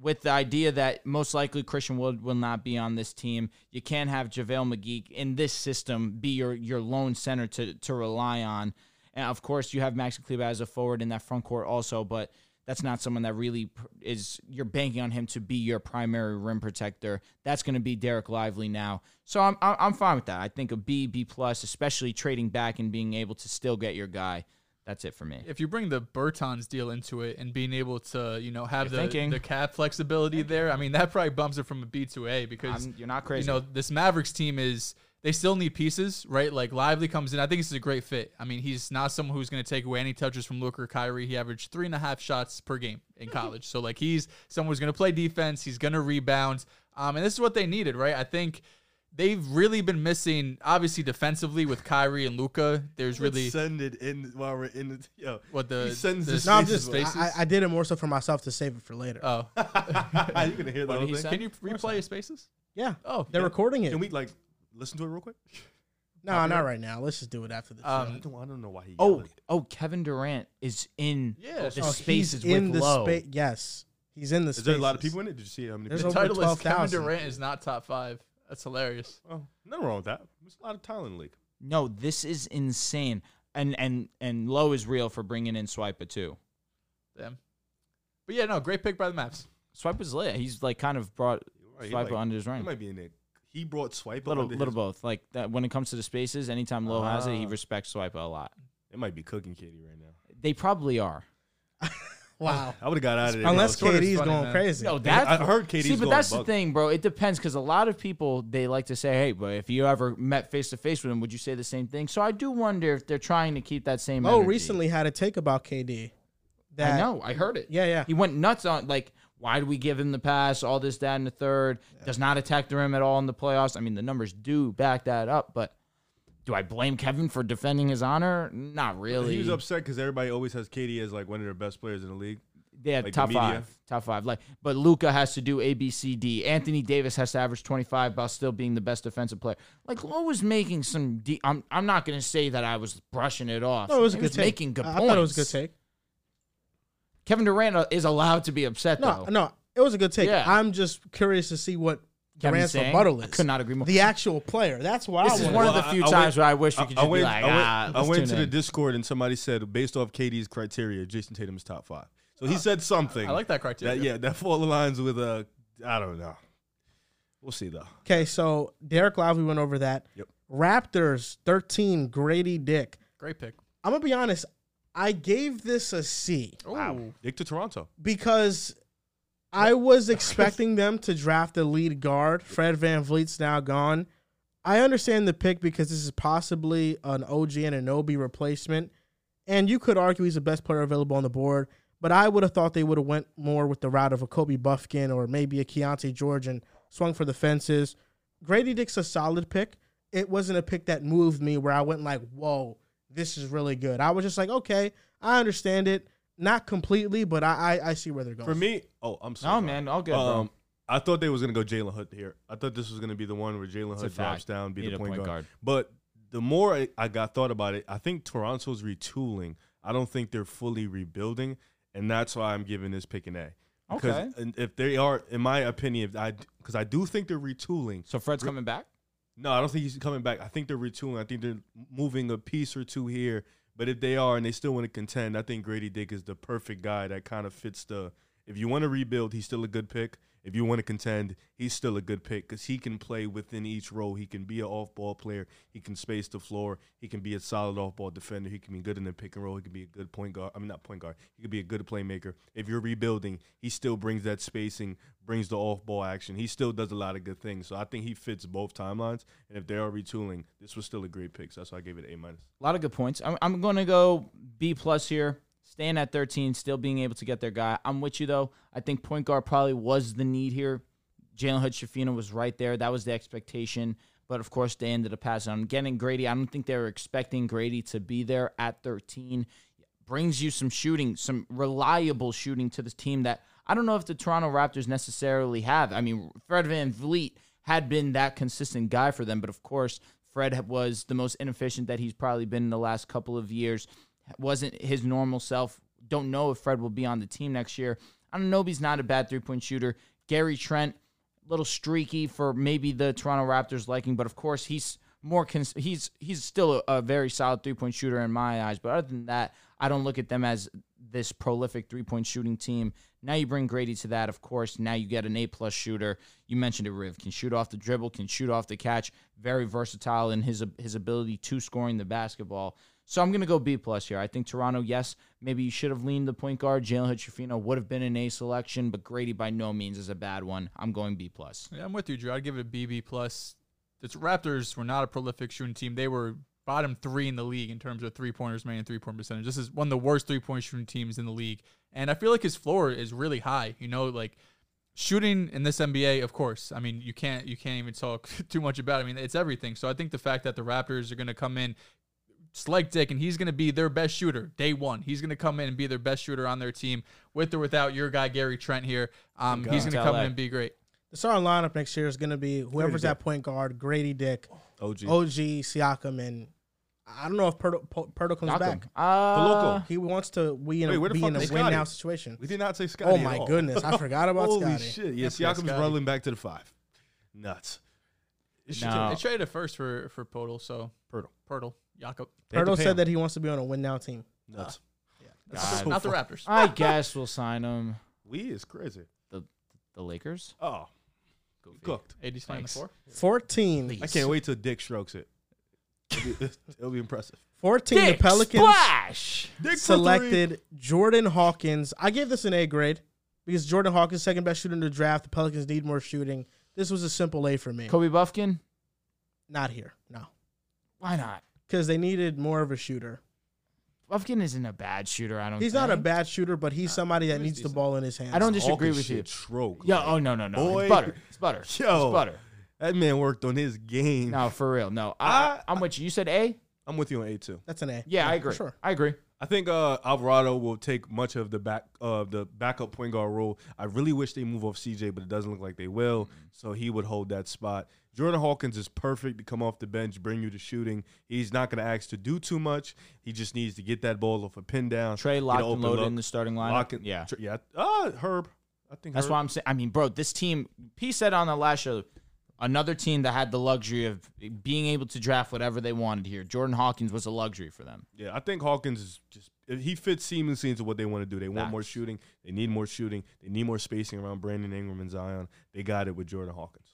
S4: with the idea that most likely Christian Wood will not be on this team. You can't have JaVale McGee in this system be your, your lone center to, to rely on. And of course, you have Max Kleba as a forward in that front court also, but that's not someone that really pr- is you're banking on him to be your primary rim protector. That's going to be Derek Lively now. So I'm I'm I'm fine with that. I think a B B plus, especially trading back and being able to still get your guy. That's it for me.
S5: if you bring the Burton's deal into it and being able to, you know, have
S4: You're
S5: the,
S4: thinking.
S5: the cap flexibility there, I mean, that probably bumps it from a B to A because
S4: I'm- you're not crazy.
S5: You know, this Mavericks team is they still need pieces, right? Like Lively comes in. I think this is a great fit. I mean, he's not someone who's going to take away any touches from Luke or Kyrie. He averaged three and a half shots per game
S4: Hmm.
S5: in college, so like he's someone who's going to play defense. He's going to rebound, um, and this is what they needed, right? I think. They've really been missing, obviously defensively with Kyrie and Luca. There's really
S6: send it in while we're in the yo.
S5: What the-
S6: he sends
S5: the-
S6: this?
S3: no, I'm
S5: Spaces,
S3: just I, I,
S5: spaces.
S3: I did it more so for myself to save it for later.
S6: Uh,
S5: oh,
S6: you gonna hear that?
S4: did he
S6: Thing?
S4: say?
S5: Can you replay his spaces?
S3: yeah.
S5: Oh,
S3: they're
S5: yeah.
S3: recording it.
S6: Can we like listen to it real quick?
S3: no, not right now. Let's just do it after the show.
S4: Um,
S6: I, don't, I don't know why he.
S4: Oh,
S6: yelled it.
S4: oh, Kevin Durant is in
S5: Yeah,
S4: the
S5: oh,
S4: spaces
S3: He's in
S4: with
S3: the
S4: Lowe.
S3: space. Yes, he's in the.
S6: is there a lot of
S3: spaces.
S6: people in it? Did you see how many?
S3: There's
S6: people?
S3: over
S5: Title is Kevin
S3: 12,000.
S5: Durant is not top five. That's hilarious.
S6: oh, nothing wrong with that. There's a lot of talent in the league.
S4: No, this is insane. And and and low is real for bringing in Swiper too.
S5: Damn. But yeah, no, great pick by the Maps.
S4: Swipe is lit. He's like kind of brought
S6: Right, he
S4: Swiper
S6: might-
S4: under his
S6: He
S4: ring.
S6: might be in it. He brought Swipe
S4: little little both. Like that when it comes to the spaces, anytime Low has it, he
S6: Ah.
S4: respects Swiper a lot.
S6: It might be cooking Kitty right now.
S4: They probably are.
S3: Wow.
S6: I would have got out of there.
S3: Unless
S6: bro. Twitter's
S3: KD's
S5: funny,
S3: going
S5: man.
S3: crazy.
S4: No, that's
S6: I heard KD's
S4: See, but
S6: going
S4: that's the
S6: buck.
S4: thing, bro. It depends because a lot of people they like to say, "Hey, but if you ever met face to face with him, would you say the same thing?" So I do wonder if they're trying to keep that same.
S6: Oh,
S3: Mo
S4: energy.
S3: recently had a take about KD. That
S4: I know, I heard it.
S3: Yeah, yeah.
S4: He went nuts on like, why do we give him the pass? All this, that, and the third does not attack the rim at all in the playoffs. I mean, the numbers do back that up, but do I blame Kevin for defending his honor? Not really.
S6: He was upset because everybody always has KD as like one of their best players in the league.
S4: Yeah,
S6: Like the
S4: top
S6: media.
S4: five, top five. Like, but Luca has to do A, B, C, D. Anthony Davis has to average twenty five while still being the best defensive player. Like, Lowe was making some. De- I'm, I'm not gonna say that I was brushing it off.
S3: No, it was a
S4: He
S3: good take.
S4: Making good
S3: I, I
S4: points.
S3: thought it was a good take.
S4: Kevin Durant uh, is allowed to be upset
S3: No,
S4: though.
S3: no, it was a good take.
S4: Yeah.
S3: I'm just curious to see what
S4: Kevin
S3: Durant's
S4: saying,
S3: rebuttal
S4: I
S3: is.
S4: could not agree more.
S3: The actual player. That's what
S4: This
S3: I
S4: is
S3: want.
S4: one of the few times where I wish we could just be
S6: went,
S4: like,
S6: I went,
S4: "Ah,
S6: I
S4: let's
S6: went
S4: tune
S6: to the
S4: in."
S6: Discord and somebody said based off KD's criteria, Jason Tatum is top five. So he said something.
S5: I like that criteria.
S6: yeah, that fall aligns with uh, I don't know. We'll see though.
S3: Okay, so Derek Lively went over that.
S6: Yep.
S3: Raptors 13, Grady Dick.
S5: Great pick.
S3: I'm gonna be honest. I gave this a C
S5: Ooh.
S6: Dick to Toronto.
S3: because I was expecting them to draft the lead guard. Fred Van Vliet's now gone. I understand the pick because this is possibly an OG and an OB replacement, and you could argue he's the best player available on the board. But I would have thought they would have went more with the route of a Kobe Buffkin or maybe a Keontae George and swung for the fences. Grady Dick's a solid pick. It wasn't a pick that moved me where I went like, "Whoa, this is really good." I was just like, "Okay, I understand it, not completely, but I I, I see where they're going."
S6: For me, oh, I'm sorry.
S4: No, man, all good, bro.
S6: Um, I thought they was gonna go Jalen Hood here. I thought this was gonna be the one where Jalen
S4: It's
S6: Hood
S4: a
S6: drops
S4: fact.
S6: down, be
S4: Need
S6: the
S4: a
S6: point,
S4: point
S6: guard.
S4: guard.
S6: But the more I, I got thought about it, I think Toronto's retooling. I don't think they're fully rebuilding, and that's why I'm giving this pick an A. Because
S4: Okay.
S6: and if they are, in my opinion, if I because I do think they're retooling.
S4: So Fred's coming back.
S6: No, I don't think he's coming back. I think they're retooling. I think they're moving a piece or two here. But if they are and they still want to contend, I think Grady Dick is the perfect guy that kind of fits the. If you want to rebuild, he's still a good pick. If you want to contend, he's still a good pick because he can play within each role. He can be an off ball player. He can space the floor. He can be a solid off ball defender. He can be good in the pick and roll. He can be a good point guard. I mean, not point guard. He could be a good playmaker. If you're rebuilding, he still brings that spacing, brings the off ball action. He still does a lot of good things. So I think he fits both timelines. And if they are retooling, this was still a great pick. So that's why I gave it A minus.
S4: A lot of good points. I'm, I'm going to go B plus here. Staying at 13, still being able to get their guy. I'm with you though. I think point guard probably was the need here. Jalen Hood Shafino was right there. That was the expectation. But of course, they ended up passing. I'm getting Grady. I don't think they were expecting Grady to be there at 13. Brings you some shooting, some reliable shooting to this team that I don't know if the Toronto Raptors necessarily have. I mean, Fred Van Vliet had been that consistent guy for them, but of course, Fred was the most inefficient that he's probably been in the last couple of years. Wasn't his normal self. Don't know if Fred will be on the team next year. I don't know if he's not a bad three point shooter. Gary Trent, little streaky for maybe the Toronto Raptors liking, but of course he's more cons- he's he's still a, a very solid three point shooter in my eyes. But other than that, I don't look at them as this prolific three point shooting team. Now you bring Grady to that, of course. Now you get an A plus shooter. You mentioned it, Riv can shoot off the dribble, can shoot off the catch. Very versatile in his his ability to scoring the basketball. So I'm going to go B plus here. I think Toronto, yes, maybe you should have leaned the point guard. Jalen Hutchefino would have been an A selection, but Grady by no means is a bad one. I'm going B plus.
S5: Yeah, I'm with you, Drew. I'd give it a BB plus. The Raptors were not a prolific shooting team. They were bottom three in the league in terms of three pointers made and three point percentage. This is one of the worst three point shooting teams in the league, and I feel like his floor is really high. You know, like shooting in this NBA, of course. I mean, you can't you can't even talk too much about. It. I mean, it's everything. So I think the fact that the Raptors are going to come in, Slick Dick, and he's going to be their best shooter day one. He's going to come in and be their best shooter on their team, with or without your guy Gary Trent here. Um, he's going to
S4: It's
S5: come
S4: LA.
S5: in and be great.
S3: The starting lineup next year is going to be whoever's at point guard, Grady Dick,
S6: OG.
S3: OG Siakam, and I don't know if Purtle, Pu- Purtle comes back.
S4: Uh,
S6: Loco.
S3: He wants to we in
S6: Wait,
S3: a,
S6: where the
S3: be
S6: fuck
S3: in a
S6: is
S3: win now
S6: Scotty?
S3: situation.
S6: We did not say Scotty.
S3: Oh
S6: at
S3: my
S6: all.
S3: goodness, I forgot about
S6: Holy
S3: Scotty.
S6: shit! Yeah,
S5: forgot
S6: Siakam's
S5: Scotty.
S6: rolling back to the five. Nuts. It's
S4: No.
S6: just-
S5: They traded it first for for Podol, so
S6: Pirtle.
S5: Pirtle, Jakob.
S6: They had to
S3: Purtle
S6: pay
S3: said
S6: him.
S3: that he wants to be on a win now team.
S6: Nuts.
S5: That's
S6: God.
S5: not the Raptors.
S4: I guess we'll sign him.
S6: We is crazy.
S4: The the Lakers.
S6: Oh, cooked.
S5: AD slam the
S4: Thanks.
S5: four.
S3: Fourteen.
S6: I can't wait till Dick strokes it. It'll be impressive.
S3: 14, the Pelicans
S5: Splash.
S3: selected Jordan Hawkins. I gave this an A grade because Jordan Hawkins, second best shooter in the draft. The Pelicans need more shooting. This was a simple A for me.
S4: Kobe Buffkin?
S3: Not here, no.
S4: Why not?
S3: Because they needed more of a shooter.
S4: Buffkin isn't a bad shooter. I don't.
S3: He's not a
S4: think.
S3: bad shooter, but
S4: Uh,
S3: he's somebody that needs the ball in his hands.
S4: I don't disagree
S6: Hawkins
S4: with you.
S6: shit Stroke.
S4: Yeah.
S6: like,
S4: Oh no no no.
S6: boy.
S4: It's butter. It's butter.
S6: Yo.
S4: It's butter.
S6: That man worked on his game.
S4: No, for real. No. I, I, am with you. You said A.
S6: I'm with you on A two.
S3: That's an A.
S4: Yeah, I
S3: for
S4: agree.
S3: Sure.
S4: I agree.
S6: I think uh, Alvarado will take much of the back of the backup point guard role. I really wish they move off CJ, but it doesn't look like they will.
S4: Mm-hmm.
S6: So he would hold that spot. Jordan Hawkins is perfect to come off the bench, bring you to shooting. He's not going to ask to do too much. He just needs to get that ball off a pin down.
S4: Trey
S6: get an
S4: locked and
S6: open
S4: loaded
S6: look.
S4: in the starting lineup.
S6: Lock and-
S4: Yeah.
S6: Tr- yeah. Uh, Herb. I think
S4: That's
S6: Herb.
S4: why I'm saying. I mean, bro, this team. P said on the last show, another team that had the luxury of being able to draft whatever they wanted here. Jordan Hawkins was a luxury for them.
S6: Yeah, I think Hawkins is just if he fits seamlessly into what they want to do. They want more
S4: Facts.
S6: shooting. They need more shooting. They need more spacing around Brandon Ingram and Zion. They got it with Jordan Hawkins.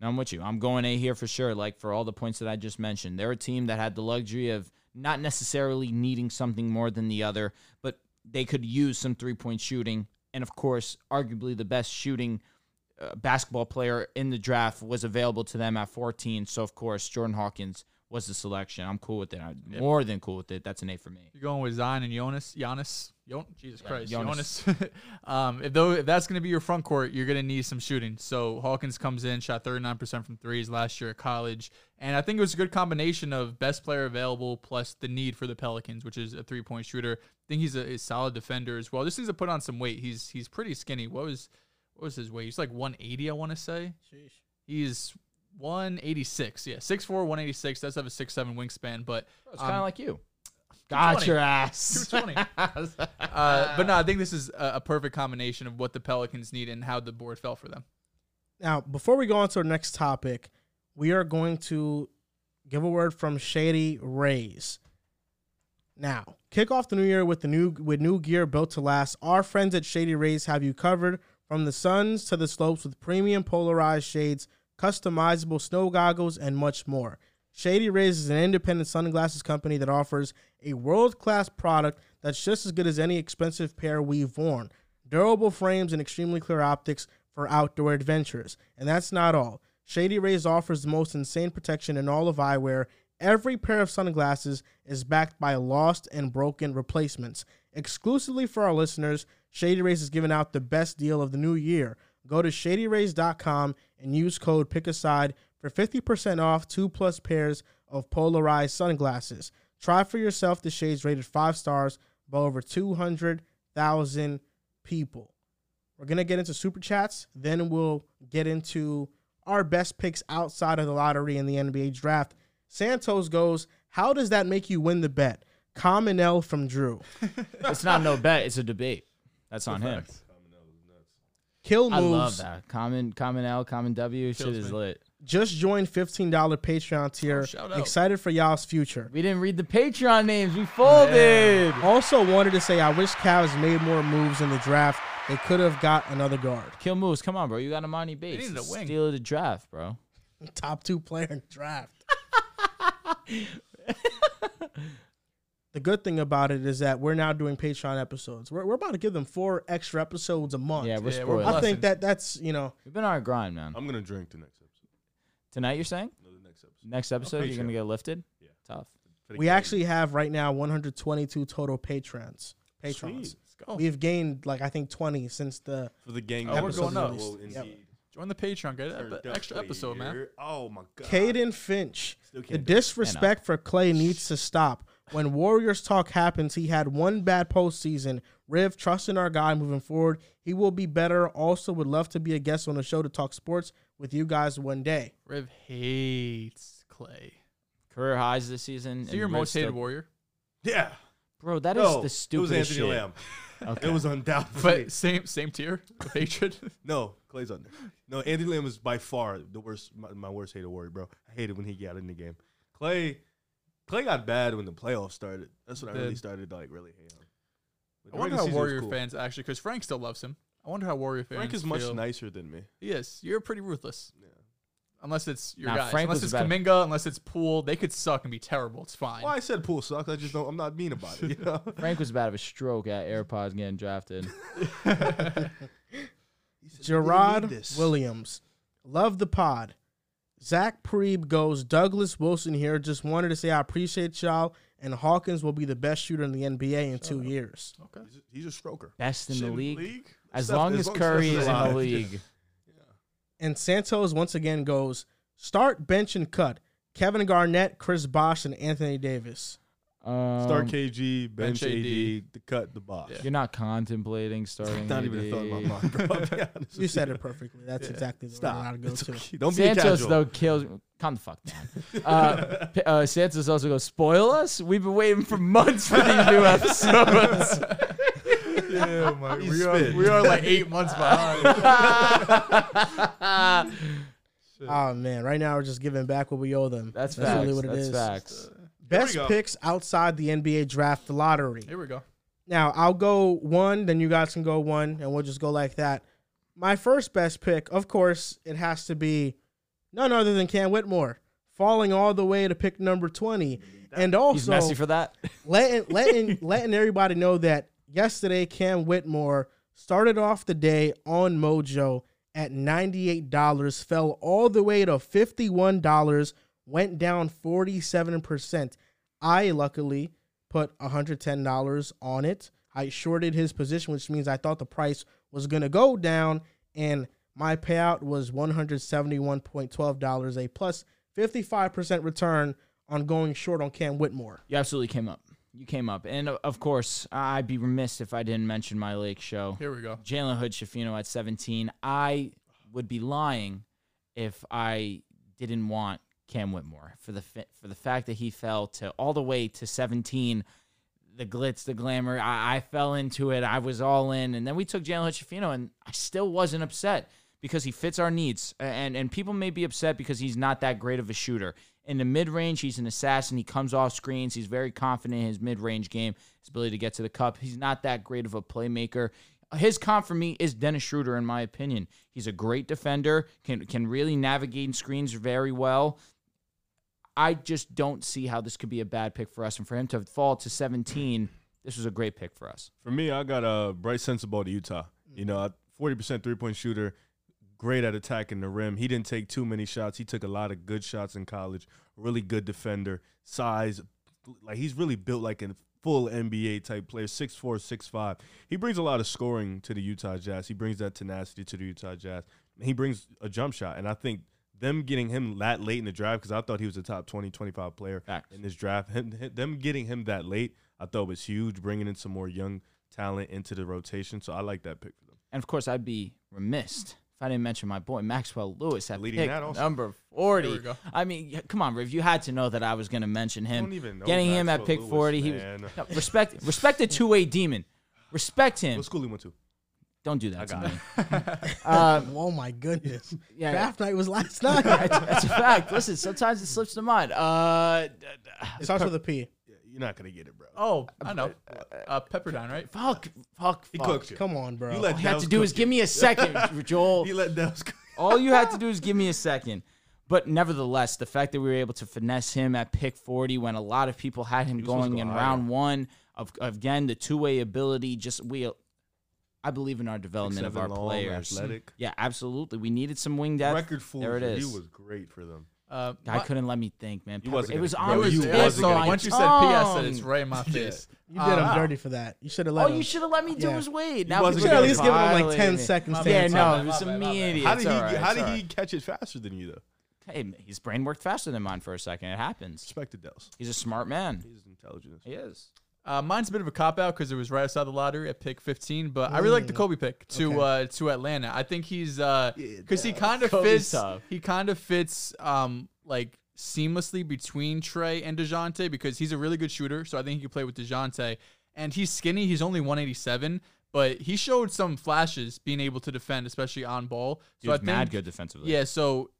S4: Now I'm with you. I'm going A here for sure. Like for all the points that I just mentioned, they're a team that had the luxury of not necessarily needing something more than the other, but they could use some three point shooting. And of course, arguably the best shooting uh, basketball player in the draft was available to them at 14. So of course, Jordan Hawkins was the selection. I'm cool with it. I'm more than cool with it. That's an A for me.
S5: You're going with Zion and Jonas. Jonas. Yon, Jesus Christ.
S4: Jonas.
S5: Jonas. um, if though if that's going to be your front court, you're going to need some shooting. So Hawkins comes in, shot 39% from threes last year at college, and I think it was a good combination of best player available plus the need for the Pelicans, which is a three-point shooter. I think he's a, a solid defender as well. This needs to put on some weight. He's he's pretty skinny. What was what was his weight? He's like 180, I want to say. He's 186. Yeah, 6'4", 186. Does have a 6'7 wingspan, but
S4: It's kind of
S5: um,
S4: like you. Got
S5: 220.
S4: your ass.
S5: 220. Uh, but no,
S4: Um,
S5: I think this is a, a perfect combination of what the Pelicans need and how the board fell for them.
S3: Now, before we go on to our next topic, we are going to give a word from Shady Rays. Now, kick off the new year with the new with new gear built to last. Our friends at Shady Rays have you covered from the suns to the slopes with premium polarized shades, customizable snow goggles, and much more. Shady Rays is an independent sunglasses company that offers a world-class product that's just as good as any expensive pair we've worn. Durable frames and extremely clear optics for outdoor adventures. And that's not all. Shady Rays offers the most insane protection in all of eyewear. Every pair of sunglasses is backed by lost and broken replacements. Exclusively for our listeners, Shady Rays is giving out the best deal of the new year. Go to shadyrays.com and use code PICKASIDE for 50% off two plus pairs of polarized sunglasses. Try for yourself the shades rated five stars by over 200,000 people. We're gonna get into super chats, then we'll get into our best picks outside of the lottery and the NBA draft. Santos goes, "How does that make you win the bet?" Common L from Drew.
S4: it's not no bet. It's a debate. That's on him.
S3: Kill moves.
S4: I love that. Common, common L, common W. Shit
S5: Kills
S4: is
S5: me.
S4: lit.
S3: Just joined fifteen dollar Patreon
S4: Oh,
S3: tier.
S5: shout out.
S3: Excited for y'all's future.
S4: We didn't read the Patreon names. We folded.
S3: Also wanted to say, I wish Cavs made more moves in the draft. They could have got another guard,
S4: Kill Moose, come on, bro. You got Amani Bates.
S5: needed a
S4: It's
S5: wing.
S4: Steal of the draft, bro.
S3: top two player in the draft. the good thing about it is that we're now doing Patreon episodes. We're, we're about to give them four extra episodes a month.
S4: Yeah, we're
S5: Yeah,
S4: spoiled.
S5: we're
S3: I
S5: blessed.
S3: think that that's you know
S4: We've been on a grind, man.
S6: I'm gonna drink the next episode.
S4: Tonight, you're saying?
S6: No, the next episode.
S4: Next episode, you're
S6: Patreon.
S4: going to get lifted? Yeah. Tough.
S6: For the
S3: we
S6: game.
S3: actually have right now 122 total patrons. Patrons.
S6: Sweet.
S5: Let's go.
S3: We've gained like I think 20 since the
S6: for the gang.
S5: Oh, we're going up.
S6: Will
S3: Yep.
S6: indeed
S5: Join the Patreon. Get
S6: turn
S5: an
S6: up
S5: extra
S6: later.
S5: episode, man.
S6: Oh my god.
S3: Caden Finch.
S6: Still
S3: The
S6: can't do it.
S3: disrespect for Clay needs to stop. When Warriors talk happens, he had one bad postseason. Riv, trust in our guy moving forward. He will be better. Also, would love to be a guest on the show to talk sports with you guys one day.
S5: Riv hates Clay.
S4: Career highs this season.
S5: So
S4: and
S5: your
S4: we're
S5: most hated
S4: still-
S5: warrior,
S6: Yeah.
S4: Bro, that is
S6: No,
S4: the
S6: it was
S4: stupidest
S6: Anthony
S4: shit.
S6: Lamb.
S4: Okay.
S6: It was undoubtedly.
S5: but same same tier of hatred.
S6: no, Clay's under. No, Anthony Lamb was by far the worst. My, my worst hated warrior, bro. I hated when he got in the game. Clay, Clay got bad when the playoffs started. That's when I really
S5: Did.
S6: started to like really hate him. But
S5: I
S6: the regular
S5: wonder how
S6: season was
S5: Warrior
S6: cool.
S5: fans actually, because Frank still loves him. I wonder how Warrior fans.
S6: Frank is much
S5: feel.
S6: nicer than me.
S5: Yes, you're pretty ruthless. Unless it's your
S4: Nah,
S5: guys.
S4: Frank
S5: unless
S4: was
S5: it's
S4: better.
S5: Kaminga, unless it's Poole, they could suck and be terrible. It's fine.
S6: Well, I said pool sucks. I just don't. I'm not mean about it. You know?
S4: Frank was about to have a stroke at AirPods getting drafted.
S3: Gerard Williams. Love the pod. Zach Preeb goes, Douglas Wilson here. Just wanted to say I appreciate y'all, and Hawkins will be the best shooter in the NBA in two years.
S6: He's a- He's a stroker.
S4: Best in
S5: Shit,
S4: the
S5: in the
S4: league.
S5: league?
S4: As
S6: Steph-
S4: long
S6: as
S4: as
S6: long as
S4: Curry
S6: Steph
S4: is
S6: is
S4: in the
S6: alive.
S4: league.
S3: And Santos once again goes, start, bench, and cut. Kevin Garnett, Chris Bosh, and Anthony Davis.
S4: Um,
S6: Start KG, bench,
S5: bench AD.
S6: AD, to cut the box.
S4: You're not contemplating starting.
S6: Not even a thought in my
S4: AD.
S6: mind, bro. I'll be honest
S3: You
S6: with
S3: said it perfectly. That's exactly the Stop.
S6: Stop.
S3: I'd go
S6: It's
S3: to.
S6: okay. Don't be a
S4: Santos
S6: casual.
S4: though kills. Calm the fuck down. Uh, P- uh, Santos also goes spoil us. We've been waiting for months for these new episodes.
S5: Yeah, my,
S6: He
S5: we, are,
S6: spit.
S5: we are like eight months behind.
S3: Oh, man. Right now, we're just giving back what we owe them.
S4: That's facts.
S3: really what it
S4: That's
S3: is.
S4: facts.
S3: Best
S6: go.
S3: picks outside the NBA draft lottery.
S5: Here we go.
S3: Now I'll go one, then you guys can go one, and we'll just go like that. My first best pick, of course, it has to be none other than Cam Whitmore, falling all the way to pick number twenty, and
S4: He's
S3: also
S4: messy for that.
S3: letting letting letting everybody know that yesterday Cam Whitmore started off the day on Mojo at ninety eight dollars, fell all the way to fifty one dollars, went down forty seven percent. I luckily put hundred ten dollars on it. I shorted his position, which means I thought the price was gonna go down, and my payout was one hundred seventy one point twelve dollars, a plus fifty five percent return on going short on Cam Whitmore.
S4: You absolutely came up. You came up, and uh, of course, I'd be remiss if I didn't mention my Lake Show.
S5: Here we go.
S4: Jalen Hood Shafino at 17. I would be lying if I didn't want Cam Whitmore for the fa- for the fact that he fell to all the way to 17. The glitz, the glamour. I, I fell into it. I was all in, and then we took Jalen Hood Shafino, and I still wasn't upset because he fits our needs. A- And and people may be upset because he's not that great of a shooter. In the mid range, he's an assassin. He comes off screens. He's very confident in his mid range game, his ability to get to the cup. He's not that great of a playmaker. His comp for me is Dennis Schroeder, in my opinion. He's a great defender, can can really navigate screens very well. I just don't see how this could be a bad pick for us. And for him to fall to 17, this was a great pick for us.
S6: For me, I got a Bryce Sensabaugh to Utah. You know, forty percent three point shooter, great at attacking the rim. He didn't take too many shots. He took a lot of good shots in college. Really good defender, size, like he's really built like a full NBA type player. Six four, six five. He brings a lot of scoring to the Utah Jazz. He brings that tenacity to the Utah Jazz. And he brings a jump shot, and I think. Them getting him that late in the draft because I thought he was a top 20, 25 player
S4: Facts.
S6: in this draft. Him, him- them getting him that late, I thought was huge, bringing in some more young talent into the rotation. So I like that pick for them.
S4: And of course, I'd be remiss if I didn't mention my boy Maxwell Lewis at
S6: Leading
S4: pick
S6: that also.
S4: number
S5: There
S4: 40.
S5: we go.
S4: I mean, y- come on, Riv, you had to know that I was going to mention him.
S6: Don't even know
S4: Getting him at
S6: Maxwell
S4: pick
S6: Lewis,
S4: 40, he was
S6: man.
S4: no, respect respect the two way demon. Respect him.
S6: What school he went to?
S4: Don't do that to
S6: got
S4: me.
S6: it.
S3: oh my goodness!
S4: yeah.
S3: draft night was last night.
S4: That's, that's a fact. Listen, sometimes it slips to mind. Uh, d- d-
S3: It's also the P.
S6: Yeah, you're not gonna get it, bro.
S5: Oh, I know. Uh, Pepperdine, right?
S4: fuck, fuck,
S6: he
S4: fuck.
S6: cooked you.
S3: Come on, bro.
S6: You let
S4: All you had
S6: Dallas
S4: to do
S6: cook
S4: is
S6: you.
S4: give me a second, Joel.
S6: He let Dallas cook.
S4: All you had to do is give me a second. But nevertheless, the fact that we were able to finesse him at pick 40 when a lot of people had him
S6: supposed to
S4: going
S6: go
S4: in
S6: higher.
S4: round one, of again, the two way ability, just we. I believe in our development of
S6: seven
S4: our
S6: long,
S4: players.
S6: athletic.
S4: Yeah, absolutely. We needed some wing depth.
S6: Record fool.
S4: There it
S6: for
S4: is.
S6: You was great for them.
S5: Uh,
S4: I
S5: my-
S4: couldn't let me think, man. Pepper-
S6: wasn't
S4: it
S6: gonna-
S4: was
S6: Bro,
S4: on
S5: It was
S6: You
S5: there,
S6: wasn't
S5: so
S6: gonna-
S5: once you said P, I said it's right in my face.
S3: You did him
S5: Um,
S3: dirty for that. You should have let
S4: all
S3: him.
S4: Oh. Ah. you should have let me do
S3: Yeah.
S4: was wait. Now
S6: wasn't
S4: people
S6: gonna
S4: are
S6: At least
S3: give him, like, 10
S4: violating it.
S3: seconds to
S4: Yeah,
S3: answer.
S4: no,
S3: My
S4: it
S5: bad,
S4: was
S5: my
S4: some
S5: bad, my bad.
S4: idiot.
S6: How did
S4: It's
S6: he?
S4: all right,
S6: how
S4: it's
S6: did
S4: all
S6: he
S4: right.
S6: catch it faster than you though?
S4: Hey, his brain worked faster than mine for a second. It happens.
S6: Respect to Dallas.
S4: He's a smart man.
S6: He's intelligent.
S4: He is.
S5: Uh, mine's a bit of a cop out because it was right outside the lottery at pick 15, but I really like
S4: Mm.
S5: the Kobe pick to uh, to Atlanta. I think he's because he kind of
S4: Kobe's
S5: fits
S4: tough.
S5: he kind of fits um like seamlessly between Trey and Dejounte because he's a really good shooter, so I think he could play with Dejounte. And he's skinny; he's only 187, but he showed some flashes being able to defend, especially on ball. So
S4: He was
S5: I think
S4: mad good defensively.
S5: yeah, so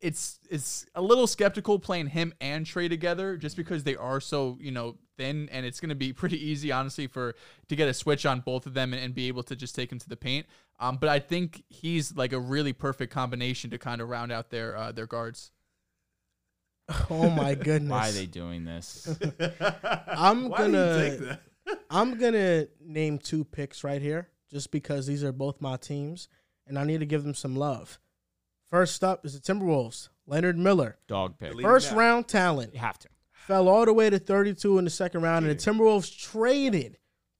S5: it's it's a little skeptical playing him and Trey together just because they are so you know thin, and it's going to be pretty easy, honestly, for to get a switch on both of them and, and be able to just take him to the paint. Um, but I think he's like a really perfect combination to kind of round out their uh, their guards.
S3: Oh my goodness.
S4: Why are they doing this?
S3: I'm
S6: Why
S3: gonna
S6: do you take that?
S3: I'm gonna name two picks right here, just because these are both my teams, and I need to give them some love. First up is the Timberwolves. Leonard Miller,
S4: Dog pick.
S6: Leave
S3: first
S6: now.
S3: round talent,
S4: You have to.
S3: fell all the way to 32 in the second round, and the Timberwolves traded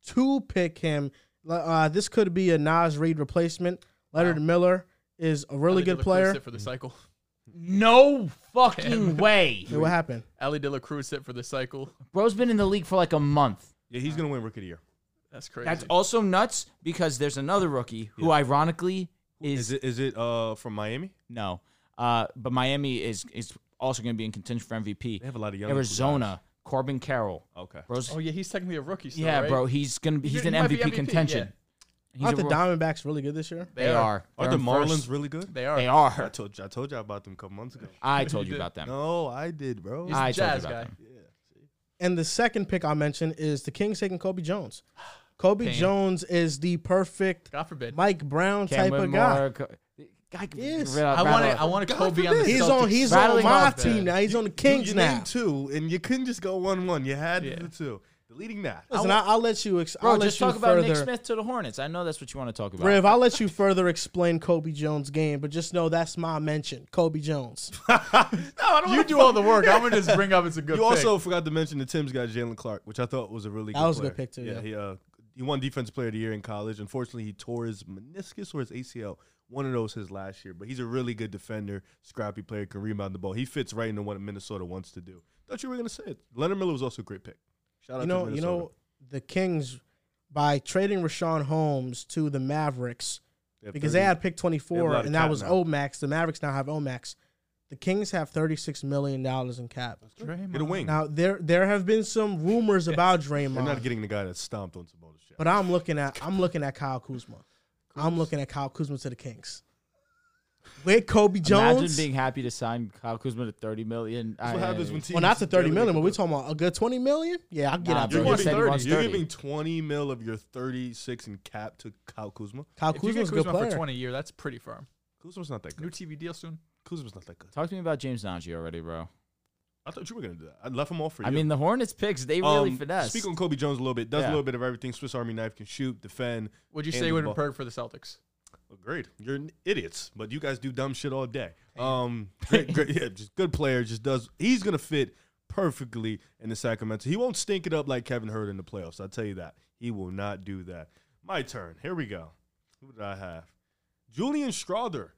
S3: to pick him. Uh, this could be a Nas Reed replacement. Leonard Miller is a really
S5: Ellie De
S3: good
S5: La Cruz
S3: player.
S5: sit for the cycle.
S4: No fucking way.
S3: Hey, what happened?
S5: Ellie De La Cruz sit for the cycle.
S4: Bro's been in the league for like a month.
S6: Yeah, he's gonna win Rookie of the Year.
S5: That's crazy.
S4: That's also nuts because there's another rookie who, ironically, is,
S6: Is it is it uh from Miami?
S4: no. Uh, but Miami is is also going to be in contention for MVP.
S6: They have a lot of young
S4: Arizona, Corbin Carroll.
S6: Okay.
S4: Bro's,
S5: Oh yeah, he's technically a rookie. Still,
S4: yeah,
S5: right?
S4: bro, he's going to be he's
S5: He
S4: in
S5: might be
S4: MVP,
S5: MVP,
S4: contention. He's
S3: Aren't
S4: a
S3: the
S4: ro-
S3: Diamondbacks really good this year?
S4: They are.
S6: Aren't
S4: They're
S6: the
S4: in
S6: Marlins
S4: first.
S6: really good?
S5: They are.
S4: They
S6: I
S4: are.
S6: told you, I told you about them a couple months ago.
S4: I told you about them.
S6: No, I did, bro.
S5: He's a
S4: I told you
S5: jazz
S4: about
S5: guy.
S4: them.
S3: And the second pick I mentioned is the Kings taking Kobe Jones. Kobe
S5: Pain.
S3: Jones is the perfect
S5: God forbid.
S3: Mike Brown
S4: Cam
S3: type of guy.
S4: Whitmore, Co- guy can
S3: Yes.
S4: ra-
S5: I
S4: rattle
S5: want
S4: off.
S5: to. I want to Kobe on the.
S3: He's
S5: Celtics.
S3: on he's on
S4: Rattling
S3: my
S4: off
S3: team
S4: bad.
S3: now. He's on the
S6: You-
S3: Kings
S6: you
S3: now.
S6: named two, and you couldn't just go one one. You had
S5: Yeah.
S6: the two. Deleting that.
S3: Listen, I will let you. Ex-
S4: Bro,
S3: I'll
S4: just
S3: let you
S4: talk about
S3: further.
S4: Nick Smith to the Hornets. I know that's what you want to talk about.
S3: Riv, I'll let you further explain Kobe Jones' game, but just know that's my mention, Kobe Jones.
S5: You do all the work. I'm gonna just bring up. It's a good.
S6: You
S5: pick.
S6: also forgot to mention the Tim's guy Jalen Clark, which I thought was a really
S3: That
S6: good
S3: was a good
S6: player.
S3: pick, too, yeah.
S6: he uh, he won Defensive Player of the Year in college. Unfortunately, he tore his meniscus or his ACL. One of those his last year, but he's a really good defender, scrappy player, can rebound the ball. He fits right into what Minnesota wants to do. Thought you were gonna say it. Leonard Miller was also a great pick. Shout out
S3: you know,
S6: to
S3: you
S6: Minnesota.
S3: know, the Kings by trading Rashawn Holmes to the Mavericks
S6: They have
S3: because
S6: 30
S3: they had pick twenty
S6: They have a
S3: four
S6: lot of
S3: and that
S6: cap
S3: was
S6: now.
S3: Omax. The Mavericks now have Omax. The Kings have thirty six million dollars in cap.
S6: get a wing.
S3: Now there there have been some rumors about
S6: They're
S3: Draymond,
S6: not getting the guy that stomped on Sabonis. Shit.
S3: but I'm looking at I'm looking at Kyle Kuzma. I'm looking at Kyle Kuzma to the Kings. With Kobe Jones,
S4: Imagine being happy to sign Kyle Kuzma to thirty million.
S6: That's what happens when teams
S3: well, not to thirty
S6: barely
S3: million, but
S6: make
S3: we're
S6: it
S3: talking about a good twenty million. Yeah, I'll get
S4: Nah,
S3: out
S4: bro,
S3: there.
S4: he
S6: You're
S4: said he
S6: giving,
S4: wants
S6: 30. You're
S4: 30.
S6: giving 20 mil of your 36 in cap to Kyle Kuzma.
S3: Kyle
S5: If you get
S3: Kuzma's a good
S5: Kuzma for
S3: player.
S5: 20 year, that's pretty firm.
S6: Kuzma's not that
S5: New
S6: good.
S5: TV deal soon.
S6: Kuzma's not that good.
S4: Talk to me about James Najee already, bro.
S6: I thought you were gonna do that. I left him off for you.
S4: I mean, the Hornets picks they really
S6: Um,
S4: finesse.
S6: Speak on Kobe Jones a little bit. Does
S4: Yeah.
S6: a little bit of everything. Swiss Army knife can shoot, defend.
S5: Would you
S6: hand
S5: say
S6: the
S5: would
S6: ball.
S5: improve for the Celtics?
S6: Well, great. You're n- idiots, but you guys do dumb shit all day. Um, great, great, yeah, just good player. Just does. He's gonna fit perfectly in the Sacramento. He won't stink it up like Kevin Hurd in the playoffs. I'll tell you that. He will not do that. My turn. Here we go. Who did I have? Julian Strother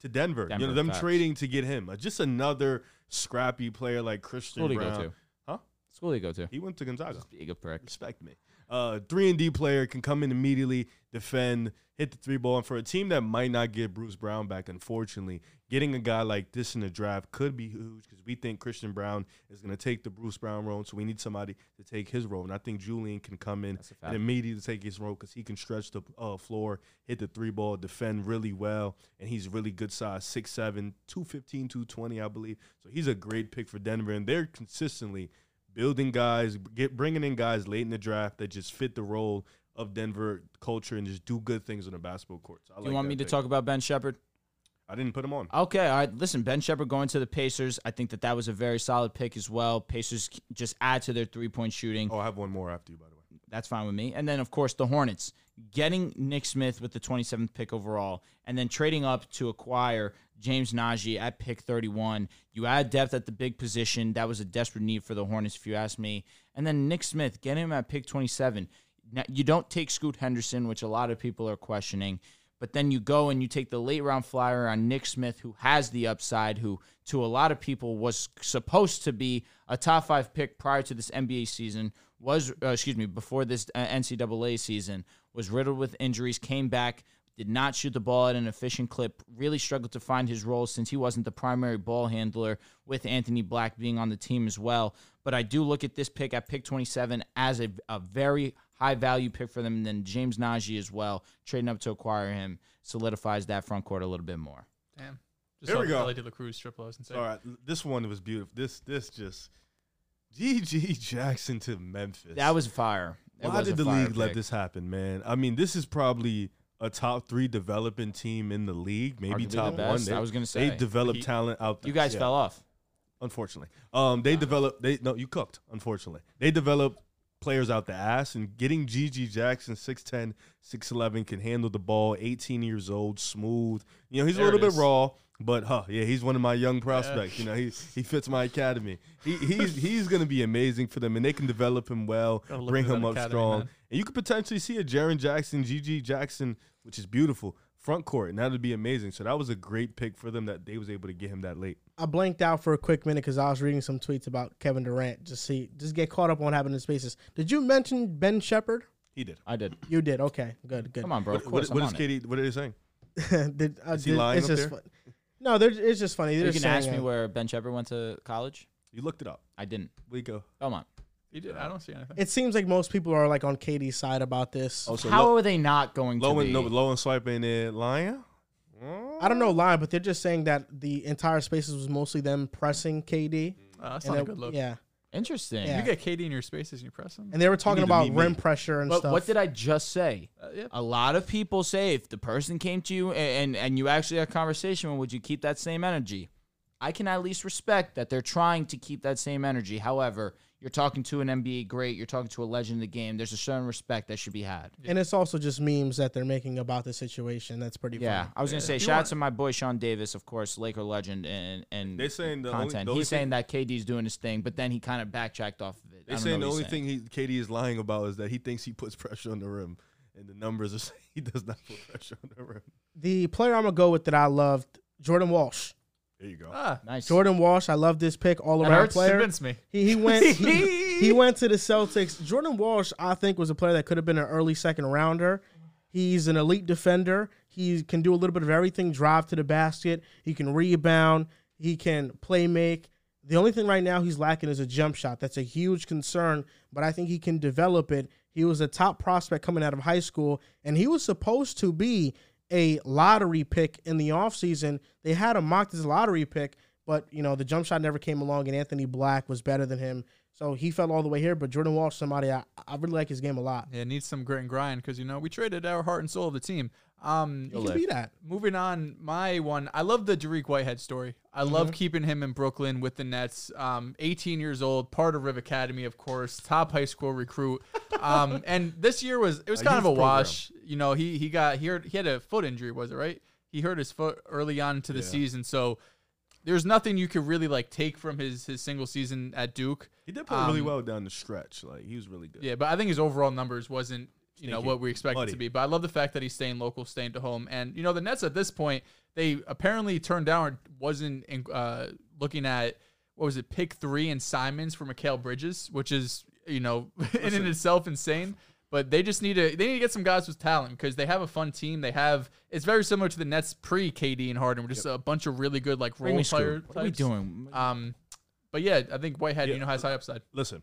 S6: to Denver. you
S4: Denver,
S6: know them
S4: facts.
S6: trading to get him. Uh, just another scrappy player like Christian
S4: School do you
S6: Brown.
S4: go to?
S6: Huh?
S4: School do you go to?
S6: He went to Gonzaga
S4: Big a prick.
S6: respect me. Uh, three and D player can come in immediately, defend, hit the three ball, and for a team that might not get Bruce Brown back, unfortunately, getting a guy like this in the draft could be huge because we think Christian Brown is going to take the Bruce Brown role, so we need somebody to take his role, and I think Julian can come in
S4: a fact.
S6: and immediately take his role because he can stretch the uh, floor, hit the three ball, defend really well, and he's really good size, 6'7", 215, 220, I believe. So he's a great pick for Denver, and they're consistently building guys, get bringing in guys late in the draft that just fit the role of Denver culture and just do good things on the basketball court. So I
S4: Do
S6: like
S4: you want
S6: that
S4: me to
S6: pick.
S4: talk about Ben Shepard?
S6: I didn't put him on.
S4: Okay, all right. Listen, Ben Shepard going to the Pacers. I think that that was a very solid pick as well. Pacers c- just add to their three point shooting.
S6: Oh, I have one more after you, by the way.
S4: That's fine with me. And then, of course, the Hornets getting Nick Smith with the 27th pick overall, and then trading up to acquire James Najee at pick 31. You add depth at the big position. That was a desperate need for the Hornets, if you ask me. And then Nick Smith getting him at pick 27. Now, you don't take Scoot Henderson, which a lot of people are questioning. But then you go and you take the late round flyer on Nick Smith, who has the upside, who to a lot of people was supposed to be a top five pick prior to this NBA season, was, uh, excuse me, before this uh, NCAA season, was riddled with injuries, came back, did not shoot the ball at an efficient clip, really struggled to find his role since he wasn't the primary ball handler with Anthony Black being on the team as well. But I do look at this pick at pick 27 as a, a very high value pick for them. And then James Najee as well, trading up to acquire him, solidifies that front court a little bit more.
S5: Damn. Just
S6: Here we
S5: off
S6: go.
S5: Ellie De La Cruz strip lows and say,
S6: All right, l- this one was beautiful. This this just GG Jackson to Memphis.
S4: That was fire. It
S6: Why
S4: was a
S6: did the
S4: fire
S6: league let
S4: pick.
S6: this happen, man? I mean, this is probably a top three developing team in the league, maybe
S4: Arguably the
S6: top one.
S4: best, I was gonna
S6: they
S4: say.
S6: develop
S4: He-
S6: talent out.
S4: You guys
S6: yeah,
S4: fell off.
S6: unfortunately. Um, they develop. They no, you cooked. Unfortunately, they develop players out the ass, and getting GG Jackson 6'10", 6'11", can handle the ball. Eighteen years old, smooth. You know, he's
S5: There
S6: a
S5: it
S6: little bit
S5: is.
S6: raw. But huh, yeah, he's one of my young prospects. You know, he he fits my academy. He he's he's gonna be amazing for them, and they can develop him well,
S5: Gotta look
S6: bring
S5: to
S6: him
S5: that
S6: up
S5: academy,
S6: strong,
S5: man.
S6: and you could potentially see a Jaron Jackson, GG Jackson, which is beautiful front court, and that would be amazing. So that was a great pick for them that they was able to get him that late.
S3: I blanked out for a quick minute because I was reading some tweets about Kevin Durant. Just see, just get caught up on what happened in spaces. Did you mention Ben Shepard?
S6: He did.
S4: I did.
S3: You did. Okay, good, good.
S4: Come on, bro. Of
S6: What, what,
S4: course,
S6: what
S4: I'm
S6: is
S4: on it.
S6: Katie? What are they saying?
S3: Did- uh,
S6: he
S3: did-
S6: lying
S3: it's
S6: up
S3: just
S6: there?
S3: fun- No, they're, it's just funny. They're
S4: You
S3: just
S4: can ask
S3: saying uh,
S4: me
S3: it.
S4: where Ben Shepard went to college.
S6: You looked it up.
S4: I didn't.
S6: We go.
S4: Belmont.
S5: he did. I don't see anything.
S3: It seems like most people are like on Katie's side about this.
S6: Oh, so
S4: How
S6: low,
S4: are they not going to
S6: low
S4: be?
S6: and no, low and swipe in there. Lion.
S3: I don't know lie, but they're just saying that the entire spaces was mostly them pressing KD.
S5: Uh, that's
S3: And
S5: not a
S3: it-
S5: good look.
S3: Yeah,
S4: Interesting.
S3: Yeah.
S5: You get KD in your spaces and you press him.
S3: and they were talking
S6: need to
S3: about
S6: meet me.
S3: rim pressure and
S4: But
S3: stuff.
S4: what did I just say?
S5: Uh, yeah.
S4: A lot of people say if the person came to you and, and, and you actually had a conversation, would you keep that same energy? I can at least respect that they're trying to keep that same energy. However, you're talking to an NBA great, you're talking to a legend of the game. There's a certain respect that should be had.
S3: and it's also just memes that they're making about the situation. That's pretty
S4: Yeah,
S3: funny.
S4: I was gonna say
S5: If you
S4: shout out
S5: want-
S4: to my boy Sean Davis, of course, Laker legend and and
S6: They're saying the only-
S4: content.
S6: the only
S4: he's saying
S6: thing-
S4: that KD's doing his thing, but then he kind of backtracked off of it. I
S6: They
S4: don't
S6: saying
S4: know
S6: the
S4: what
S6: only
S4: he's saying.
S6: thing he, Katie is lying about is that he thinks he puts pressure on the rim, and the numbers are saying he does not put pressure on the rim.
S3: The player I'm gonna go with that I loved, Jordan Walsh.
S6: There you go.
S5: Ah,
S4: nice.
S3: Jordan Walsh, I love this pick all
S4: That
S3: around
S4: hurts.
S3: player.
S5: convince me.
S3: He, he went he, he went to the Celtics. Jordan Walsh, I think, was a player that could have been an early second rounder. He's an elite defender. He can do a little bit of everything: drive to the basket. He can rebound. He can play make. The only thing right now he's lacking is a jump shot. That's a huge concern, but I think he can develop it. He was a top prospect coming out of high school, and he was supposed to be a lottery pick in the offseason. They had him mocked as a lottery pick, but you know the jump shot never came along, and Anthony Black was better than him, so he fell all the way here. But Jordan Walsh, somebody I, I really like his game a lot.
S5: Yeah, it needs some grit and grind because you know we traded our heart and soul of the team. Um,
S3: He can be that.
S5: moving on, my one. I love the Derek Whitehead story. I
S6: Mm-hmm.
S5: love keeping him in Brooklyn with the Nets. Um, 18 years old, part of Riv Academy, of course, top high school recruit. Um, and this year was it was
S6: A
S5: kind of a
S6: youth program.
S5: wash. You know, he he got he, hurt, he had a foot injury, was it right? He hurt his foot early on into the season, so there's nothing you could really like take from his his single season at Duke.
S6: He did play really
S5: Um,
S6: well down the stretch. Like he was really good.
S5: Yeah, but I think his overall numbers wasn't you know
S6: Stinky.
S5: what we expected
S6: Muddy.
S5: to be. But I love the fact that he's staying local, staying to home, and you know the Nets at this point they apparently turned down or wasn't in, uh, looking at what was it pick three and Simons for Mikhail Bridges, which is you know in and itself insane. But they just need to they need to get some guys with talent because they have a fun team. They have it's very similar to the Nets pre KD and Harden, just a bunch of really good like
S4: Bring
S5: role
S4: me Scoot.
S5: player.
S4: What are we
S5: types.
S4: doing?
S5: Um, but yeah, I think Whitehead
S6: Yeah.
S5: you know has high upside.
S6: listen,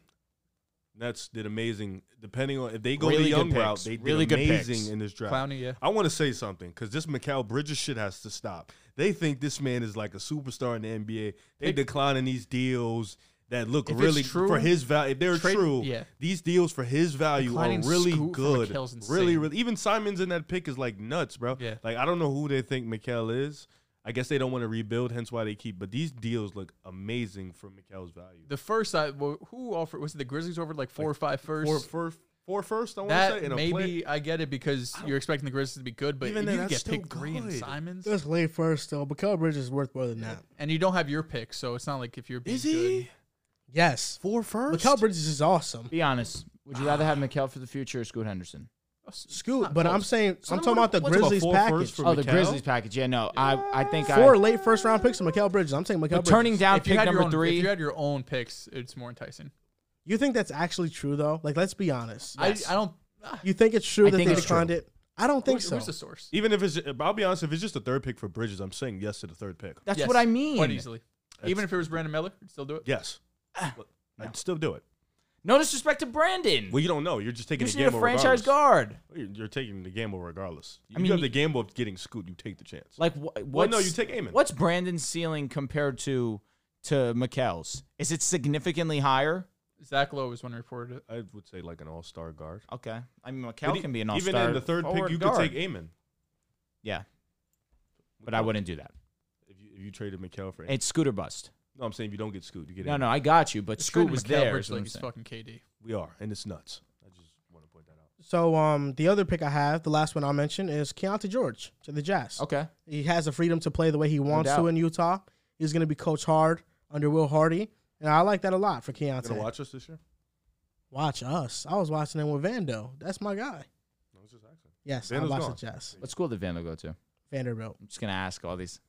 S6: Nets did amazing. Depending on if they go
S9: Really
S6: the
S9: good
S6: young
S9: picks.
S6: route, they
S9: Really
S6: did
S9: good
S6: amazing
S9: picks.
S6: in this draft.
S5: Clowney, yeah.
S6: I want to say something because this Mikael Bridges shit has to stop. They think this man is like a superstar in the NBA. They
S5: It-
S6: declining these deals that look
S5: If it's
S6: really
S5: true,
S6: for his value. If they're
S5: trade-
S6: true,
S5: yeah.
S6: these deals for his value are
S5: Declining
S6: really
S5: Scoot for
S6: good.
S5: Mikhail's insane.
S6: Really, really. Even Simons in that pick is like nuts, bro.
S5: Yeah.
S6: Like I don't know who they think Mikael is. I guess they don't want to rebuild, hence why they keep. But these deals look amazing for Mikael's value.
S5: The first I well, who offered was it the Grizzlies offered like four or five first.
S6: Four, four, four first, I want to
S5: that
S6: say. and a
S5: maybe
S6: play-
S5: I get it because you're expecting the Grizzlies to be good, but
S6: Even
S5: if
S6: then,
S5: you can
S6: that's
S5: get
S6: still
S5: pick three and
S6: good.
S5: Simons,
S3: That's late first though, but Cal Bridges is worth more than that.
S5: and you don't have your pick, so it's not like if you're being
S6: Is he?
S3: Yes,
S6: Four first?
S3: Cal Bridges is awesome.
S4: Be honest. Would you rather have Mikel for the future or Scoot Henderson?
S5: good.
S3: Scoot, but I'm saying
S6: So
S3: I'm
S6: then
S3: talking
S6: what-
S3: about the
S6: what's about
S3: Grizzlies
S6: four
S3: package. Uh,
S6: first for
S4: oh, the
S6: Mikal?
S4: Grizzlies package. Yeah, no, I I think
S3: Four
S4: I
S3: late first round picks to Mikael Bridges. I'm saying Mikael
S4: but
S3: Bridges.
S4: turning down
S5: If you
S4: pick
S5: had
S4: number
S5: your own, if
S4: three.
S5: you had your own picks, it's more enticing.
S3: You think that's actually true though? Like, let's be honest.
S5: I, I don't ah,
S3: You think it's true
S4: I
S3: that
S4: think
S3: they
S4: it's true.
S3: declined it? I don't think
S5: who-
S3: so.
S5: Who's the source?
S6: Even if it's, I'll be honest, if it's just the third pick for Bridges, I'm saying yes to the third pick.
S4: That's
S5: Yes,
S4: what I mean. Ah,
S5: Quite easily. Even if it was Brandon Miller, you'd still do it.
S6: Yes. I'd still do it.
S4: No disrespect to Brandon.
S6: Well, you don't know. You're just
S4: you
S6: taking
S4: should
S6: the
S4: need a
S6: gamble.
S4: franchise
S6: regardless.
S4: guard.
S6: You're- You're taking the gamble regardless. You
S4: I mean,
S6: have
S4: you-
S6: the gamble of getting scoot. You take the chance.
S4: Like what?
S6: Well, no, you take Eamon.
S4: What's Brandon's ceiling compared to to Mikel's? Is it significantly higher?
S5: Zach Lowe was when he reported it.
S6: I would say like an all star guard.
S4: Okay, I mean
S6: But
S4: Mikel
S6: e-
S4: can be an all-star.
S6: even in the third pick.
S4: forward
S6: You
S4: guard.
S6: could take Amon
S4: Yeah, but I wouldn't do that.
S6: if you, if you traded Mikel for. Eamon.
S4: It's scooter bust.
S6: no, I'm saying if you don't get scoot. You get
S4: No,
S6: Eamon.
S4: no, I got you. But Scoot was
S5: Mikal
S4: there.
S5: Bridge
S4: is what
S5: like
S4: I'm
S5: he's
S4: saying.
S5: fucking KD.
S6: We are, and it's nuts. I just want to point that out.
S3: So um, the other pick I have, the last one I'll mention, is Keontae George to the Jazz.
S4: Okay,
S3: He has the freedom to play the way he wants
S4: doubt.
S3: to in Utah. He's going to be coach hard under Will Hardy, and I like that a lot for Keontae.
S6: Gonna watch us this year?
S3: Watch us. I was watching him with Vando. That's my guy.
S6: No, it's just accent.
S3: Yes,
S6: Vando's
S3: I watched
S6: gone.
S3: the Jazz.
S4: what school did Vandal go to? I'm
S3: Vanderbilt.
S4: just gonna ask all these.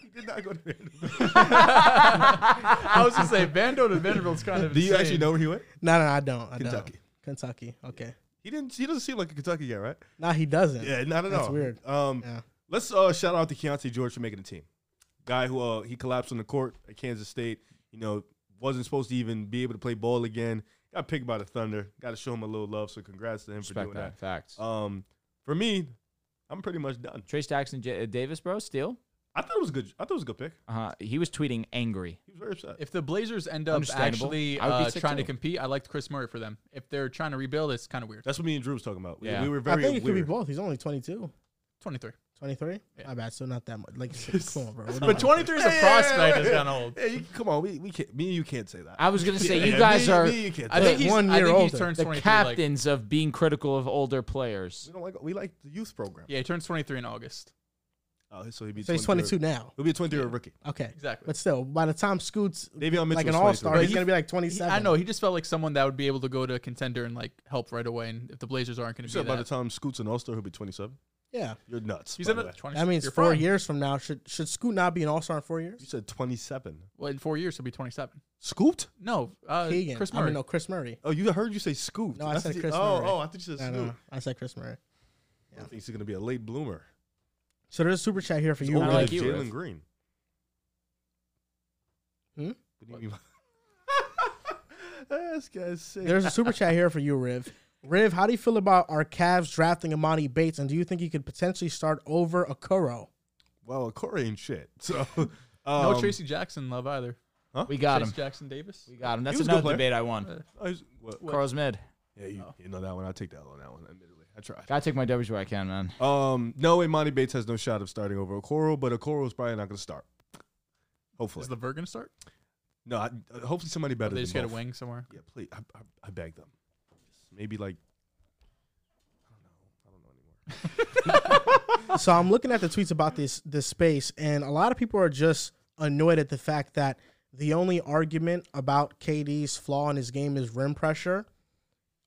S6: He did not go to Vanderbilt.
S5: I was gonna say Vando to Vanderbilt's kind of.
S6: Do you actually
S5: insane.
S6: know where he went?
S3: No, no, I don't. I
S6: Kentucky.
S3: Don't. Kentucky. Okay.
S6: He didn't. He doesn't seem like a Kentucky guy, right?
S3: No, he doesn't.
S6: Yeah, not at
S3: That's
S6: all.
S3: weird.
S6: Um,
S3: Yeah.
S6: let's uh, shout out to Keontae George for making the team. Guy who uh, he collapsed on the court at Kansas State. You know, wasn't supposed to even be able to play ball again. Got picked by the Thunder. Got to show him a little love. So congrats to him for
S4: Respect
S6: doing that.
S4: that. Facts.
S6: Um, for me, I'm pretty much done.
S4: Trace Jackson J- uh, Davis, bro, steal.
S6: I thought it was a good. I thought it was a good pick.
S4: Uh, he was tweeting angry.
S6: He was very upset.
S5: If the Blazers end up
S4: Understandable.
S5: actually
S4: I would be
S5: uh,
S4: sick
S5: trying to
S4: too.
S5: compete, I liked Chris Murray for them. If they're trying to rebuild, it's kind of weird.
S6: That's what me and Drew was talking about. We,
S4: Yeah.
S6: we were
S3: I
S6: very.
S3: think it could be
S6: weird.
S3: both. He's only 22.
S5: 23.
S3: 23?
S5: Yeah.
S3: My bad. So not that much. Like, come on, bro. We're
S5: But
S3: not-
S5: 23 is a prospect is kind of old.
S6: Yeah, you, come on, we, we can't. Me and you can't say that.
S4: I was gonna say
S6: Yeah,
S4: you
S6: me-
S4: guys are
S6: Me, and you can't.
S5: I
S6: say
S5: think
S3: But
S5: he's,
S3: one
S5: I
S3: year
S5: think
S3: older.
S5: he turns
S4: the
S5: 23. Like,
S4: captains of being critical of older players.
S6: we don't like. We like the youth program.
S5: yeah, he turns 23 in August.
S6: Oh, so he'd be.
S3: So he's 22 now.
S6: He'll be a 23 year rookie.
S3: Okay.
S5: Exactly.
S3: But still, by the time Scoot's
S6: Davion Mitchell
S3: like an
S6: was
S3: all star,
S6: 23.
S3: he's
S5: He-
S3: going to be like
S5: He-
S3: 27.
S5: I know. He just felt like someone that would be able to go to a contender and like help right away. And if the Blazers aren't going
S6: You
S5: to
S6: said
S5: be
S6: by
S5: that,
S6: the time Scoot's an all star, he'll be 27.
S3: Yeah.
S6: You're nuts.
S5: he's
S6: by
S5: in
S6: the
S5: a
S6: way.
S5: 20.
S3: That means
S5: you're
S3: four
S5: fine.
S3: years from now, should should Scoot not be an all star in four
S6: You
S3: years?
S6: said 27.
S5: Well, in four years he'll be 27.
S6: Scoot?
S5: No, uh,
S3: Keegan.
S5: Chris
S3: I mean,
S5: Murray.
S3: no, Chris Murray.
S6: Oh, you heard you say Scoot.
S3: No, I said
S6: the-
S3: Chris
S6: oh,
S3: Murray.
S6: Oh, I thought you
S3: I
S6: said
S3: know.
S6: Scoot.
S3: I said Chris Murray.
S6: I think he's going to be a late bloomer.
S3: So there's a super chat here for
S6: He's
S3: you.
S6: older
S4: I
S3: Rick.
S4: like
S6: than
S4: you,
S6: Jalen
S4: Riff.
S6: Green.
S3: Hmm?
S6: What do you mean by- this guy's sick.
S3: There's a super chat here for you, Riv. Riv, how do you feel about our Cavs drafting Amani Bates, and do you think he could potentially start over Okoro?
S6: well, Corey ain't shit. So,
S5: No
S6: um,
S5: Tracy Jackson love either.
S4: We got
S5: Tracy
S4: him.
S5: Jackson Davis.
S4: We got him. That's
S6: was a good
S4: another
S6: player.
S4: debate I won.
S6: oh, he's- what- Oh.
S4: Carl's mid.
S6: Yeah, you, you know that one. I'll take that on that one. Admittedly, I tried.
S4: Gotta take my W's where I can, man.
S6: Um, no, Imani Bates has no shot of starting over Okoro, but Okoro's probably not going to start. Hopefully,
S5: Is the Bird going to start?
S6: no. I, uh, hopefully, somebody
S5: Or
S6: better.
S5: they
S6: than
S5: just get a
S6: both.
S5: wing somewhere.
S6: Yeah, please. I, I, I beg them. Maybe like
S3: so I'm looking at the tweets about this this space, and a lot of people are just annoyed at the fact that the only argument about KD's flaw in his game is rim pressure,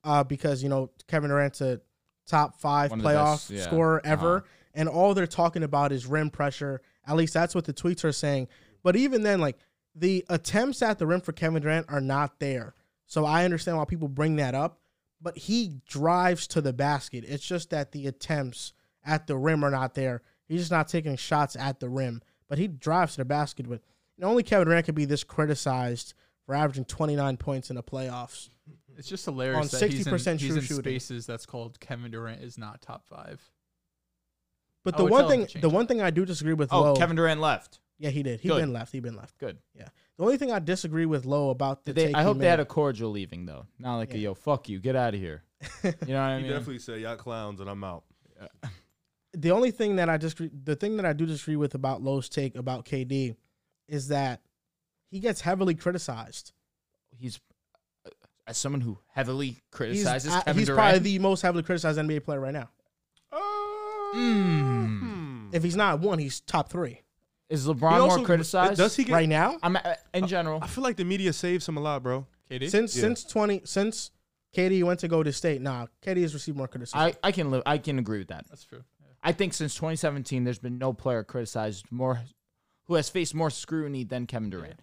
S3: uh, because you know Kevin Durant's a top five
S4: One of the
S3: playoff
S4: best, yeah.
S3: scorer ever,
S4: Uh-huh.
S3: and all they're talking about is rim pressure. At least that's what the tweets are saying. But even then, like the attempts at the rim for Kevin Durant are not there, so I understand why people bring that up. But he drives to the basket. It's just that the attempts at the rim are not there. He's just not taking shots at the rim, but he drives to the basket with. And only Kevin Durant can be this criticized for averaging 29 points in the playoffs.
S5: It's just hilarious
S3: On
S5: that he's
S3: 60%
S5: in, he's
S3: true
S5: in
S3: shooting.
S5: spaces that's called Kevin Durant is not top five.
S3: But
S5: I
S3: the
S5: would
S3: one
S5: tell him
S3: thing,
S5: to change
S3: the
S5: it.
S3: one thing I do disagree with
S4: Oh,
S3: Lowe.
S4: Kevin Durant left.
S3: yeah, he did. He
S4: Good.
S3: been left. He been left.
S4: Good.
S3: Yeah. The only thing I disagree with Lowe about the
S4: Did they,
S3: take
S4: I
S3: he
S4: hope they
S3: made-
S4: had a cordial leaving though, not like a yo, fuck you, get out of here. You know what I
S6: he
S4: mean?
S6: definitely said y'all clowns and I'm out.
S3: the only thing that I disagree, the thing that I do disagree with about Lowe's take about KD is that he gets heavily criticized.
S4: He's uh, as someone who heavily
S3: He's,
S4: criticizes
S6: uh,
S3: I-
S4: Kevin
S3: he's
S4: Durant.
S3: probably the most heavily criticized NBA player right now.
S6: Uh,
S4: Hmm.
S3: If he's not one, he's top three
S4: Is
S6: He
S4: LeBron
S6: also-
S4: more criticized?
S6: Does he get?
S3: right now.
S4: I'm uh, in general.
S6: I feel like the media saves him a lot, bro.
S5: KD?
S3: Since
S6: Yeah.
S3: since twenty since KD went to go to state, nah, KD has received more criticism.
S4: I, I can live. I can agree with that.
S5: That's true. Yeah.
S4: I think since 2017, there's been no player criticized more who has faced more scrutiny than Kevin Durant.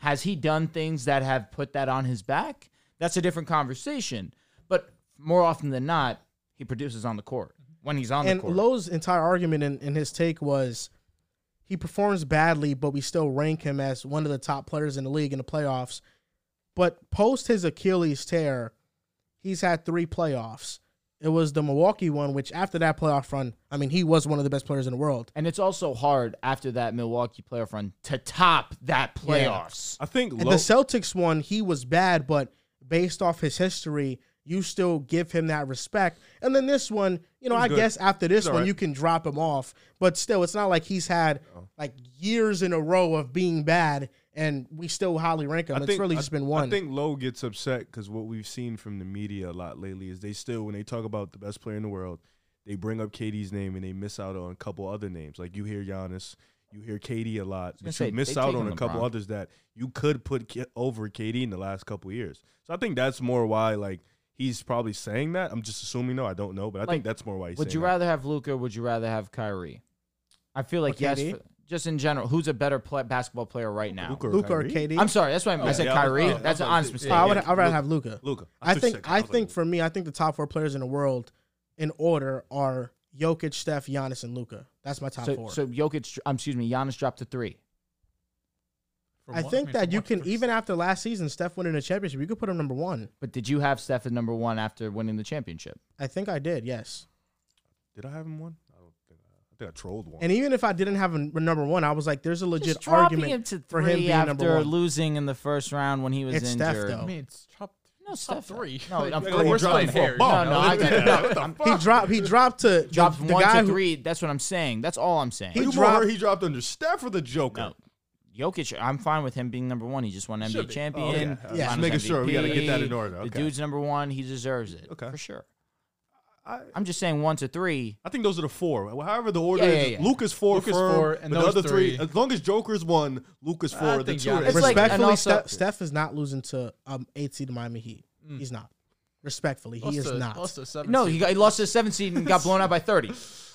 S4: Has he done things that have put that on his back? That's a different conversation. But more often than not, he produces on the court when he's on
S3: and
S4: the court.
S3: Lowe's entire argument in, in his take was he performs badly, but we still rank him as one of the top players in the league in the playoffs. But post his Achilles tear, he's had three playoffs. It was the Milwaukee one, which after that playoff run, I mean, he was one of the best players in the world.
S4: And it's also hard after that Milwaukee playoff run to top that playoffs.
S6: I think
S3: And
S6: low,
S3: the Celtics one, he was bad, but based off his history, you still give him that respect. And then this one, you know, I
S6: good.
S3: guess after this one,
S6: alright.
S3: you can drop him off. But still, it's not like he's had like years in a row of being bad, and we still highly rank him. it's really
S6: I-
S3: just been one.
S6: I think Lowe gets upset because what we've seen from the media a lot lately is they still, when they talk about the best player in the world, they bring up KD's name and they miss out on a couple other names. Like you hear Giannis, you hear KD a lot,
S4: gonna
S6: but
S4: say,
S6: you miss
S4: they
S6: out
S4: taking
S6: on a couple
S4: LeBron.
S6: others that you could put K- over KD in the last couple years. So I think that's more why like he's probably saying that. I'm just assuming. No, I don't know, but I
S4: Like,
S6: think that's more why he's.
S4: Would
S6: saying
S4: you
S6: that.
S4: rather have Luca? Would you rather have Kyrie? I feel like
S3: Or
S4: yes.
S3: KD?
S4: for- just in general, who's a better pla basketball player right now?
S6: Luka
S3: Luca or
S6: Kyrie?
S3: KD?
S4: I'm sorry, that's why I, meant- I
S6: Yeah,
S4: said
S6: yeah, I was-
S4: Kyrie.
S6: yeah, I
S4: that's
S6: was
S4: an
S6: about to
S4: honest
S6: say-
S4: mistake.
S3: Oh, I
S6: yeah,
S3: would. I'd rather
S6: Luka.
S3: have Luca.
S6: Luka.
S3: I
S6: took
S3: think.
S6: second.
S3: I
S6: was like,
S3: think
S6: Luka.
S3: for me, I think the top four players in the world, in order, are Jokic, Steph, Giannis, and Luca. That's my top
S4: So,
S3: four.
S4: so Jokic, um, excuse me, Giannis dropped to three.
S5: From
S3: I
S5: one-
S3: think
S5: mean,
S3: that
S5: from
S3: you
S5: one-
S3: can
S5: from-
S3: even after last season, Steph winning a championship, you could put him number one.
S4: But did you have Steph at number one after winning the championship?
S3: I think I did, yes.
S6: Did I have him one? I don't think. I, I think I trolled one.
S3: And even if I didn't have a n- number one, I was like, there's a legit
S4: Just dropping
S3: argument
S4: him to three
S3: for him being number
S4: after
S3: one.
S4: losing in the first round when he was
S3: It's Steph,
S4: injured.
S5: I
S3: though.
S5: mean, it's top,
S4: No,
S5: top
S4: Steph.
S5: three.
S4: No,
S5: Like,
S4: of
S5: we're
S4: course.
S5: we're
S4: You're
S5: splitting
S4: dropping for a
S5: hairs.
S4: ball. No, no, I get it. No,
S5: What the
S4: I'm-
S3: he
S5: fuck?
S3: dropped. He dropped to
S4: dropped
S3: the,
S4: from
S3: the
S4: one
S3: guy
S4: to
S3: who-
S4: three. That's what I'm saying. That's all I'm saying.
S3: He
S6: you more
S3: dropped-
S6: heard he dropped under Steph or the Joker.
S4: No. Jokic, I'm fine with him being number one. He just won NBA
S5: Should be.
S4: champion.
S6: Oh, yeah.
S3: Yeah.
S4: finals
S3: Just
S6: making sure. We gotta get that
S4: MVP.
S6: in order.
S4: The
S6: Okay.
S4: dude's number one. He deserves it.
S6: Okay.
S4: For sure.
S6: I-
S4: I'm just saying one to three.
S6: I think those are the four. However, the order
S4: Yeah,
S6: is
S4: yeah, yeah.
S6: Luke is four,
S5: Luke is
S6: firm,
S5: four, and
S6: but the
S5: those
S6: other three.
S5: three-
S6: As long as Joker's one, Luke is
S5: I
S6: four. The
S5: think
S6: two
S5: Giannis-
S6: are
S5: It's
S4: like-
S3: Respectfully,
S4: and also-
S3: Steph, Steph is not losing to um eight seed Miami Heat.
S5: Mm.
S3: He's not. Respectfully, he
S5: Lost
S3: is
S5: to-
S3: not.
S5: lost to seven
S4: No,
S5: seed.
S4: he, got, he lost his seven seed and got blown out by 30.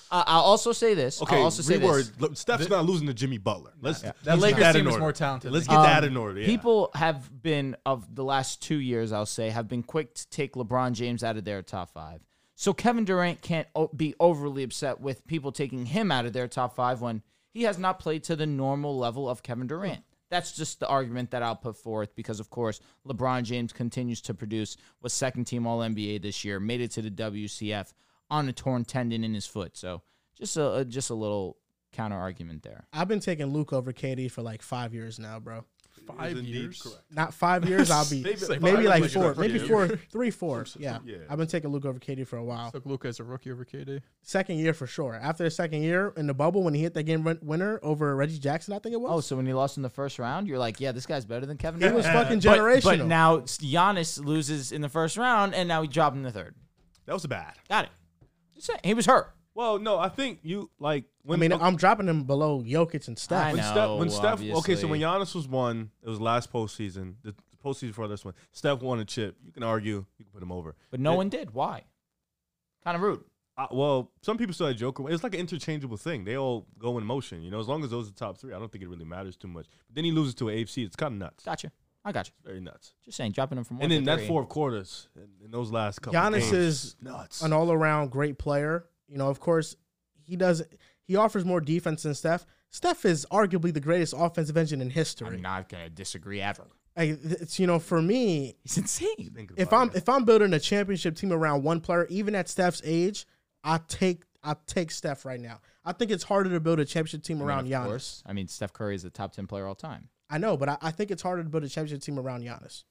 S4: Uh, I'll also say this.
S6: okay.
S4: I'll also say this.
S6: reword. Look, Steph's not losing to Jimmy Butler. Let's
S5: That
S6: let's
S5: Lakers
S6: get that
S5: team
S6: in
S5: is
S6: order.
S5: more talented
S6: Let's
S5: than
S6: get
S5: him.
S6: that in order. Yeah.
S4: People have been of the last two years, I'll say, have been quick to take LeBron James out of their top five. So Kevin Durant can't o- be overly upset with people taking him out of their top five when he has not played to the normal level of Kevin Durant. That's just the argument that I'll put forth because, of course, LeBron James continues to produce. Was second team All NBA this year, made it to the WCF on a torn tendon in his foot. So just a, a just a little counter argument there.
S3: I've been taking Luke over KD for like five years now, bro.
S5: five years.
S3: Not five years. I'll be
S5: Maybe like
S3: maybe,
S5: five,
S3: like
S5: like
S3: four,
S5: five
S3: maybe
S5: years.
S3: four, three, four. Yeah.
S6: yeah.
S3: I've been taking Luke over KD for a while.
S5: Took Luca as a rookie over KD.
S3: second year for sure. After the second year in the bubble, when he hit that game win- winner over Reggie Jackson, I think it was.
S4: Oh, so when he lost in the first round, you're like, yeah, this guy's better than Kevin
S3: He
S4: Durant.
S3: was fucking
S4: But,
S3: generational.
S4: but now Giannis loses in the first round, and now he dropped in the third.
S6: That was bad.
S4: Got it. Just saying, He was hurt.
S6: Well, no, I think you like.
S3: I
S6: When,
S3: mean,
S6: okay,
S3: I'm dropping him below Jokic and
S4: I
S3: Steph.
S6: when
S4: know,
S6: Steph, when Steph, okay, so
S4: obviously.
S6: when Giannis was one, it was last postseason. The the postseason for this one, Steph won a chip. You can argue, you can put him over.
S4: But no
S6: It-
S4: one did. Why? Kind of rude.
S6: I, well, some people still had Joker. It's like an interchangeable thing. They all go in motion. You know, as long as those are top three, I don't think it really matters too much. But then he loses to an AFC. It's kind of nuts.
S4: Gotcha. I gotcha.
S6: Very nuts.
S4: Just saying, dropping him from one
S6: and
S4: to
S6: then that
S4: three.
S6: fourth quarters and, and those last couple.
S3: Giannis
S6: games,
S3: is
S6: nuts.
S3: An all around great player. You know, of course, he does. He offers more defense than Steph. Steph is arguably the greatest offensive engine in history.
S4: I'm not gonna disagree ever.
S3: I, it's, you know, for me,
S4: He's insane.
S6: Think
S3: if
S6: about
S3: I'm
S6: it.
S3: if I'm building a championship team around one player, even at Steph's age, I take I take Steph right now. I think it's harder to build a championship team
S4: I mean,
S3: around
S4: of
S3: Giannis.
S4: course. I mean, Steph Curry is the top ten player all time.
S3: I know, but I, I think it's harder to build a championship team around Giannis.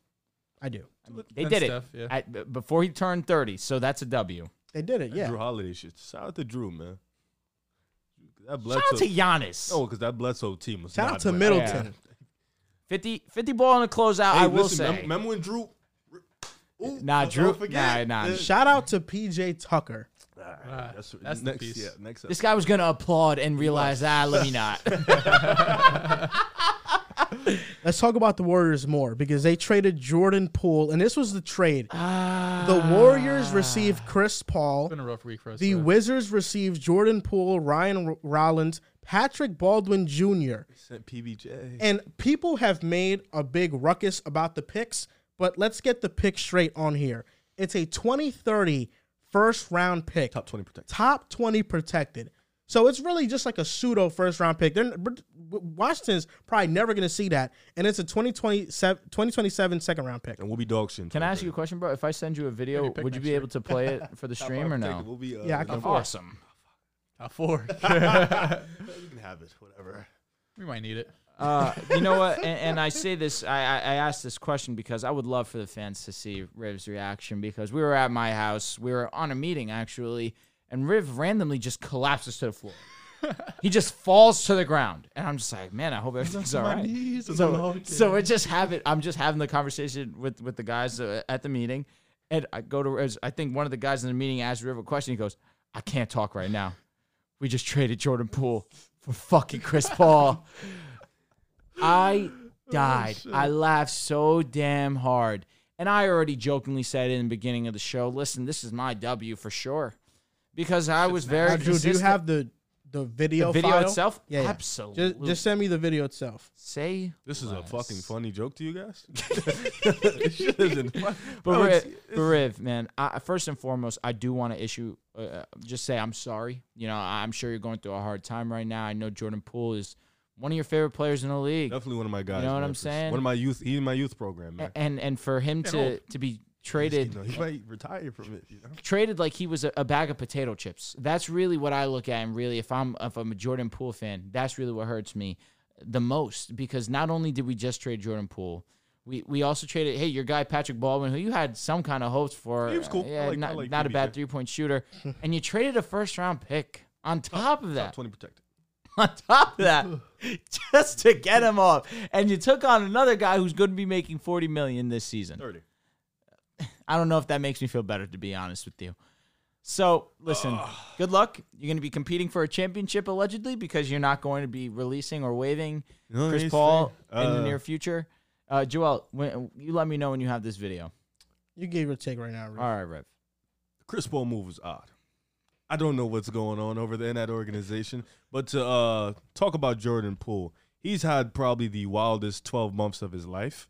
S3: I do.
S4: I mean, they
S5: And
S4: did
S5: Steph,
S4: it
S5: yeah.
S4: at- b- before he turned thirty, so that's a W.
S3: They did it,
S6: That
S3: yeah.
S6: Drew Holiday shit. Shout out to Drew, man. That
S4: Shout
S6: Bledsoe.
S4: out to Giannis.
S6: Oh, because that Bledsoe team was.
S3: Shout out
S6: not
S3: to
S6: winning.
S3: Middleton.
S4: 50, 50 ball in a closeout.
S6: Hey,
S4: I will
S6: listen,
S4: say.
S6: mem- Remember when Drew? Ooh,
S4: Nah,
S6: don't
S4: Drew-
S6: forget.
S4: nah, nah.
S6: Uh,
S3: Shout out to PJ Tucker.
S4: Uh,
S5: Ah,
S6: That's,
S5: that's the
S6: next.
S5: piece.
S6: Yeah, next.
S4: this guy was gonna applaud and realize, ah, let me not.
S3: Let's talk about the Warriors more because they traded Jordan Poole, and this was the trade. the Warriors received Chris Paul.
S5: It's been a rough week for us.
S3: The
S5: man.
S3: Wizards received Jordan Poole, Ryan R- Rollins, Patrick Baldwin Jr.
S6: Sent PBJ.
S3: And people have made a big ruckus about the picks, but let's get the pick straight on here. It's a 2030 first round pick.
S6: Top 20 protected.
S3: Top 20 protected. So it's really just like a pseudo first round pick. They're, but Washington's probably never going to see that, and it's a 2027, 2027 second round pick.
S6: and we'll be dog shit.
S4: Can I ask you a question, bro? If I send you a video,
S5: pick
S4: would you
S5: next
S4: be
S5: year?
S4: able to play it for the stream or no?
S6: We'll be, uh,
S3: Yeah, I can-
S6: number-
S4: Awesome.
S5: Top four.
S6: you can have it. Whatever.
S5: we might need it.
S4: Uh, you know what? And, and I say this, I, I, I asked this question because I would love for the fans to see Riv's reaction because we were at my house. We were on a meeting, actually, and Riv randomly just collapses to the floor. he just falls to the ground. And I'm just like, man, I hope everything's all right. So, so we're just having, I'm just having the conversation with, with the guys uh, at the meeting. And I go to, Riv's- I think one of the guys in the meeting asked Riv a question. He goes, I can't talk right now. We just traded Jordan Poole for fucking Chris Paul. I
S3: Oh,
S4: died. I laughed so damn hard. And I already jokingly said in the beginning of the show, listen, this is my W for sure. Because I was very
S3: Now, Drew, do you
S4: consistent.
S3: have the the video
S4: The video
S3: file?
S4: itself?
S3: Yeah, yeah.
S4: Absolutely.
S3: Just, just send me the video itself.
S4: say
S6: This is
S4: less.
S6: a fucking funny joke to you guys. This shit isn't fun-
S4: But
S6: Bro,
S4: Riv,
S6: Oh, it's-
S4: but Riv, man, I, first and foremost, I do want to issue, uh, uh, just say I'm sorry. You know, I- I'm sure you're going through a hard time right now. I know Jordan Poole is one of your favorite players in the league.
S6: Definitely one of my guys.
S4: know what
S6: man,
S4: I'm
S6: for-
S4: saying?
S6: One of my youth. He's in my youth program, man.
S4: A- And and for him to, to be traded
S6: You know, he might retire from it. You know?
S4: traded like he was a, a bag of potato chips. That's really what I look at, and really, if I'm if I'm a Jordan Poole fan, that's really what hurts me the most because not only did we just trade Jordan Poole, we we also traded hey your guy Patrick Baldwin, who you had some kind of hopes for.
S6: He was
S4: uh,
S6: cool. I
S4: yeah,
S6: like- I
S4: not,
S6: like
S4: not a
S6: PB,
S4: bad
S6: yeah.
S4: three point shooter, and you traded a first round pick on top of that
S6: Top Twenty protected.
S4: on top of that just to get him off. And you took on another guy who's going to be making 40 million this season.
S6: 30.
S4: I don't know if that makes me feel better to be honest with you. So, listen, good luck. You're going to be competing for a championship allegedly because you're not going to be releasing or waiving
S6: No,
S4: Chris
S6: it's
S4: Paul
S6: fair.
S4: in the
S6: Uh,
S4: near future. Uh, Joel, when, you let me know when you have this video.
S3: You gave your take right now. Rick.
S4: All right, Rev.
S6: Chris Paul move was odd. I don't know what's going on over there in that organization, but to uh, talk about Jordan Poole, he's had probably the wildest 12 months of his life,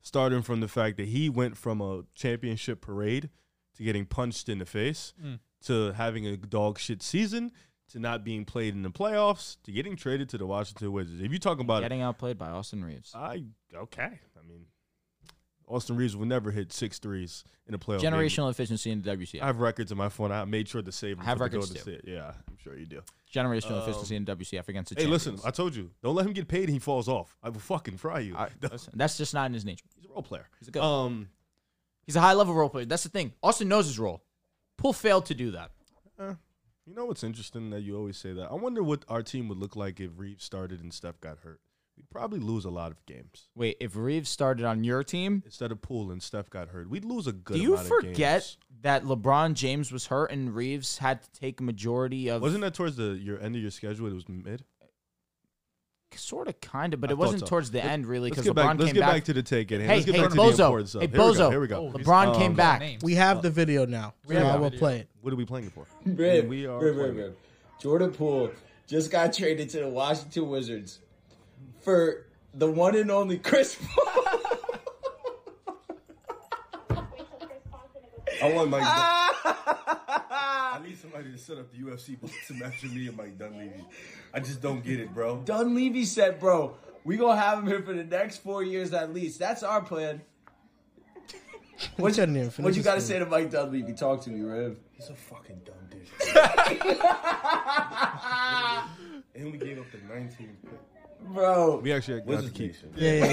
S6: starting from the fact that he went from a championship parade to getting punched in the face
S4: Mm.
S6: to having a dog shit season to not being played in the playoffs to getting traded to the Washington Wizards. If you're talking about
S4: Getting outplayed by Austin Reeves.
S6: I okay, I mean Austin Reeves will never hit six threes in a playoff. game.
S4: Generational efficiency in the WCF.
S6: I have records in my phone. I made sure to save them.
S4: I have
S6: for the
S4: records
S6: Golden
S4: too.
S6: State. Yeah, I'm sure you do.
S4: Generational efficiency in WCF against the
S6: uh, Hey, listen,
S4: champions.
S6: I told you, don't let him get paid and he falls off. I will fucking fry you.
S4: I- listen, that's just not in his nature.
S6: He's a role player. He's
S4: a good-
S6: Um,
S4: He's a high level role player. That's the thing. Austin knows his role. Poole failed to do that.
S6: you know what's interesting that you always say that? I wonder what our team would look like if Reeves started and Steph got hurt. We'd probably lose a lot of games.
S4: Wait, if Reeves started on your team,
S6: Instead of Poole and Steph got hurt, we'd lose a good
S4: do you
S6: amount of
S4: forget
S6: games.
S4: that LeBron James was hurt and Reeves had to take a majority of
S6: Wasn't that towards the your end of your schedule? It was mid?
S4: sort of kind of, but
S6: I
S4: it
S6: thought
S4: wasn't
S6: so.
S4: towards the
S6: Let-
S4: end really
S6: Let's
S4: because LeBron
S6: get back,
S4: came
S6: let's get
S4: back.
S6: back. to the take. And
S4: hey,
S6: let's get
S4: hey,
S6: back to the important
S4: Bozo.
S6: stuff.
S4: Hey,
S6: here We
S4: Bozo.
S6: go. Here we go.
S5: Oh,
S4: LeBron
S5: he's-
S4: came
S5: um,
S4: back.
S5: names.
S3: We have the video now. so
S5: have
S3: I
S5: the
S3: will
S5: video.
S3: play it.
S6: What are we playing it for?
S9: Riv,
S6: we are
S9: Riv,
S6: playing
S9: Riv, Riv. Jordan Poole just got traded to the Washington Wizards for the one and only Chris Paul.
S6: I want Mike. I need somebody to set up the UFC boxing match for me and Mike Dunleavy. I just don't get it, bro.
S9: Dunleavy said, bro, Oh, we gonna have him here for the next four years at least. That's our plan.
S3: What you, name?
S9: What you gotta say to Mike Dunleavy? Talk to me, Riv.
S6: He's a fucking dumb dude. and we gave up the 19th pick.
S9: Bro,
S6: We actually got the keep.
S3: Yeah, yeah,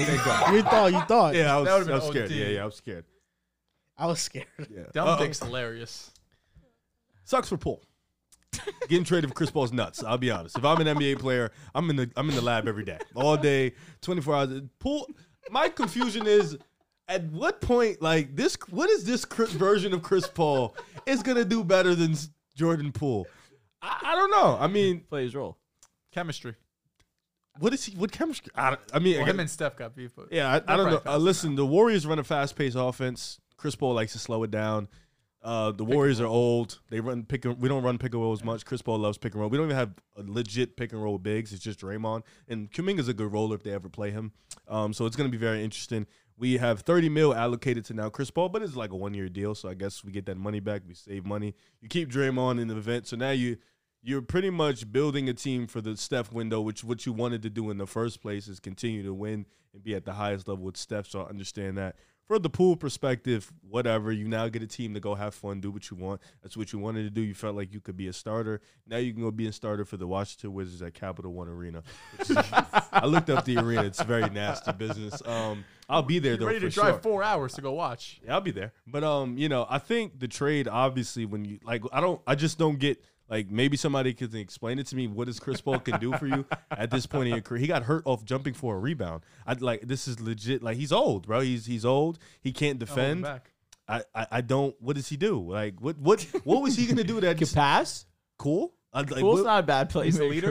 S3: You thought. You thought.
S6: Yeah, I was,
S5: That would've
S6: I was
S5: been
S6: scared.
S5: OD.
S6: Yeah, yeah, I was scared.
S3: I was scared.
S6: Yeah.
S5: Dumb
S6: Uh-oh.
S5: dick's hilarious.
S6: Sucks for Paul. Getting traded for Chris Paul's nuts. I'll be honest. If I'm an NBA player, I'm in the I'm in the lab every day, all day, 24 hours. Paul. My confusion is, at what point, like this, what is this Chris, version of Chris Paul is gonna do better than s- Jordan Poole? I, I don't know. I mean,
S4: Play his role.
S5: Chemistry.
S6: what is he? What chemistry? I, don't- I mean,
S5: Well,
S6: again,
S5: him and Steph got beef. But
S6: yeah, I, I don't know. Uh, listen, the Warriors run a fast paced offense. Chris Paul likes to slow it down. Uh, the Warriors are old. They run pick. And, we don't run pick and roll as much. Chris Paul loves pick and roll. We don't even have a legit pick and roll bigs. It's just Draymond and Kuminga's a good roller if they ever play him. Um, so it's going to be very interesting. We have 30 mil allocated to now Chris Paul, but it's like a one year deal. So I guess we get that money back. We save money. You keep Draymond in the event. So now you you're pretty much building a team for the Steph window, which what you wanted to do in the first place is continue to win and be at the highest level with Steph. So I understand that. For the pool perspective, whatever, you now get a team to go have fun, do what you want. That's what you wanted to do. You felt like you could be a starter. Now you can go be a starter for the Washington Wizards at Capital One Arena. which is- I looked up the arena. It's very nasty business. Um, I'll be there
S5: You're
S6: though.
S5: ready to
S6: for
S5: drive
S6: sure.
S5: four hours to go watch.
S6: Yeah, I'll be there. But um, you know, I think the trade obviously when you like I don't I just don't get like maybe somebody can explain it to me what does Chris Paul can do for you at this point in your career. He got hurt off jumping for a rebound. I like this is legit like he's old, bro. He's he's old. He can't
S5: Hold him
S6: defend.
S5: back.
S6: I, I I don't what does he do? Like what what what was he going to do
S4: Could
S6: that
S4: pass.
S6: cool? I, like,
S4: Pool's
S6: what,
S4: not a bad place.
S5: a leader?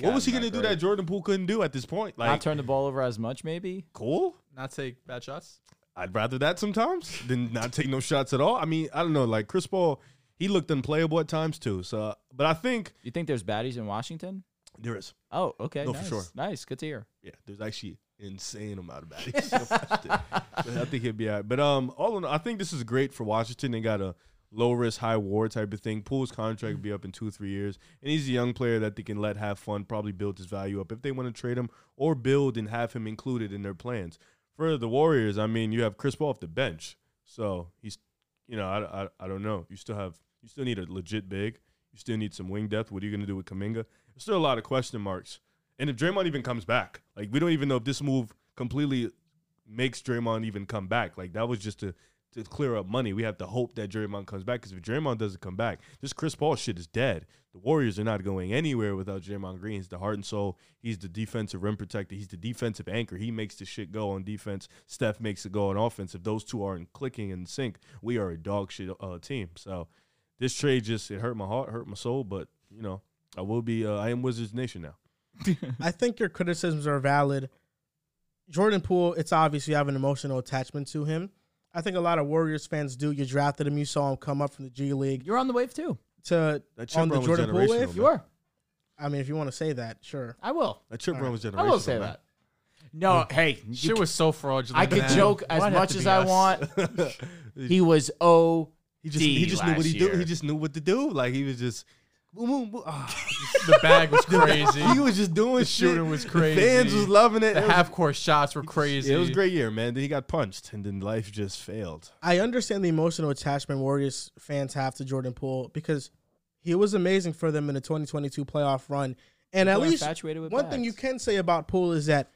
S6: what was he going to do that Jordan Poole couldn't do at this point?
S4: Not
S6: Like
S4: turn the ball over as much, maybe.
S6: cool?
S5: Not take bad shots.
S6: I'd rather that sometimes than not take no shots at all. I mean, I don't know. Like Chris Paul, he looked unplayable at times too. So, but I think
S4: You think there's baddies in Washington?
S6: there is.
S4: Oh, okay.
S6: No, for
S4: nice.
S6: sure.
S4: Nice. Good to hear.
S6: Yeah, there's actually insane amount of baddies. But I think he'll be all right. But um, all in all, I think this is great for Washington. They got a low risk, high reward type of thing. Poole's contract will be up in two, three years. And he's a young player that they can let have fun, probably build his value up if they want to trade him or build and have him included in their plans. For the Warriors, I mean, you have Chris Paul off the bench. So he's, you know, I, I, I don't know. You still have, you still need a legit big. You still need some wing depth. What are you going to do with Kaminga? There's still a lot of question marks. And if Draymond even comes back, like we don't even know if this move completely makes Draymond even come back. Like that was just to to clear up money. We have to hope that Draymond comes back because if Draymond doesn't come back, this Chris Paul shit is dead. The Warriors are not going anywhere without Draymond Green. He's the heart and soul. He's the defensive rim protector. He's the defensive anchor. He makes the shit go on defense. Steph makes it go on offense. If those two aren't clicking in sync, we are a dog shit uh, team. So this trade just it hurt my heart, hurt my soul, but you know I will be. Uh, I am Wizards Nation now.
S3: I think your criticisms are valid. Jordan Poole, it's obvious you have an emotional attachment to him. I think a lot of Warriors fans do. You drafted him, you saw him come up from the G League
S4: You're on the wave too.
S3: to
S6: That chip
S3: on the
S6: run was
S3: Jordan Poole
S6: generational,
S3: wave.
S6: man.
S4: You are.
S3: I mean, if you want to say that, sure.
S4: I will.
S6: That trip run was generational.
S4: I will say that. No, Oh, hey, you
S5: Shit was so fraudulent.
S4: I could
S5: man.
S4: joke
S5: Why'd
S4: as
S5: it have
S4: much
S5: to
S4: as
S5: be
S4: I
S5: us?
S4: want. He was O.
S6: He just he just knew what he do. He just knew what to do. Like he was just. boom, boom, boom. Ah,
S5: the bag was crazy.
S6: he was just doing shit.
S5: shooting was
S6: The
S5: crazy.
S6: fans was loving it.
S5: the
S6: It was-
S5: half court shots were crazy.
S6: It was a great year, man. Then he got punched, and then life just failed.
S3: I understand the emotional attachment Warriors fans have to Jordan Poole because he was amazing for them in the 2022 playoff run. And at
S4: People are
S3: least
S4: infatuated
S3: one
S4: with
S3: thing you
S4: bags.
S3: can say about Poole is that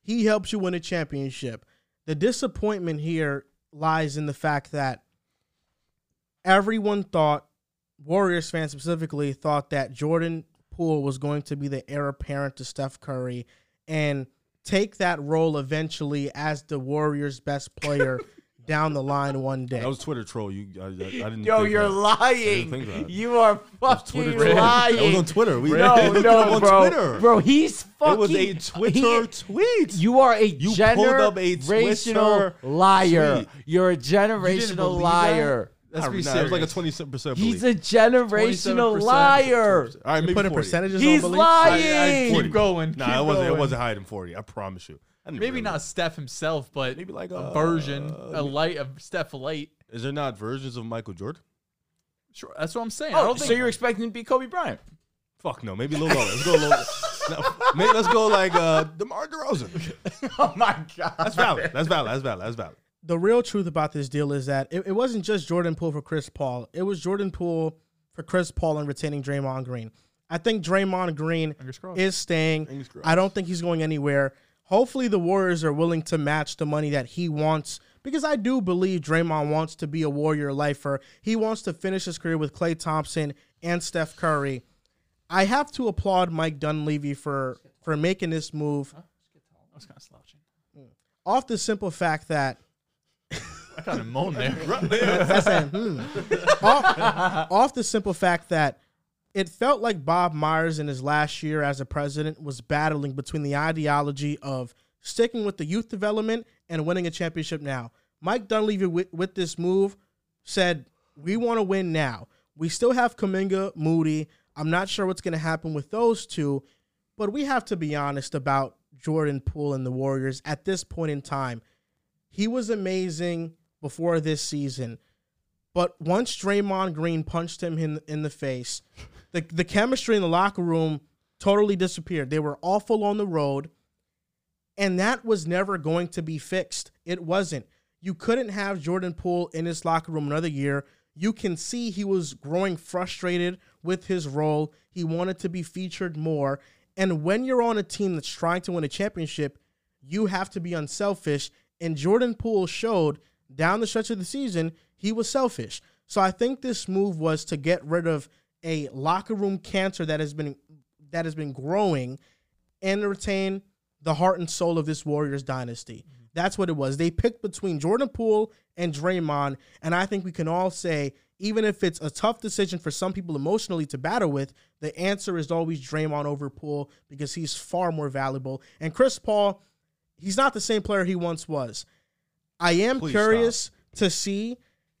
S3: he helps you win a championship. The disappointment here lies in the fact that everyone thought, Warriors fans specifically, thought that Jordan Poole was going to be the heir apparent to Steph Curry and take that role eventually as the Warriors' best player down the line one day.
S6: That was Twitter troll. You, I, I, I didn't.
S4: Yo,
S6: think
S4: you're
S6: that. I didn't think
S4: lying.
S6: that.
S4: You are
S6: That was
S4: fucking
S6: troll.
S4: lying.
S6: That was on Twitter. We
S4: No,
S6: looked it up
S4: no,
S6: on
S4: bro,
S6: Twitter.
S4: bro, he's fucking.
S6: it was a Twitter
S4: he-
S6: tweet.
S4: You are a
S6: You pulled up a
S4: generational
S6: Twitter
S4: liar.
S6: tweet.
S4: You're a
S5: didn't
S4: generational
S5: believe
S4: liar.
S5: that? Let's be
S6: Nah, It was like a
S5: serious.
S6: twenty-seven percent.
S4: He's a generational liar.
S6: All right, maybe
S3: putting
S6: 40.
S3: percentages
S4: He's
S3: on belief.
S4: lying.
S5: Keep going.
S6: Nah,
S5: keep
S6: it wasn't.
S5: going.
S6: It wasn't higher than forty. I promise you. I didn't
S5: Maybe
S6: really-
S5: not Steph himself, but
S6: Maybe
S5: maybe
S6: like
S5: like a
S6: uh,
S5: version, a light of Steph light.
S6: Is there not versions of Michael Jordan?
S5: Sure, that's what I'm saying. I
S4: Oh,
S5: don't
S4: so
S5: think
S4: you're expecting him to be Kobe Bryant?
S6: Fuck no. Maybe a little lower. Let's go a little. No, maybe let's go like uh, DeMar DeRozan.
S4: Oh my god.
S6: That's valid. That's valid. That's valid. That's valid.
S3: the real truth about this deal is that it, it wasn't just Jordan Poole for Chris Paul. It was Jordan Poole for Chris Paul and retaining Draymond Green. I think Draymond Green
S5: crossed.
S3: is staying. I don't think he's going anywhere. Hopefully, the Warriors are willing to match the money that he wants because I do believe Draymond wants to be a Warrior lifer. He wants to finish his career with Klay Thompson and Steph Curry. I have to applaud Mike Dunleavy for for making this move
S5: I was kind of slouching.
S3: off the simple fact that
S5: I kind of moaned there.
S3: That's a, hmm. off, off the simple fact that it felt like Bob Myers in his last year as a president was battling between the ideology of sticking with the youth development and winning a championship now. Mike Dunleavy with, with this move said, "We want to win now. We still have Kaminga, Moody. I'm not sure what's going to happen with those two, but we have to be honest about Jordan Poole and the Warriors at this point in time. He was amazing before this season. But once Draymond Green punched him in, in the face, the the chemistry in the locker room totally disappeared. They were awful on the road, and that was never going to be fixed. It wasn't. You couldn't have Jordan Poole in his locker room another year. You can see he was growing frustrated with his role. He wanted to be featured more. And when you're on a team that's trying to win a championship, you have to be unselfish. And Jordan Poole showed down the stretch of the season, he was selfish. So I think this move was to get rid of a locker room cancer that has been that has been growing and to retain the heart and soul of this Warriors dynasty. That's what it was. They picked between Jordan Poole and Draymond, and I think we can all say even if it's a tough decision for some people emotionally to battle with, the answer is always Draymond over Poole because he's far more valuable. And Chris Paul, he's not the same player he once was. I am
S6: Please
S3: curious to see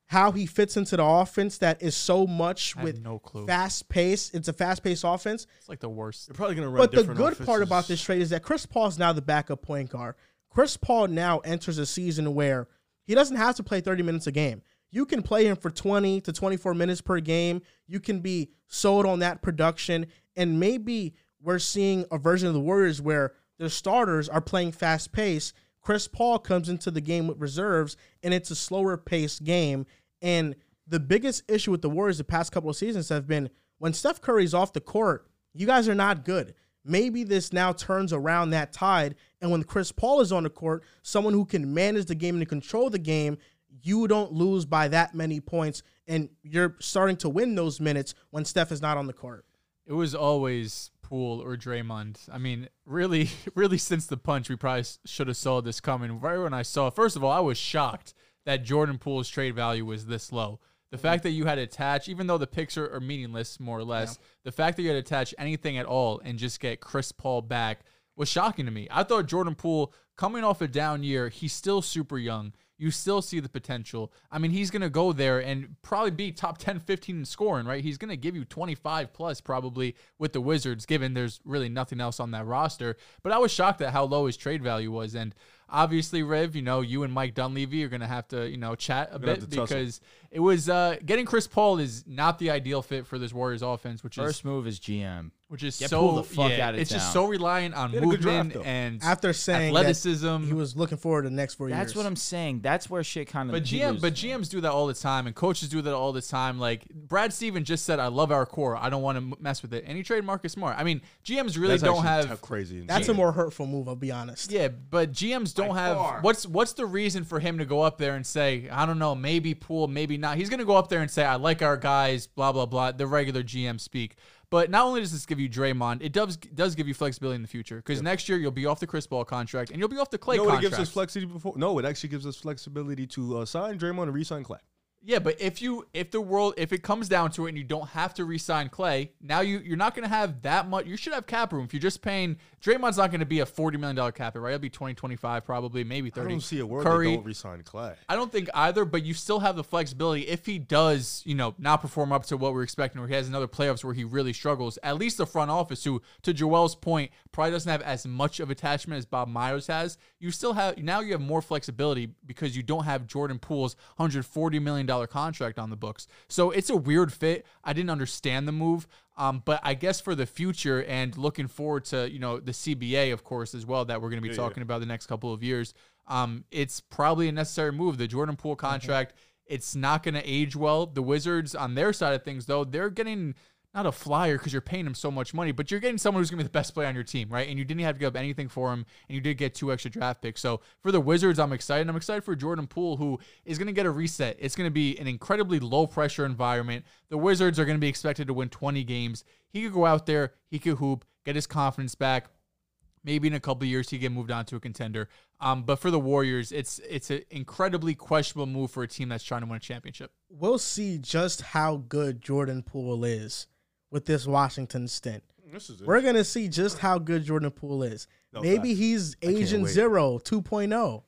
S3: how he fits into the offense that is so much
S5: I have
S3: with
S5: no clue.
S3: fast pace. It's a fast paced offense.
S5: It's like the worst.
S6: They're probably gonna run.
S3: But the
S6: different
S3: good part
S6: offenses.
S3: about this trade is that Chris Paul is now the backup point guard. Chris Paul now enters a season where he doesn't have to play 30 minutes a game. You can play him for 20 to 24 minutes per game. You can be sold on that production. And maybe we're seeing a version of the Warriors where their starters are playing fast pace. Chris Paul comes into the game with reserves, and it's a slower paced game. And the biggest issue with the Warriors the past couple of seasons have been when Steph Curry's off the court, you guys are not good. Maybe this now turns around that tide. And when Chris Paul is on the court, someone who can manage the game and control the game, you don't lose by that many points. And you're starting to win those minutes when Steph is not on the court.
S5: It was always Poole or Draymond. I mean, really, really, since the punch, we probably s- should have saw this coming. Right when I saw, first of all, I was shocked that Jordan Poole's trade value was this low. The fact that you had attached, even though the picks are, are meaningless, more or less, the fact that you had attached anything at all and just get Chris Paul back was shocking to me. I thought Jordan Poole, coming off a down year, he's still super young. You still see the potential. I mean, he's going to go there and probably be top 10, 15 in scoring, right? He's going to give you 25 plus probably with the Wizards, given there's really nothing else on that roster. But I was shocked at how low his trade value was. And obviously, Riv, you know, you and Mike Dunleavy are going to have to, you know, chat a
S6: gonna
S5: bit
S6: have to tussle.
S5: because it was uh, getting Chris Paul is not the ideal fit for this Warriors offense, which is
S4: First move is GM.
S5: which is
S4: Get
S5: so
S4: Poole the fuck
S5: yeah,
S4: outta
S5: it's just
S4: town.
S5: so reliant on
S6: had a good draft,
S5: movement
S6: though.
S5: and
S3: After saying that
S5: athleticism.
S3: he was looking forward to the next four years.
S4: That's what I'm saying. That's where shit kind of.
S5: but GM, but GMs do that all the time, and coaches do that all the time. Like Brad Steven just said, "I love our core. I don't want to mess with it." And he traded Marcus Smart. I mean, GMs really
S6: That's
S5: don't
S6: actually
S5: have
S6: tough- crazy.
S3: That's a
S6: insane.
S3: more hurtful move, I'll be honest.
S5: Yeah, but GMs don't have what's what's the reason for him to go up there and say, I don't know, maybe pool, maybe not. He's gonna go up there and say, I like our guys, blah blah blah. The regular GM speak. But not only does this give you Draymond, it does does give you flexibility in the future because next year you'll be off the Chris Ball contract and you'll be off the Clay
S6: No, it
S5: contract.
S6: gives us flexibility before. No, it actually gives us flexibility to uh, sign Draymond and re-sign Clay.
S5: Yeah, but if you if the world if it comes down to it and you don't have to re-sign Clay, now you you're not going to have that much. You should have cap room if you're just paying. Draymond's not going to be a forty million dollar cap, hit, right? It'll be 20, 25 probably, maybe
S6: I
S5: thirty.
S6: don't see a world
S5: Curry,
S6: they don't re-sign Clay.
S5: I don't think either, but you still have the flexibility if he does, you know, not perform up to what we're expecting, or he has another playoffs where he really struggles. At least the front office, who, to Joel's point, probably doesn't have as much of attachment as Bob Myers has. You still have now you have more flexibility because you don't have Jordan Poole's hundred forty million dollar contract on the books. So it's a weird fit. I didn't understand the move. Um, but I guess for the future and looking forward to you know the CBA of course as well that we're going to be talking about the next couple of years. Um, it's probably a necessary move. The Jordan Poole contract, it's not going to age well. The Wizards on their side of things though, they're getting not a flyer because you're paying him so much money, but you're getting someone who's going to be the best player on your team, right? And you didn't have to give up anything for him, and you did get two extra draft picks. So for the Wizards, I'm excited. I'm excited for Jordan Poole, who is going to get a reset. It's going to be an incredibly low pressure environment. The Wizards are going to be expected to win 20 games. He could go out there, he could hoop, get his confidence back. Maybe in a couple of years he get moved on to a contender. Um, but for the Warriors, it's it's an incredibly questionable move for a team that's trying to win a championship.
S3: We'll see just how good Jordan Poole is with this Washington stint.
S6: This is
S3: We're going to see just how good Jordan Poole is. Maybe
S6: facts.
S3: he's
S6: can't
S3: Agent
S6: wait.
S3: Zero oh. 2.0.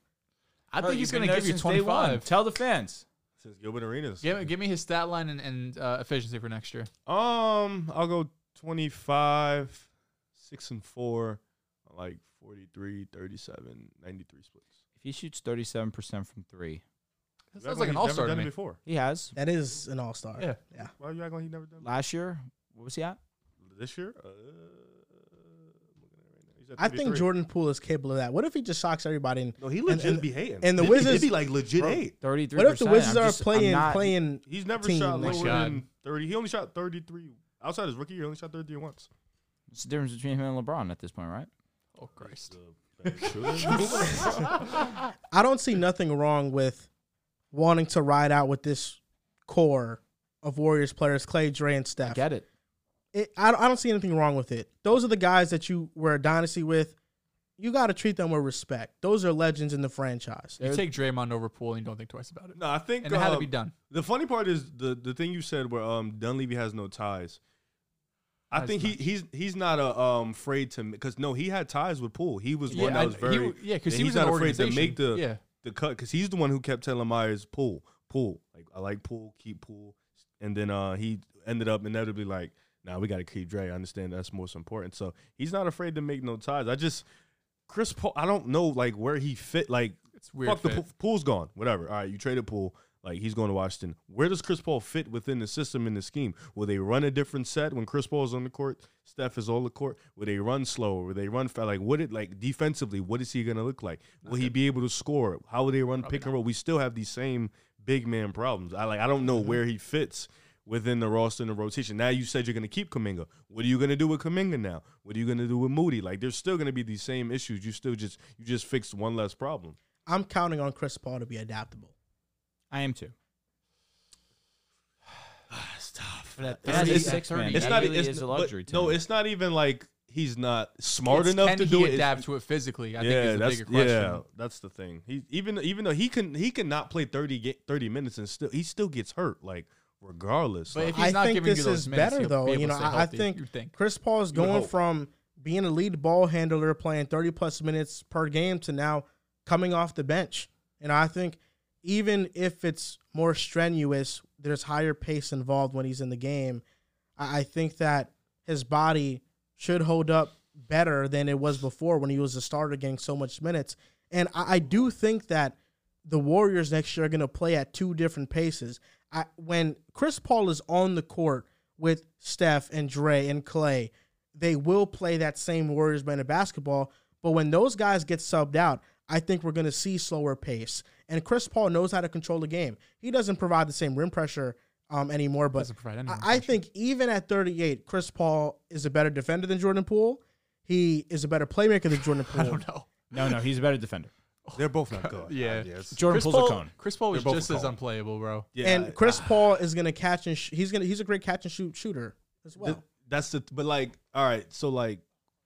S5: I think he's going to give you 25.
S4: Tell the fans.
S6: Since Gilbert Arenas.
S5: Give, give me his stat line and, and uh, efficiency for next year.
S6: Um, I'll go 25, 6 and 4, like 43, 37, 93 splits.
S4: If he shoots 37% from three,
S5: That sounds like an all star to
S6: done it
S5: me.
S6: before.
S4: he has.
S3: That is an all star.
S5: Yeah.
S3: Yeah.
S6: Why you acting like he never done it?
S4: Last year What was he at?
S6: this year. Uh, I'm looking at it right now. He's at
S3: I think
S6: 33.
S3: Jordan Poole is capable of that. What if he just shocks everybody? And,
S6: No, he
S3: and-
S6: legit
S3: and-
S6: be hating.
S3: and the
S6: He- he
S3: Wizards-
S6: be like legit
S3: Bro,
S6: hate.
S4: Thirty three.
S3: What if the Wizards are playing playing?
S6: He's never
S3: team
S6: shot
S3: next
S6: lower
S5: year.
S6: than thirty. He only shot thirty three outside his rookie year. He only shot thirty three once.
S4: It's the difference between him and LeBron at this point, right?
S5: Oh Christ!
S3: I don't see nothing wrong with wanting to ride out with this core of Warriors players, Clay, Dre, and Steph.
S4: Get it.
S3: it, I, don't- I don't see anything wrong with it. Those are the guys that you were a dynasty with. You got to treat them with respect. Those are legends in the franchise.
S5: You take Draymond over Poole and you don't think twice about it.
S6: no, I think
S5: And it had to be
S6: um,
S5: done.
S6: The funny part is the the thing you said where um Dunleavy has no ties. I
S5: That's
S6: think he,
S5: nuts.
S6: he's he's not a um afraid to because no he had ties with Poole he was one
S5: I-
S6: that was
S5: he
S6: very
S5: w- yeah, 'cause
S6: and
S5: he
S6: he's
S5: was in
S6: not
S5: the
S6: afraid to make the
S5: organization. Yeah.
S6: the cut because he's the one who kept telling Myers Poole Poole like I like Poole keep Poole and then uh he ended up inevitably like nah we got to keep Dre I understand that's most important so he's not afraid to make no ties I just Chris Paul I don't know like where he fit like
S5: It's weird
S6: fuck the
S5: fit.
S6: Poole- Poole's gone whatever all right you traded Poole like he's going to Washington where does Chris Paul fit within the system and the scheme will they run a different set when Chris Paul is on the court Steph is on the court will they run slower will they run fast like what it like defensively what is he going to look like will he be able to score how will they run pick and roll we still have these same big man problems I like I don't know where he fits within the roster and the rotation. Now you said you're going to keep Kaminga. What are you going to do with Kaminga now? What are you going to do with Moody? Like there's still going to be these same issues. You still just you just fixed one less problem.
S3: I'm counting on Chris Paul to be adaptable.
S4: I am too.
S5: That's
S4: As a
S5: it's-
S4: six man,
S5: it's
S4: that
S5: not-
S4: really
S6: it's
S4: is a
S6: n- but
S4: luxury. to
S6: No,
S4: me.
S6: it's not even like he's not smart
S5: It's
S6: enough
S5: can
S6: to
S5: he
S6: do it.
S5: Adapt
S6: It's-
S5: to it physically. I think
S6: yeah,
S5: is the
S6: that's
S5: bigger question.
S6: yeah, that's the thing. He even even though he can he can not play 30 ga- 30 minutes and still he still gets hurt like regardless.
S5: But
S6: Like,
S5: if he's
S3: I
S5: not
S3: think
S5: giving
S3: this
S5: you those
S3: is
S5: minutes,
S3: better
S5: he'll
S3: though.
S5: be able
S3: You know,
S5: to stay
S3: I, I
S5: healthy,
S3: think
S5: you think.
S3: Chris Paul is
S6: would
S3: going
S6: hope.
S3: from being a lead ball handler, playing 30 plus minutes per game, to now coming off the bench. And I think even if it's more strenuous, there's higher pace involved when he's in the game. I, I think that his body should hold up better than it was before when he was a starter getting so much minutes. And I, I do think that the Warriors next year are going to play at two different paces. I, when Chris Paul is on the court with Steph and Dre and Clay, they will play that same Warriors brand of basketball. But when those guys get subbed out, I think we're going to see slower pace. And Chris Paul knows how to control the game. He doesn't provide the same rim pressure um, anymore. But
S5: Doesn't provide any
S3: I-
S5: rim
S3: I think even at 38, Chris Paul is a better defender than Jordan Poole. He is a better playmaker than Jordan Poole.
S5: No.
S4: no, no. He's a better defender.
S6: they're both not good.
S5: Yeah.
S4: Jordan
S5: Chris
S4: pulls
S5: Paul,
S4: a cone.
S5: Chris Paul was
S6: They're both
S5: just as
S6: cone.
S5: unplayable, bro.
S6: Yeah, I-
S3: and Chris Paul is going to catch and sh- he's going to he's a great catch and shoot shooter as well.
S6: Th- that's the but like all right, so like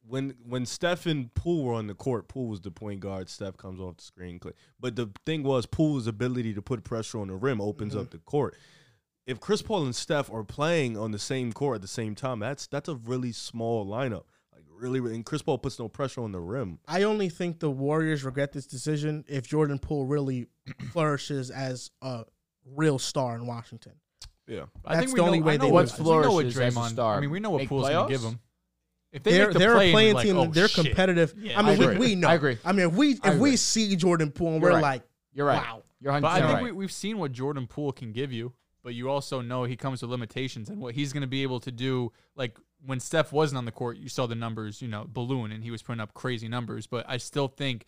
S6: when when Steph and Poole were on the court, Poole was the point guard. Steph comes off the screen, Clay- but the thing was Poole's ability to put pressure on the rim opens up the court. If Chris Paul and Steph are playing on the same court at the same time, that's that's a really small lineup. Like really, really- and Chris Paul puts no pressure on the rim.
S3: I only think the Warriors regret this decision if Jordan Poole really flourishes as a real star in Washington.
S6: Yeah,
S5: I
S3: That's
S5: think we
S3: the
S5: know,
S3: only way
S5: I know
S3: they
S5: what,
S3: lose.
S5: we know what
S4: Flourishes as a
S5: Draymond.
S4: star.
S5: I mean, we know what
S4: Make
S5: Poole's gonna
S4: playoffs?
S5: give him. If they
S3: They are
S5: make the
S3: they're
S5: play,
S3: a
S5: we're
S3: playing
S5: like,
S3: team.
S5: oh,
S3: they're
S5: shit.
S3: competitive.
S5: Yeah,
S3: I mean,
S4: I
S3: we,
S4: agree.
S3: we know.
S4: I agree.
S3: I mean, if we if
S4: I
S3: we
S4: agree.
S3: see Jordan Poole and we're
S4: You're right.
S3: like,
S4: You're right.
S3: Wow.
S4: You're 100
S5: But I think we,
S4: right.
S5: we've seen what Jordan Poole can give you, but you also know he comes with limitations and what he's going to be able to do. Like when Steph wasn't on the court, you saw the numbers, you know, balloon and he was putting up crazy numbers. But I still think,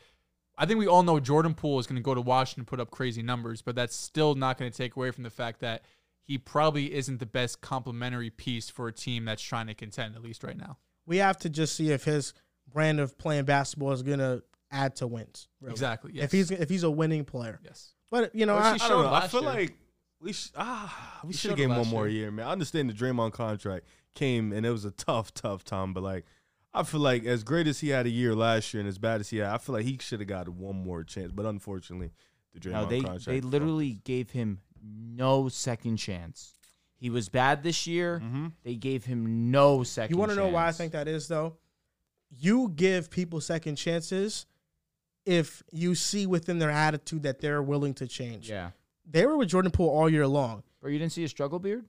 S5: I think we all know Jordan Poole is going to go to Washington and put up crazy numbers, but that's still not going to take away from the fact that he probably isn't the best complementary piece for a team that's trying to contend, at least right now.
S3: we have to just see if his brand of playing basketball is going to add to wins. really.
S5: Exactly. Yes.
S3: If he's if he's a winning player,
S5: yes.
S3: but you know,
S5: Well,
S3: I,
S5: she
S6: I
S5: showed
S6: don't know. I
S5: last
S6: feel
S5: year.
S6: like we sh- ah we should
S5: showed
S6: have
S5: it
S6: gave him one
S5: last
S6: more
S5: year.
S6: year, man. I understand the Draymond contract came and it was a tough, tough time, but like I feel like as great as he had a year last year and as bad as he had, I feel like he should have got one more chance. But unfortunately, the Draymond
S4: No, they
S6: contract.
S4: they literally gave him no second chance. He was bad this year. They gave him no second.
S3: You want to know why I
S4: chance.
S3: think that is though? You give people second chances if you see within their attitude that they're willing to change.
S4: Yeah,
S3: They were with Jordan Poole all year long.
S4: bro, you didn't see his struggle beard,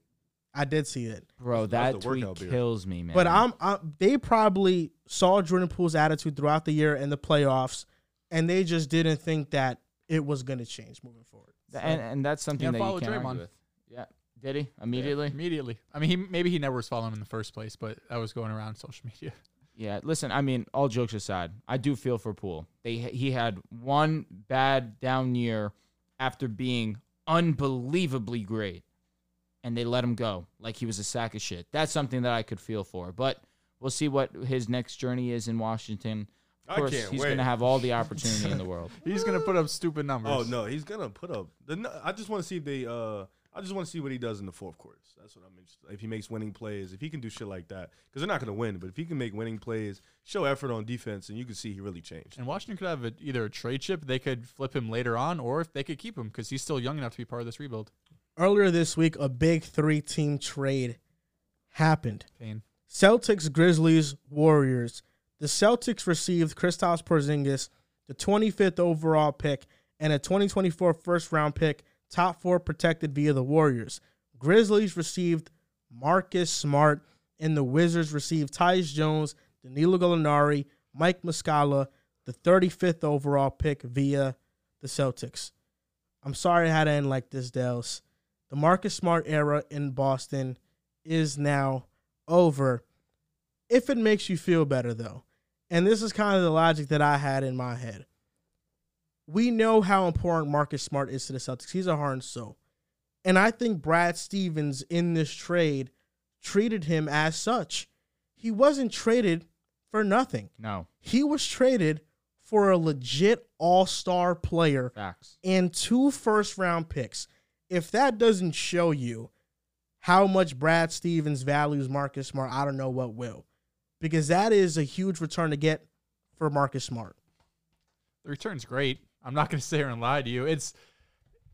S3: I did see it.
S4: bro.
S6: That's
S4: That
S6: the
S4: tweet
S6: workout beard.
S4: kills me, man.
S3: But I'm, i they probably saw Jordan Poole's attitude throughout the year and the playoffs and they just didn't think that it was going to change moving forward.
S4: Th- and and that's something
S5: Yeah,
S4: that you
S5: follow
S4: can't argue
S5: Draymond.
S4: with. Yeah, Did he immediately?
S5: Immediately. I mean, he maybe he never was following him in the first place, but that was going around social media.
S4: Yeah, listen, I mean, all jokes aside, I do feel for Poole. They he had one bad down year after being unbelievably great and they let him go like he was a sack of shit. That's something that I could feel for. But we'll see what his next journey is in Washington. Of
S6: I
S4: course,
S6: can't
S4: he's
S6: wait.
S4: going to have all the opportunity in the world.
S5: He's gonna put up stupid numbers.
S6: Oh no, he's gonna put up. The, nu- I just want to see if they. Uh, I just want to see what he does in the fourth quarters. That's what I'm interested. If he makes winning plays, if he can do shit like that, because they're not gonna win. But if he can make winning plays, show effort on defense, and you can see he really changed.
S5: And Washington could have a, either a trade chip, they could flip him later on, or if they could keep him because he's still young enough to be part of this rebuild.
S3: Earlier this week, a big three team trade happened.
S5: Pain.
S3: Celtics, Grizzlies, Warriors. The Celtics received Kristaps Porzingis, the 25th overall pick, and a 2024 first round pick, top four protected via the Warriors. Grizzlies received Marcus Smart, and the Wizards received Tyus Jones, Danilo Gallinari, Mike Muscala, the 35th overall pick via the Celtics. I'm sorry I had to end like this, Dells. The Marcus Smart era in Boston is now over. If it makes you feel better, though, and this is kind of the logic that I had in my head. We know how important Marcus Smart is to the Celtics. He's a heart and soul. And I think Brad Stevens in this trade treated him as such. He wasn't traded for nothing.
S4: No,
S3: He was traded for a legit all star player
S4: facts.
S3: and two first round picks. If that doesn't show you how much Brad Stevens values Marcus Smart, I don't know what will. Because that is a huge return to get for Marcus Smart.
S5: The return's great. I'm not gonna sit here and lie to you. It's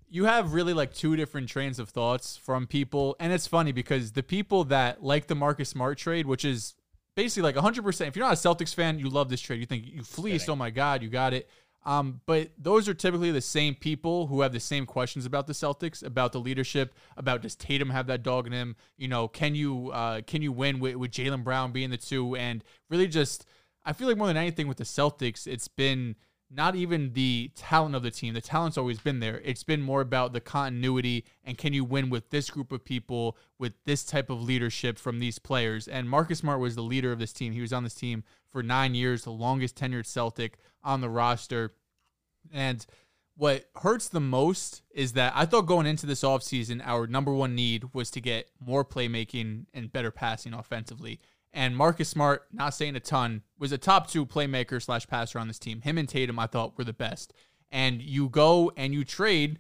S5: you have really like two different trains of thoughts from people, and it's funny because the people that like the Marcus Smart trade, which is basically like 100. percent If you're not a Celtics fan, you love this trade. You think you fleeced. Oh my God, you got it. Um, but those are typically the same people who have the same questions about the Celtics, about the leadership, about does Tatum have that dog in him? You know, can you uh, can you win with, with Jalen Brown being the two? And really, just I feel like more than anything with the Celtics, it's been not even the talent of the team. The talent's always been there. It's been more about the continuity and can you win with this group of people, with this type of leadership from these players. And Marcus Smart was the leader of this team. He was on this team for nine years, the longest tenured Celtic on the roster. And what hurts the most is that I thought going into this offseason, our number one need was to get more playmaking and better passing offensively. And Marcus Smart, not saying a ton, was a top two playmaker slash passer on this team. Him and Tatum, I thought, were the best. And you go and you trade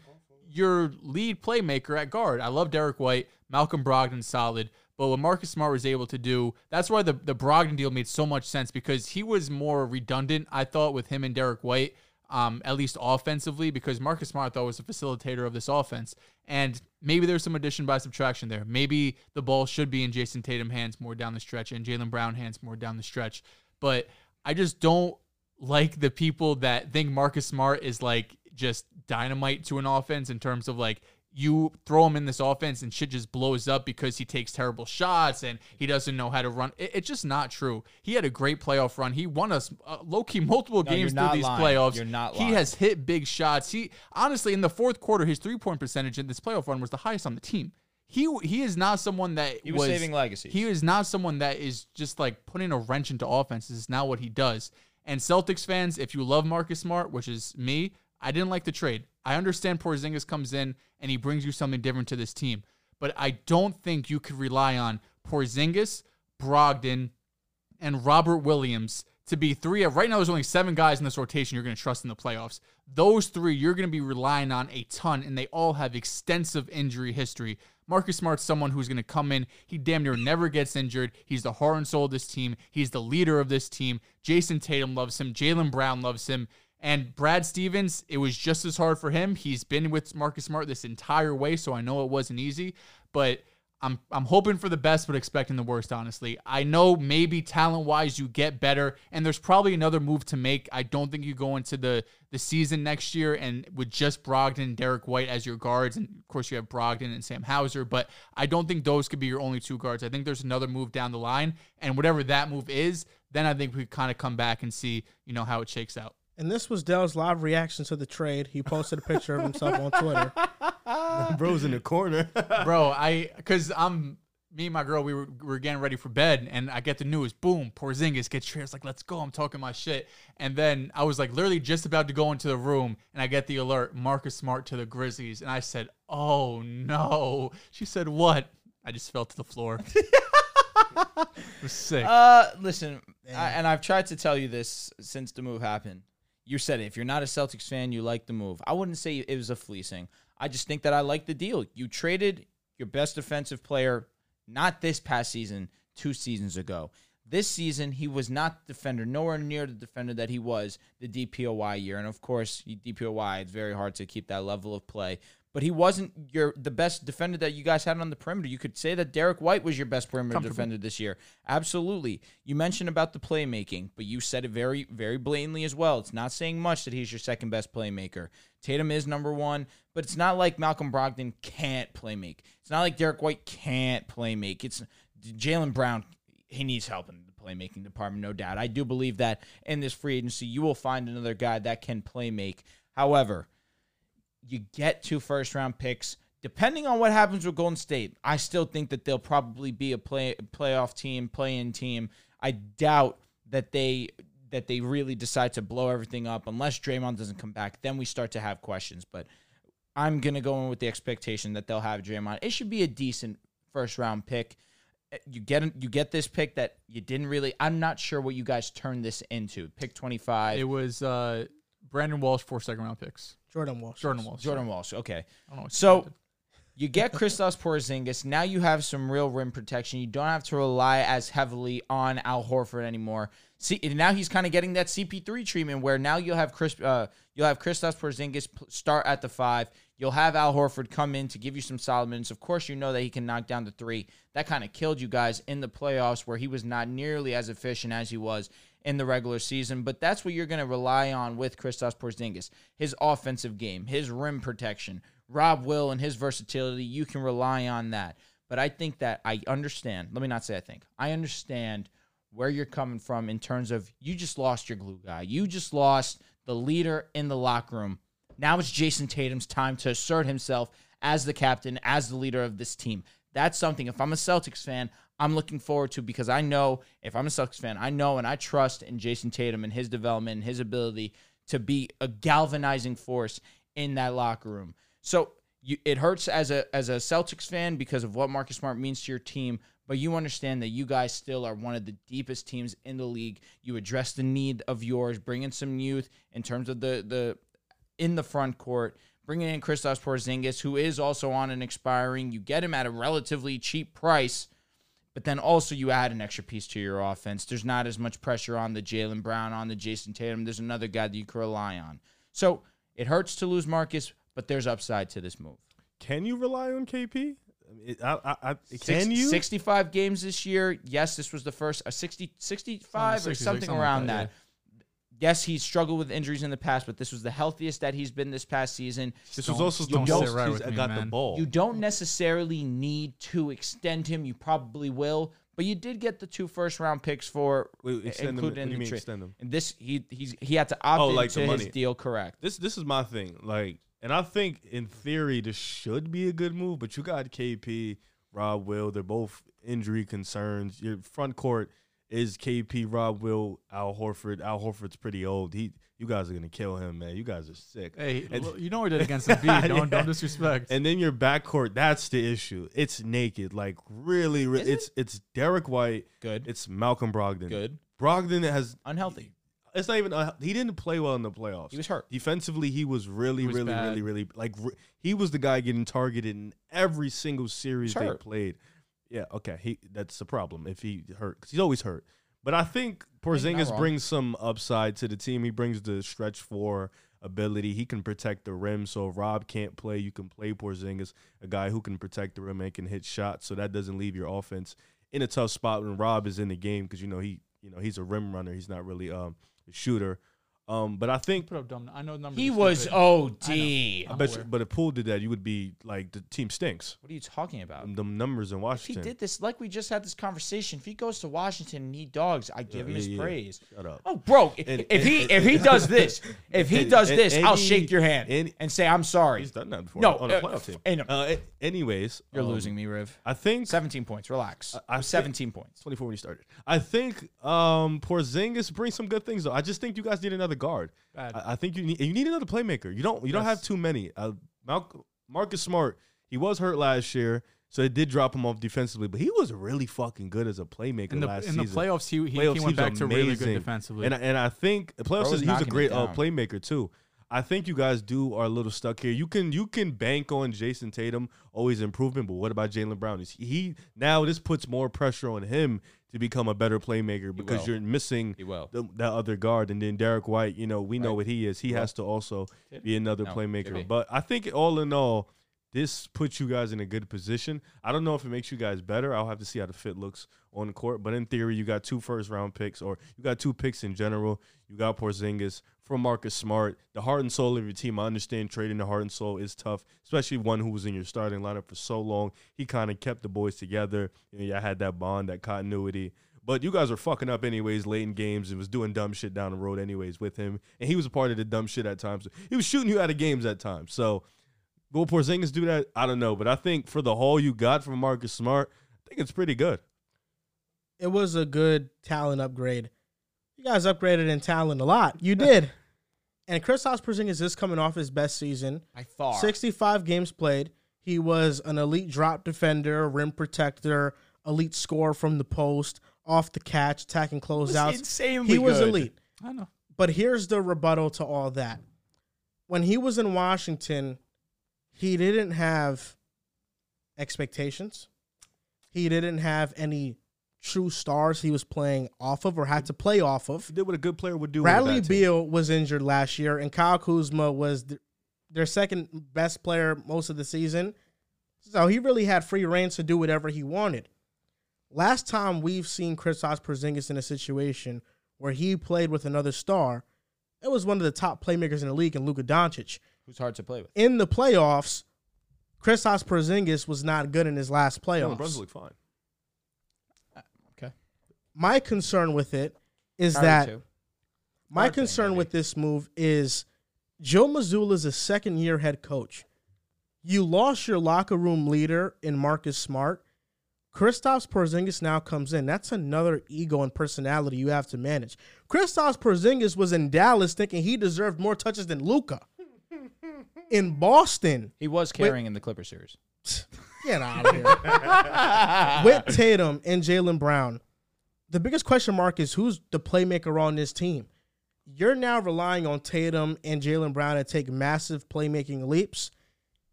S5: your lead playmaker at guard. I love Derek White, Malcolm Brogdon solid, but what Marcus Smart was able to do, that's why the the Brogdon deal made so much sense because he was more redundant, I thought, with him and Derek White, um, at least offensively, because Marcus Smart I thought was a facilitator of this offense. And maybe there's some addition by subtraction there. Maybe the ball should be in Jason Tatum hands more down the stretch and Jalen Brown hands more down the stretch. But I just don't like the people that think Marcus Smart is like just dynamite to an offense in terms of like you throw him in this offense and shit just blows up because he takes terrible shots and he doesn't know how to run. It- it's just not true. He had a great playoff run. He won us uh, low key multiple
S4: you're
S5: games through
S4: not
S5: these
S4: lying.
S5: playoffs.
S4: You're not
S5: He
S4: lying.
S5: has hit big shots. He honestly in the fourth quarter his three point percentage in this playoff run was the highest on the team. He, he is not someone that
S10: He was saving legacies.
S5: He is not someone that is just like putting a wrench into offenses. It's not what he does. And Celtics fans, if you love Marcus Smart, which is me, I didn't like the trade. I understand Porzingis comes in and he brings you something different to this team, but I don't think you could rely on Porzingis, Brogdon, and Robert Williams to be three of right now there's only seven guys in this rotation you're going to trust in the playoffs. Those three you're going to be relying on a ton and they all have extensive injury history. Marcus Smart's someone who's going to come in. He damn near never gets injured. He's the heart and soul of this team. He's the leader of this team. Jason Tatum loves him. Jalen Brown loves him. And Brad Stevens, it was just as hard for him. He's been with Marcus Smart this entire way, so I know it wasn't easy. But I'm I'm hoping for the best, but expecting the worst. Honestly, I know maybe talent wise you get better, and there's probably another move to make. I don't think you go into the the season next year and with just Brogdon and Derek White as your guards, and of course you have Brogdon and Sam Hauser, but I don't think those could be your only two guards. I think there's another move down the line, and whatever that move is, then I think we kind of come back and see you know how it shakes out.
S3: And this was Dell's live reaction to the trade. He posted a picture of himself on Twitter.
S6: Bro's in the corner.
S5: bro. I because I'm me and my girl. We were, we were getting ready for bed, and I get the news. Boom, Porzingis gets traded. It's like let's go. I'm talking my shit, and then I was like literally just about to go into the room, and I get the alert: Marcus Smart to the Grizzlies, and I said, "Oh no!" She said, "What?" I just fell to the floor. it was sick.
S4: Uh, listen, I, and I've tried to tell you this since the move happened. You said it. If you're not a Celtics fan, you like the move. I wouldn't say it was a fleecing. I just think that I like the deal. You traded your best defensive player, not this past season, two seasons ago. This season, he was not the defender, nowhere near the defender that he was the DPOY year. And of course, you- DPOY, it's very hard to keep that level of play. But he wasn't your the best defender that you guys had on the perimeter. You could say that Derek White was your best perimeter defender this year. Absolutely. You mentioned about the playmaking, but you said it very, very blatantly as well. It's not saying much that he's your second best playmaker. Tatum is number one, but it's not like Malcolm Brogdon can't playmake. It's not like Derek White can't playmake. It's Jalen Brown he needs help in the playmaking department, no doubt. I do believe that in this free agency, you will find another guy that can play make. However, you get two first round picks. Depending on what happens with Golden State, I still think that they'll probably be a play playoff team, play in team. I doubt that they that they really decide to blow everything up unless Draymond doesn't come back. Then we start to have questions. But I'm gonna go in with the expectation that they'll have Draymond. It should be a decent first round pick you get you get this pick that you didn't really. I'm not sure what you guys turned this into. Pick 25,
S5: it was uh, Brandon Walsh four second round picks.
S3: Jordan Walsh.
S5: Jordan Walsh.
S4: Jordan Walsh. Okay,
S5: I don't know what you
S4: so
S5: did.
S4: you get Kristaps Porzingis. Now you have some real rim protection. You don't have to rely as heavily on Al Horford anymore. See, and now he's kind of getting that CP3 treatment where now you'll have Chris, uh, you'll have Kristaps Porzingis p- start at the five. You'll have Al Horford come in to give you some solid minutes. Of course, you know that he can knock down the three. That kind of killed you guys in the playoffs where he was not nearly as efficient as he was in the regular season, but that's what you're going to rely on with Christos Porzingis. His offensive game, his rim protection, Rob Will and his versatility, you can rely on that. But I think that I understand, let me not say I think, I understand where you're coming from in terms of you just lost your glue guy. You just lost the leader in the locker room. Now it's Jason Tatum's time to assert himself as the captain, as the leader of this team. That's something, if I'm a Celtics fan, I'm looking forward to because I know if I'm a Celtics fan, I know and I trust in Jason Tatum and his development and his ability to be a galvanizing force in that locker room. So you, it hurts as a as a Celtics fan because of what Marcus Smart means to your team, but you understand that you guys still are one of the deepest teams in the league. You address the need of yours, bring in some youth in terms of the the in the front court, bringing in Christos Porzingis, who is also on an expiring. You get him at a relatively cheap price, but then also you add an extra piece to your offense. There's not as much pressure on the Jalen Brown, on the Jason Tatum. There's another guy that you can rely on. So it hurts to lose Marcus, but there's upside to this move.
S6: Can you rely on KP? I mean, it- I- I- I-
S4: Six-
S6: can you?
S4: 65 games this year. Yes, this was the first, a 60, 65 or
S5: 66,
S4: something
S5: Oh, something like
S4: around
S5: that,
S4: that. Yes, he's struggled with injuries in the past, but this was the healthiest that he's been this past season.
S6: This
S5: Don't-
S6: was also the
S5: don't sit
S6: most
S5: right
S6: he's uh,
S5: with me,
S6: got the
S5: man.
S6: ball.
S4: You don't necessarily need to extend him. You probably will, but you did get the two first round picks for
S6: Wait, extend him-
S4: included
S6: what
S4: in
S6: do you
S4: the
S6: mean
S4: trade.
S6: extend him?
S4: And this he he's he had to opt
S6: Oh,
S4: into
S6: like the
S4: his
S6: money.
S4: deal. Correct.
S6: This this is my thing. Like, and I think in theory this should be a good move, but you got KP, Rob Will. They're both injury concerns. Your front court is KP, Rob Will, Al Horford. Al Horford's pretty old. He, you guys are gonna kill him, man. You guys are sick.
S5: Hey,
S6: And-
S5: look, you know we did against the beat. Don't,
S6: Yeah.
S5: don't disrespect.
S6: And then your backcourt, that's the issue. It's naked. Like really, really it's it's Derek White.
S4: Good.
S6: It's Malcolm Brogdon.
S4: Good.
S6: Brogdon has
S4: Unhealthy.
S6: it's not even uh, he didn't play well in the playoffs.
S4: He was hurt.
S6: Defensively, he was really,
S5: He was
S6: really,
S5: bad.
S6: really, really like re- he was the guy getting targeted in every single series they
S4: hurt.
S6: played. Yeah, okay, he that's the problem if he hurt because he's always hurt. But I think
S4: not
S6: Porzingis
S4: wrong.
S6: brings some upside to the team. He brings the stretch four ability. He can protect the rim. So if Rob can't play, you can play Porzingis, a guy who can protect the rim and can hit shots. So that doesn't leave your offense in a tough spot when Rob is in the game because you know he you know he's a rim runner. He's not really um, a shooter. Um, but I think,
S5: Put up dumb. I know numbers.
S10: He
S5: are
S10: was
S5: stupid.
S10: OD.
S6: I
S10: What
S6: bet you,
S5: aware.
S6: but if Poole did that, you would be like the team stinks.
S10: are you talking about?
S6: The numbers in
S10: If he
S6: Washington.
S10: did this, like we just had this conversation, if he goes to Washington and he dogs, I give him
S6: yeah,
S10: his
S6: yeah.
S10: praise.
S6: Shut up.
S10: Oh, bro, if,
S6: And-
S10: if he
S6: and-
S10: if he does this, if he
S6: and-
S10: does
S6: and-
S10: this,
S6: and
S10: I'll
S6: he-
S10: shake your hand
S6: and-
S10: and, say I'm sorry.
S6: He's done that before
S10: No,
S6: on a
S10: uh,
S6: playoff team.
S10: and-
S6: Uh, a- anyways,
S10: You're
S6: um,
S10: losing me, Riv.
S6: I think
S10: 17 points. Relax.
S6: I think-
S10: 17 points.
S6: 24 when he started. I think um Porzingis brings some good things though. I just think you guys need another guard.
S5: Bad.
S6: I, I think you need you need another playmaker. You don't you don't have too many. Uh, Mal- Marcus Smart, he was hurt last year, so it did drop him off defensively, but he was really fucking good as a playmaker
S5: In the,
S6: last
S5: in the
S6: season.
S5: playoffs, he, he,
S6: Playoffs,
S5: he went
S6: was
S5: back to really good
S6: amazing.
S5: defensively.
S6: And I- and I think playoffs
S4: Bro's
S6: is, he's a
S4: knocking it
S6: great uh,
S4: down.
S6: playmaker too. I think you guys do are a little stuck here. You can you can bank on Jason Tatum always improvement, but what about Jalen Brown? Is he now this puts more pressure on him to become a better playmaker because
S10: will.
S6: you're missing
S10: He will.
S6: the, that other guard and then Derek White. You know we know what he is. He has to also be another playmaker. But I think all in all, this puts you guys in a good position. I don't know if it makes you guys better. I'll have to see how the fit looks on the court. But in theory, you got two first round picks, or you got two picks in general. You got Porzingis from Marcus Smart, the heart and soul of your team. I understand trading the heart and soul is tough, especially one who was in your starting lineup for so long. He kind of kept the boys together. You know, y'all had that bond, that continuity. But you guys were fucking up anyways late in games and was doing dumb shit down the road anyways with him. And he was a part of the dumb shit at times. He was shooting you out of games at times. So Will Porzingis do that? I don't know, but I think for the haul you got from Marcus Smart, I think it's pretty good.
S3: It was a good talent upgrade. You guys upgraded in talent a lot. You did. and Kristaps Porzingis is coming off his best season.
S10: I thought.
S3: 65 games played. He was an elite drop defender, rim protector, elite scorer from the post, off the catch, attacking closeouts.
S10: insanely
S3: he was
S10: good.
S3: elite.
S5: I know.
S3: But here's the rebuttal to all that. When he was in Washington, he didn't have expectations. He didn't have any true stars he was playing off of or had to play off of.
S6: He did what a good player would do. with a
S3: Bradley
S6: bad team.
S3: Beal was injured last year, and Kyle Kuzma was th- their second best player most of the season. So he really had free reigns to do whatever he wanted. Last time we've seen Kristaps Porzingis in a situation where he played with another star, it was one of the top playmakers in the league, in Luka Doncic.
S10: Who's hard to play with?
S3: In the playoffs, Kristaps Porzingis was not good in his last
S6: Jalen
S3: playoffs.
S6: Brunson looked fine.
S10: Okay.
S3: My concern with it is
S10: Kyrie
S3: that
S10: too.
S3: My
S10: Hard thing,
S3: concern
S10: maybe.
S3: with this move is Joe Mazzulla is a second year head coach. You lost your locker room leader in Marcus Smart. Kristaps Porzingis now comes in. That's another ego and personality you have to manage. Kristaps Porzingis was in Dallas thinking he deserved more touches than Luca. In Boston,
S10: He was carrying in the Clipper series.
S3: Get out of here. With Tatum and Jalen Brown, the biggest question mark is who's the playmaker on this team? You're now relying on Tatum and Jalen Brown to take massive playmaking leaps,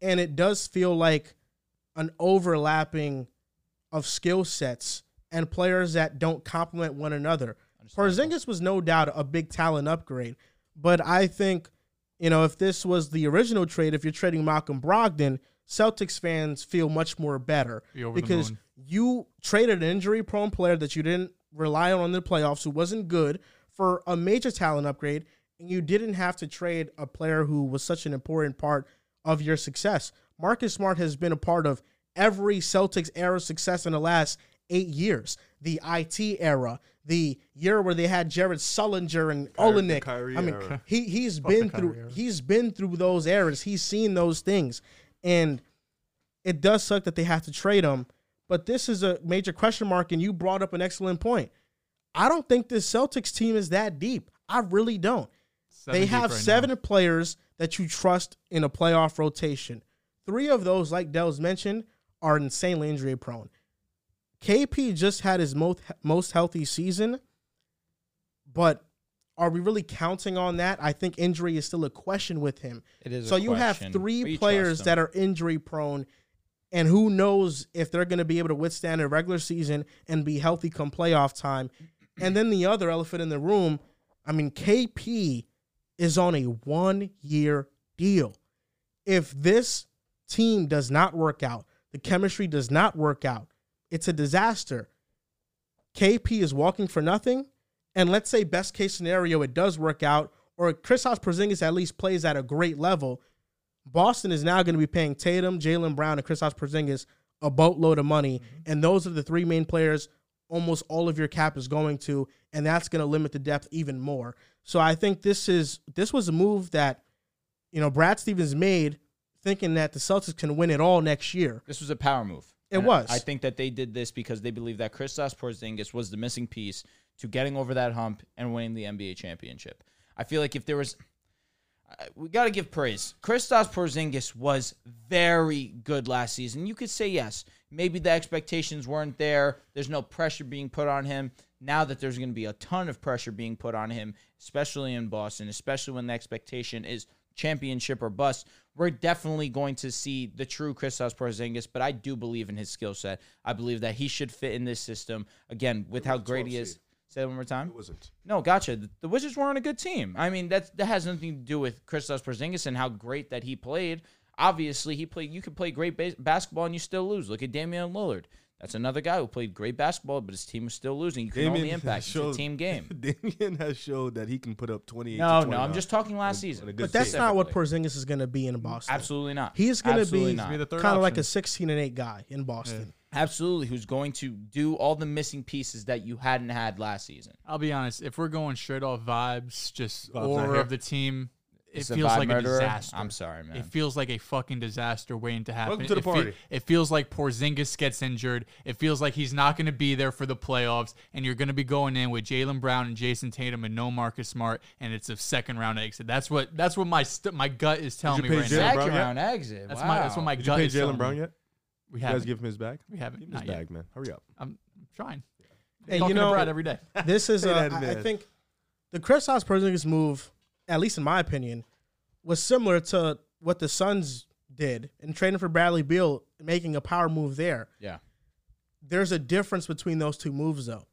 S3: and it does feel like an overlapping of skill sets and players that don't complement one another. Porzingis was no doubt a big talent upgrade, but I think you know, if this was the original trade, if you're trading Malcolm Brogdon, Celtics fans feel much more better
S5: Be over the
S3: because
S5: moon.
S3: you traded an injury prone player that you didn't rely on in the playoffs who wasn't good for a major talent upgrade, and you didn't have to trade a player who was such an important part of your success. Marcus Smart has been a part of every Celtics era success in the last eight years the IT era, the year where they had Jared Sullinger and
S6: Kyrie- the
S3: Olenek.
S6: Kyrie
S3: I mean,
S6: era.
S3: he he's been through he's been through those eras. He's seen those things, and it does suck that they have to trade him. But this is a major question mark, and you brought up an excellent point. I don't think this Celtics team is that deep. I really don't.
S5: Seven
S3: they
S5: deep
S3: have
S5: right now.
S3: seven players that you trust in a playoff rotation. Three of those, like Dell's mentioned, are insanely injury prone. KP just had his most most healthy season, but are we really counting on that? I think injury is still a question with him.
S4: It is a
S3: So you have
S4: question, but
S3: three
S4: you
S3: players
S4: trust him.
S3: that are injury prone, and who knows if they're going to be able to withstand a regular season and be healthy come playoff time. And then the other elephant in the room, I mean, KP is on a one year deal. If this team does not work out, the chemistry does not work out, it's a disaster. KP is walking for nothing. And let's say, best case scenario, it does work out, or Chris House Porzingis at least plays at a great level, Boston is now going to be paying Tatum, Jalen Brown, and Chris House Porzingis a boatload of money. And those are the three main players almost all of your cap is going to, and that's going to limit the depth even more. So I think this is this was a move that, you know, Brad Stevens made thinking that the Celtics can win it all next year.
S4: This was a power move.
S3: It
S4: And
S3: was.
S4: I think that they did this because they believe that Kristaps Porzingis was the missing piece to getting over that hump and winning the NBA championship. I feel like if there was, I- we got to give praise. Kristaps Porzingis was very good last season. You could say yes. Maybe the expectations weren't there. There's no pressure being put on him. Now that there's going to be a ton of pressure being put on him, especially in Boston, especially when the expectation is championship or bust, we're definitely going to see the true Kristaps Porzingis. But I do believe in his skill set. I believe that he should fit in this system again with how great he is. Say it one more time. No, gotcha. The- The Wizards weren't a good team. I mean, that's that has nothing to do with Kristaps Porzingis and how great that he played. Obviously, he played. You could play great bas- basketball and you still lose. Look at Damian Lillard. That's another guy who played great basketball, but his team was still losing. You can only impact. it's a team game.
S6: Damien has showed that he can put up 28.
S4: No,
S6: to
S4: no, I'm
S6: 29.
S4: just talking last season.
S6: on a good
S3: But that's
S6: team.
S3: not what
S4: Separately.
S3: Porzingis is going to be in Boston.
S4: Absolutely not.
S3: He's going to
S4: Absolutely
S3: be
S4: not.
S5: Be the third
S3: kind of like
S5: option.
S3: a 16 and 8 guy in Boston.
S4: Absolutely, who's going to do all the missing pieces that you hadn't had last season?
S5: I'll be honest. If we're going straight off vibes, just
S6: Bob's not
S5: aura
S6: here.
S5: of the team, it
S4: It's a
S5: feels
S4: vibe
S5: like
S4: murderer?
S5: a disaster.
S4: I'm sorry, man.
S5: It feels like a fucking disaster waiting to happen.
S6: Welcome to the
S5: it fe-
S6: party.
S5: it feels like Porzingis gets injured. It feels like he's not going to be there for the playoffs, and you're going to be going in with Jalen Brown and Jason Tatum and no Marcus Smart, and it's a second round exit. That's what that's what my st- my gut is telling
S6: you
S5: me
S6: pay Jalen
S5: right now.
S6: Brown
S4: Second
S6: yet?
S4: round exit.
S5: That's
S4: wow.
S5: my that's what my
S6: Did you
S5: gut
S6: pay
S5: is telling
S6: Jalen
S5: me.
S6: Brown yet?
S5: We
S6: You guys
S5: have
S6: give him his bag?
S5: we haven't
S6: Give him his
S5: not yet.
S6: bag, man. Hurry up.
S5: I'm trying.
S3: And
S5: Talking
S3: you
S5: to
S3: know,
S5: Brad every day.
S3: this is
S6: Say
S3: a,
S6: that,
S3: I, I
S6: man.
S3: think the Kristaps Porzingis move, at least in my opinion, was similar to what the Suns did in trading for Bradley Beal, making a power move there.
S4: Yeah.
S3: There's a difference between those two moves, though.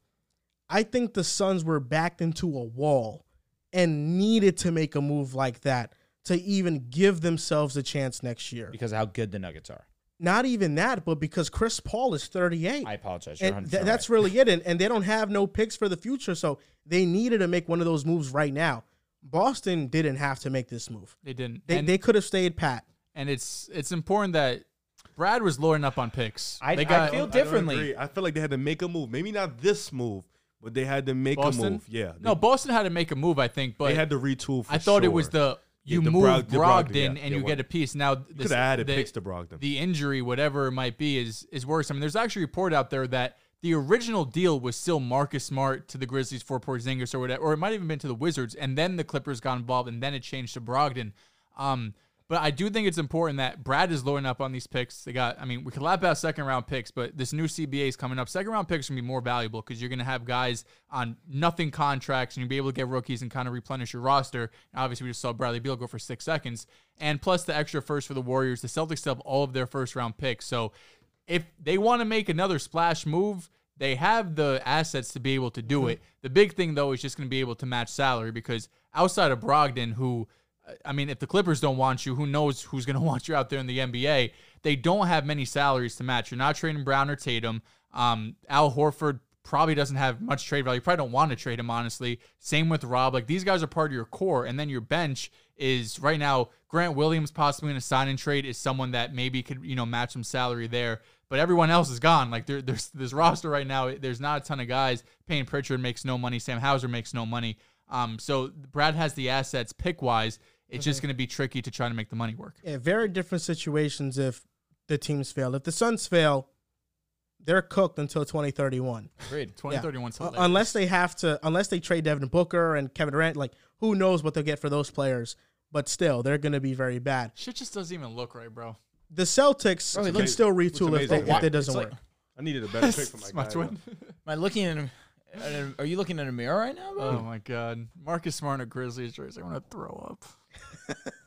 S3: I think the Suns were backed into a wall and needed to make a move like that to even give themselves a chance next year.
S4: Because of how good the Nuggets are.
S3: Not even that, but because Chris Paul is 38
S4: I apologize. You're
S3: and
S4: 100%
S3: th- that's
S4: right.
S3: really it. And, and they don't have no picks for the future, so they needed to make one of those moves right now. Boston didn't have to make this move.
S5: They didn't.
S3: They,
S5: And-
S3: they could have stayed pat.
S5: and it's it's important that Brad was loading up on picks.
S4: I-
S5: they
S4: I
S5: got uh,
S4: feel
S6: I don't
S4: differently.
S6: agree. I feel like they had to make a move. Maybe not this move, but they had to make a
S5: Boston.
S6: move. Yeah.
S5: no,
S6: they,
S5: Boston had to make a move. I think, but
S6: they had to retool. For
S5: I thought it was
S6: sure.
S5: the
S6: Yeah,
S5: you
S6: the
S5: move
S6: Brog- the Brogdon,
S5: Brogdon
S6: yeah, yeah,
S5: and you
S6: what-
S5: get a piece. Now you
S6: coulda added picks to Brogdon.
S5: The injury, whatever it might be, is is worse. I mean, there's actually a report out there that. The original deal was still Marcus Smart to the Grizzlies for Porzingis or whatever, or it might have even been to the Wizards, and then the Clippers got involved, and then it changed to Brogdon. Um, but I do think it's important that Brad is loading up on these picks. They got, I mean, we could laugh about second round picks, but this new CBA is coming up. Second round picks are going to be more valuable because you're going to have guys on nothing contracts and you'll be able to get rookies and kind of replenish your roster. And obviously, we just saw Bradley Beal go for six seconds. And plus the extra first for the Warriors. The Celtics have all of their first round picks. So if they want to make another splash move, they have the assets to be able to do it. The big thing though is just going to be able to match salary because outside of Brogdon, who I mean, if the Clippers don't want you, who knows who's going to want you out there in the NBA? They don't have many salaries to match. You're not trading Brown or Tatum. Um, Al Horford probably doesn't have much trade value. You probably don't want to trade him, honestly. Same with Rob. Like these guys are part of your core, and then your bench is right now. Grant Williams possibly in a sign and trade is someone that maybe could you know match some salary there. But everyone else is gone. Like there, there's this roster right now. There's not a ton of guys. Payne Pritchard makes no money. Sam Hauser makes no money. Um, so Brad has the assets pick wise. It's just going to be tricky to try to make the money work.
S3: Yeah, very different situations if the teams fail. If the Suns fail, they're cooked until 2031.
S4: Agreed.
S5: 2031
S3: Uh, unless they have to unless they trade Devin Booker and Kevin Durant, like who knows what they'll get for those players, but still they're going to be very bad.
S5: shit just doesn't even look right, bro.
S3: The Celtics
S4: Bro, it
S3: can
S4: looks-
S3: still retool if,
S6: amazing.
S3: they, if it doesn't
S4: It's like-
S3: work.
S6: I needed a better pick for my,
S5: It's my
S6: guy.
S5: twin.
S4: Am I looking in? A, at a- are you looking in a mirror right now? Bro?
S3: Hmm.
S5: Oh my god, Marcus Smart in a Grizzlies jersey. I want to throw up.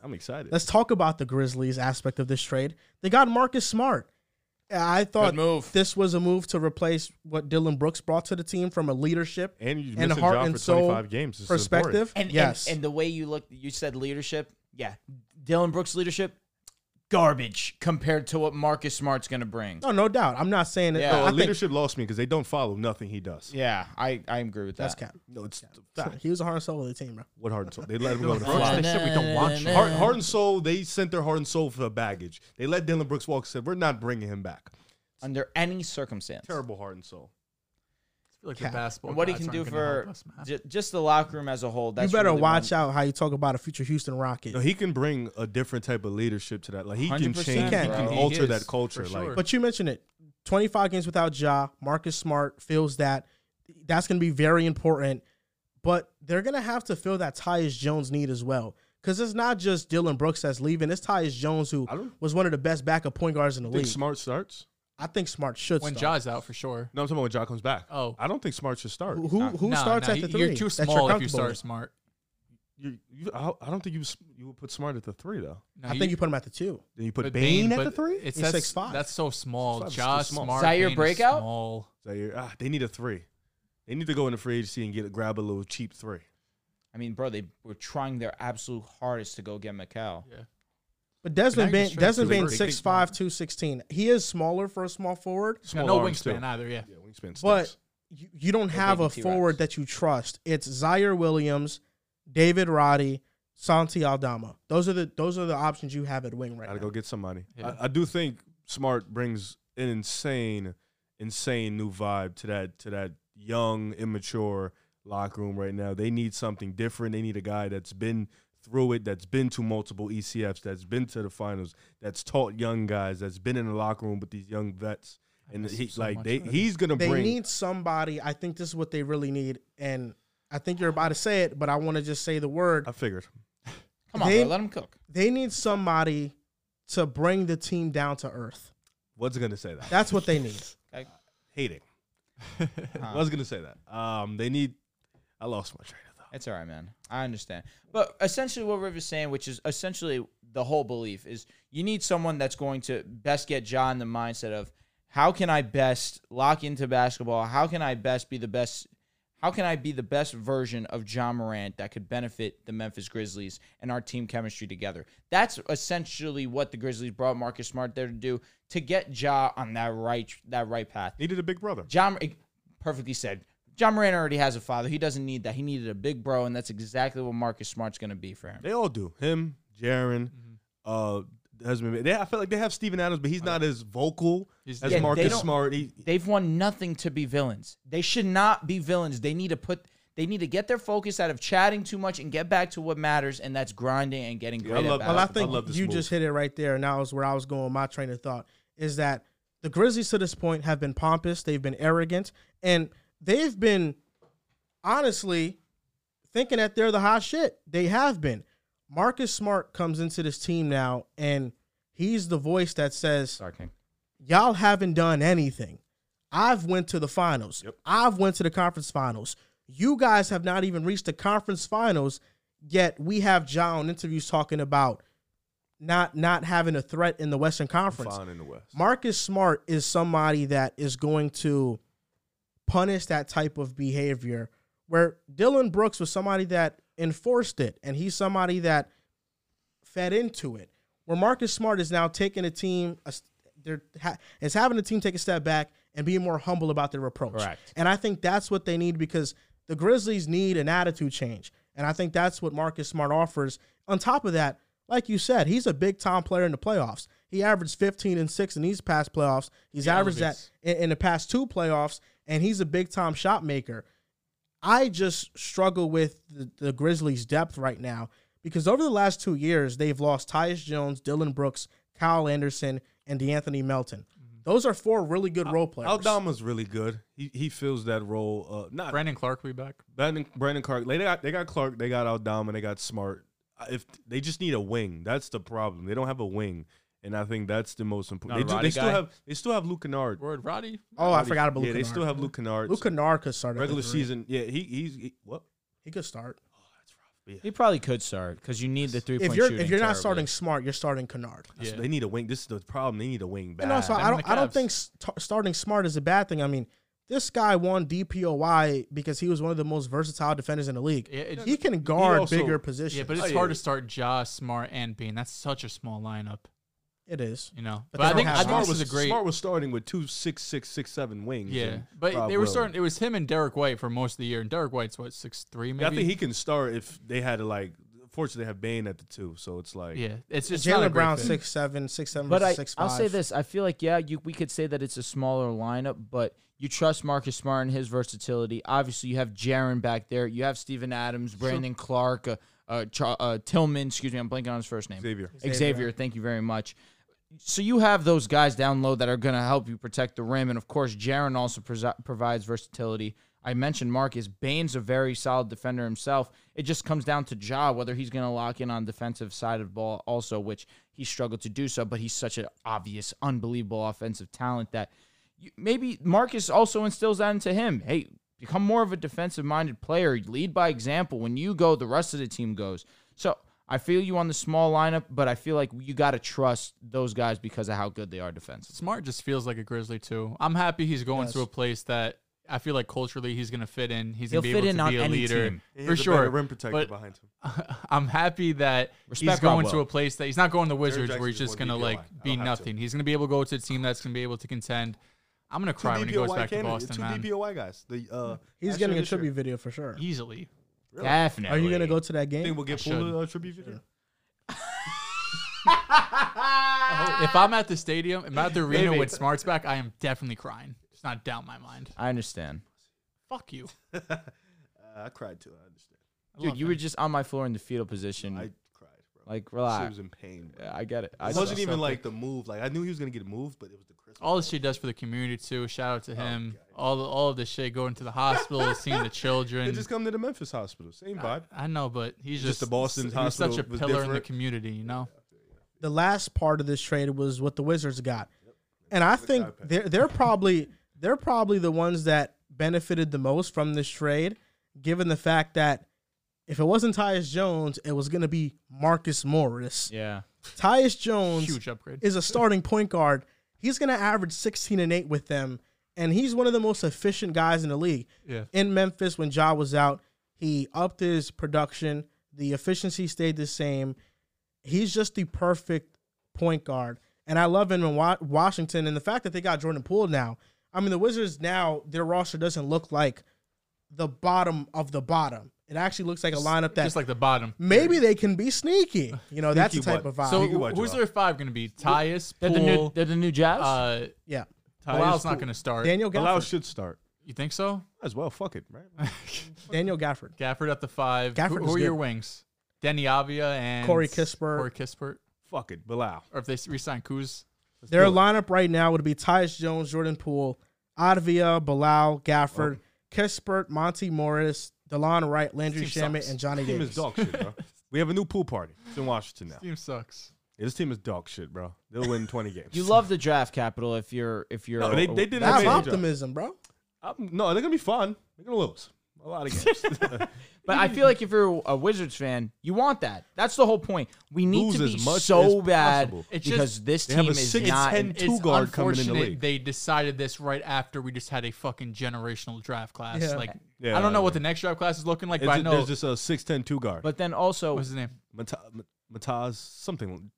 S6: I'm excited.
S3: Let's talk about the Grizzlies aspect of this trade. They got Marcus Smart. I thought
S4: Good move.
S3: this was a move to replace what Dylan Brooks brought to the team from a leadership
S6: And you
S3: and
S6: missing
S3: heart
S6: John
S3: and
S6: for
S3: soul
S6: 25 games. This is
S3: perspective.
S6: important.
S4: And
S3: yes,
S4: and, and the way you look, you said leadership. Yeah, Dylan Brooks' leadership. garbage compared to what Marcus Smart's going to bring.
S3: No, no doubt. I'm not saying that.
S4: Yeah.
S3: I
S6: Uh,
S3: think-
S6: leadership lost me because they don't follow nothing he does.
S4: Yeah, I, I agree with that.
S3: that's cap.
S6: No, it's
S3: Nah, He was the heart and soul of the team, bro.
S6: what heart and soul. They let him go to the
S5: Brooks, they said we don't want you.
S6: Heart, heart and soul, they sent their heart and soul for the baggage. They let Dylan Brooks walk. Said we're not bringing him back.
S4: Under any circumstance.
S6: Terrible heart and soul.
S5: Like the basketball
S4: And what he
S5: gods
S4: can do
S5: aren't gonna help
S4: for
S5: us, man.
S4: ju- just the locker room as a whole. That's
S3: you better
S4: really
S3: watch
S4: one-
S3: out how you talk about a future Houston Rocket.
S6: No, he can bring a different type of leadership to that. Like he can
S4: 100%,
S6: change. He
S3: bro.
S6: can,
S5: He
S6: alter
S5: is,
S6: that
S5: for
S6: culture.
S5: sure.
S6: Like
S3: But you mentioned it. 25 games without Ja, Marcus Smart feels that that's going to be very important. But they're going to have to fill that Tyus Jones need as well. Because it's not just Dylan Brooks that's leaving. It's Tyus Jones who
S6: I don't-
S3: was one of the best backup point guards in the
S6: I think
S3: league.
S6: Smart starts.
S3: I think Smart should
S5: when
S3: start.
S5: Ja's out for sure.
S6: No, I'm talking about when Ja comes back.
S5: Oh.
S6: I don't think Smart should start.
S3: Who who, who
S5: Nah,
S3: starts
S5: nah,
S3: at the
S5: you-
S3: 3
S5: You're too
S3: that you're
S5: small if you
S3: comfortable
S5: start
S3: with?
S5: smart.
S6: You, you, I, I don't think you s- you would put Smart at the three though.
S5: No,
S3: I think you put him at the two.
S6: Then you put,
S5: but
S6: Bane, at
S5: but
S6: the three.
S5: It's
S3: He's
S5: that's,
S3: 6'5".
S5: that's so small.
S6: 6'5" is
S5: Ja
S6: still small.
S5: smart.
S4: Is that your
S5: Bane
S4: breakout?
S5: Small.
S6: So you're, ah, they need a three. They need to go in the free agency and get a, grab a little cheap three.
S4: I mean, bro, they were trying their absolute hardest to go get Mikel.
S3: But Desmond
S5: Connecticut
S3: Bain,
S5: strength
S3: Desmond
S6: too.
S3: Bain,
S6: Big, big
S3: 6'5", 216. He is smaller for a small forward,
S5: Yeah,
S6: Small
S5: no
S6: arms,
S5: wingspan
S6: too.
S5: either. Yeah.
S6: Yeah, wingspan.
S3: but
S6: stinks.
S3: you, you don't have a
S4: big T-Rex.
S3: forward that you trust. It's Zaire Williams, David Roddy, Santi Aldama. Those are the those are the options you have at wing right
S6: gotta
S3: now.
S6: go get somebody.
S5: Yeah.
S6: I, I do think Smart brings an insane, insane new vibe to that to that young, immature locker room right now. They need something different. They need a guy that's been through it, that's been to multiple ECFs, that's been to the finals, that's taught young guys, that's been in the locker room with these young vets. And
S5: miss
S6: he,
S5: him so
S6: like
S5: much
S6: they,
S5: already.
S6: he's gonna
S3: They
S6: bring.
S3: need somebody. I think this is what they really need, and I think you're about to say it, but I want to just say the word.
S6: I figured.
S4: Come on,
S3: They-
S4: bro, let him cook.
S3: They need somebody to bring the team down to earth.
S6: Was gonna say that.
S3: That's what they need.
S6: Hating. Was gonna say that. Um, they need. I lost my train of thought.
S4: It's all right, man. I understand. But essentially, what River's saying, which is essentially the whole belief, is you need someone that's going to best get John the mindset of how can I best lock into basketball? How can I best be the best? How can I be the best version of John Morant that could benefit the Memphis Grizzlies and our team chemistry together? That's essentially what the Grizzlies brought Marcus Smart there to do to get Ja on that right that right path.
S6: Needed a big brother.
S4: John eh, perfectly said. John Moran already has a father. He doesn't need that. He needed a big bro, and that's exactly what Marcus Smart's going to be for him.
S6: They all do. Him, Jaron, uh, Desmond. They, I feel like they have Steven Adams, but he's not as vocal
S5: He's-
S6: as
S5: Yeah, they
S6: Marcus
S4: don't-
S6: Smart. He,
S4: They've won nothing to be villains. They should not be villains. They need to put they need to get their focus out of chatting too much and get back to what matters, and that's grinding and getting
S6: Yeah, I
S4: great.
S6: love-
S4: at
S3: Well, I
S6: Alabama.
S4: basketball.
S3: think
S6: I love this
S3: you
S6: move.
S3: just hit it right there, and that was where I was going. with My train of thought is that the Grizzlies to this point have been pompous, they've been arrogant, and they've been honestly thinking that they're the hot shit. They have been. Marcus Smart comes into this team now, and he's the voice that says,
S4: Sorry, King.
S3: y'all haven't done anything. I've went to the finals. I've went to the conference finals. You guys have not even reached the conference finals yet. We have John interviews talking about not not having a threat in the Western Conference.
S6: fine in the West.
S3: Marcus Smart is somebody that is going to punish that type of behavior. Where Dylan Brooks was somebody that enforced it, and he's somebody that fed into it. Where Marcus Smart is now taking a team, a s- they're ha, is having the team take a step back and being more humble about their approach.
S4: Correct.
S3: And I think that's what they need because the Grizzlies need an attitude change, and I think that's what Marcus Smart offers. On top of that, like you said, he's a big time player in the playoffs. He averaged 15 and six in these past playoffs. He's averaged that in, in the past two playoffs, and he's a big time shot maker. I just struggle with the, the Grizzlies' depth right now because over the last two years, they've lost Tyus Jones, Dylan Brooks, Kyle Anderson, and DeAnthony Melton.
S6: Mm-hmm.
S3: Those are four really good role players.
S6: Aldama's really good. He he fills that role. Uh, not
S5: Brandon Clark will be back.
S6: Brandon, Brandon Clark. They got they got Clark. They got Aldama. They got Smart. Uh, If they just need a wing, that's the problem. They don't have a wing, and I think that's the most important.
S5: Not
S6: They, do,
S5: a
S6: they
S5: Roddy
S6: still
S5: guy?
S6: have they still have Luke Kennard.
S5: Word Roddy.
S3: oh, I forgot about
S6: Yeah,
S3: Luke
S6: they
S3: Kennard.
S6: still have Luke Kennard.
S3: Luke Kennard could start. at the
S6: Regular
S3: three.
S6: season. Yeah, he he's he, what
S3: He could start.
S4: He probably could start because you need the three point
S3: If you're
S4: shooting
S3: if you're not
S4: terribly.
S3: starting Smart, you're starting Kennard.
S5: Yeah.
S6: they need a wing. This is the problem. They need a wing back.
S3: And also, I
S5: Them and
S3: don't
S5: the
S3: I don't
S5: Cavs.
S3: think st- starting Smart is a bad thing. I mean, this guy won DPOY because he was one of the most versatile defenders in the league.
S5: Yeah, it-
S3: he can guard
S6: also-
S3: bigger
S6: Oh, yeah,
S3: positions.
S5: Yeah, but it's hard to start Ja, Smart, and Bean. That's such a small lineup.
S3: It is.
S5: You know,
S3: But
S5: but,
S3: they
S5: I
S3: don't
S5: think
S3: have
S5: I think
S3: Smart
S5: this is a great.
S6: Smart was starting with two six six six seven wings.
S5: Yeah,
S6: and
S5: but
S6: Rob
S5: they were
S6: Will.
S5: starting. It was him and Derek White for most of the year, and Derek White's what six three maybe.
S6: Yeah, I think he can start if they had to like. Fortunately, they have Bane at the two, so it's like
S5: Yeah, it's just not a
S3: Jalen
S5: great
S3: Brown
S5: fit.
S3: six seven, six seven,
S4: But I,
S3: six
S4: I'll say
S3: five.
S4: this: I feel like yeah, you, we could say that it's a smaller lineup, but you trust Marcus Smart and his versatility. Obviously, you have Jaron back there. You have Steven Adams, Brandon Clark, uh, uh, Char- uh, Tillman. Excuse me, I'm blanking on his first name.
S6: Xavier.
S4: Xavier. Thank you very much. So you have those guys down low that are going to help you protect the rim, and of course, Jaron also presi- provides versatility. I mentioned Marcus Bain's a very solid defender himself. It just comes down to Ja whether he's going to lock in on defensive side of the ball also, which he struggled to do so. But he's such an obvious, unbelievable offensive talent that you, maybe Marcus also instills that into him. Hey, become more of a defensive minded player. Lead by example. When you go, the rest of the team goes. So I feel you on the small lineup, but I feel like you got to trust those guys because of how good they are defensively.
S5: Smart just feels like a Grizzly too. I'm happy he's going to a place that I feel like culturally he's gonna fit in. He's
S4: He'll
S5: gonna be
S4: fit
S5: able
S4: in
S5: to
S4: on
S5: be a
S4: any
S5: leader
S4: team.
S6: He
S5: for
S6: has a
S5: sure.
S6: better rim protector
S5: but
S6: behind him.
S5: I'm happy that he's
S4: Respect
S5: going
S4: Rob
S5: to
S4: Will.
S5: a place that he's not going to the Wizards
S6: Jackson
S5: where he's
S6: just
S5: just
S6: won
S5: gonna
S6: DPOY.
S5: like be
S6: I don't have to.
S5: nothing. He's gonna be able to go to a team that's gonna be able to contend. I'm gonna cry when he goes
S6: DPOY
S5: back to
S6: candidate-
S5: Boston,
S6: two
S5: man.
S6: DPOY guys. The uh,
S3: He's getting
S6: last year,
S3: a
S6: this year.
S3: tribute video for sure.
S5: Easily.
S4: Definitely.
S3: Are you gonna go to that
S6: Think
S3: game?
S6: we'll get
S5: I should.
S6: pulled a tribute video.
S5: Oh, If I'm at the stadium, if I'm at the arena
S6: Maybe.
S5: with Smart's back, I am definitely crying. It's not down my mind.
S4: I understand.
S5: Fuck you.
S6: Uh, I cried too. I understand.
S4: Dude, you were just on my floor in the fetal position.
S6: I cried, bro.
S4: like,
S6: I
S4: relax.
S6: was in pain. Bro.
S4: Yeah, I get it. I
S6: it
S4: saw
S6: wasn't even
S4: something.
S6: like the move. Like I knew he was gonna get moved, but it was the Christmas.
S5: all this shit does for the community too. Shout out to him. All the, all of this shit going to the hospital, seeing the
S6: They
S5: children.
S6: just come to the Memphis hospital. Same vibe.
S5: I know, but he's
S6: Just
S5: just,
S6: the Boston
S5: he was such a
S6: hospital was
S5: pillar in the
S6: different.
S5: community. You know,
S3: the last part of this trade was what the Wizards got, and I think they're they're probably they're probably the ones that benefited the most from this trade, given the fact that if it wasn't Tyus Jones, it was going to be Marcus Morris.
S4: Yeah.
S3: Tyus Jones
S5: huge upgrade.
S3: is a starting point guard. He's going to average 16 and 8 with them, and he's one of the most efficient guys in the league.
S5: Yeah.
S3: In Memphis, when Ja was out, he upped his production. The efficiency stayed the same. He's just the perfect point guard. And I love him in Wa- Washington. And the fact that they got Jordan Poole now. I mean, the Wizards now, their roster doesn't look like the bottom of the bottom. It actually looks like a lineup that
S5: Just like the bottom.
S3: maybe they can be sneaky. You know, that's the type of
S6: what?
S3: vibe.
S5: So
S6: can watch
S5: wh- who's
S6: it all.
S5: their five going to be? Tyus,
S4: They're the new,
S5: Poole,
S4: they're the new Jazz?
S5: uh,
S3: yeah.
S5: Lyle's not
S6: Poole.
S5: going to start.
S3: Daniel
S6: Allow
S3: Gafford.
S6: should start
S5: You think so?
S6: as well. Fuck it, right?
S3: Daniel Gafford.
S5: Gafford at the five.
S3: Gafford
S5: who
S3: was
S5: who are your
S3: good.
S5: wings? Denny Avia and
S3: Corey Kispert.
S5: Corey Kispert,
S6: Fuck it, Bilal.
S5: or if they s- resign Kuz.
S3: Their lineup right now would be Tyus Jones, Jordan Poole, Advia, Bilal, Gafford,
S6: Oh.
S3: Kispert, Monty Morris, DeLon Wright, Landry
S5: This team
S3: Shamit,
S5: sucks.
S3: and Johnny
S6: Team is
S3: Davis.
S6: dog shit, bro. We have a new pool party. It's in Washington now.
S5: Team sucks.
S6: Yeah, this team is dog shit, bro. They'll win 20 games.
S4: you love the draft capital if you're if you're
S6: No, they- they did
S3: That's
S4: that's
S6: amazing
S4: fine.
S6: job.
S3: optimism, bro.
S6: i no, they're gonna be fun. They're gonna lose a lot of games.
S4: But I feel like if you're a Wizards fan, you want that. That's the whole point. We need
S6: Lose
S4: to be
S6: as much
S4: so
S6: as
S4: bad
S6: possible.
S5: It's
S4: because
S5: just-
S4: this
S6: they
S4: team
S6: have a
S4: is
S6: 6'10"
S4: not.
S6: Two guard coming in the
S5: unfortunate
S6: league.
S5: They decided this right after we just had a fucking generational draft class.
S3: Yeah.
S5: Like
S6: Yeah,
S5: I don't know
S6: I
S5: what the next draft class is looking like,
S6: It's
S5: but I
S6: ju-
S5: know
S6: There's just a 6'10 two guard. But
S4: But then also,
S5: what's his name?
S6: Mataz something.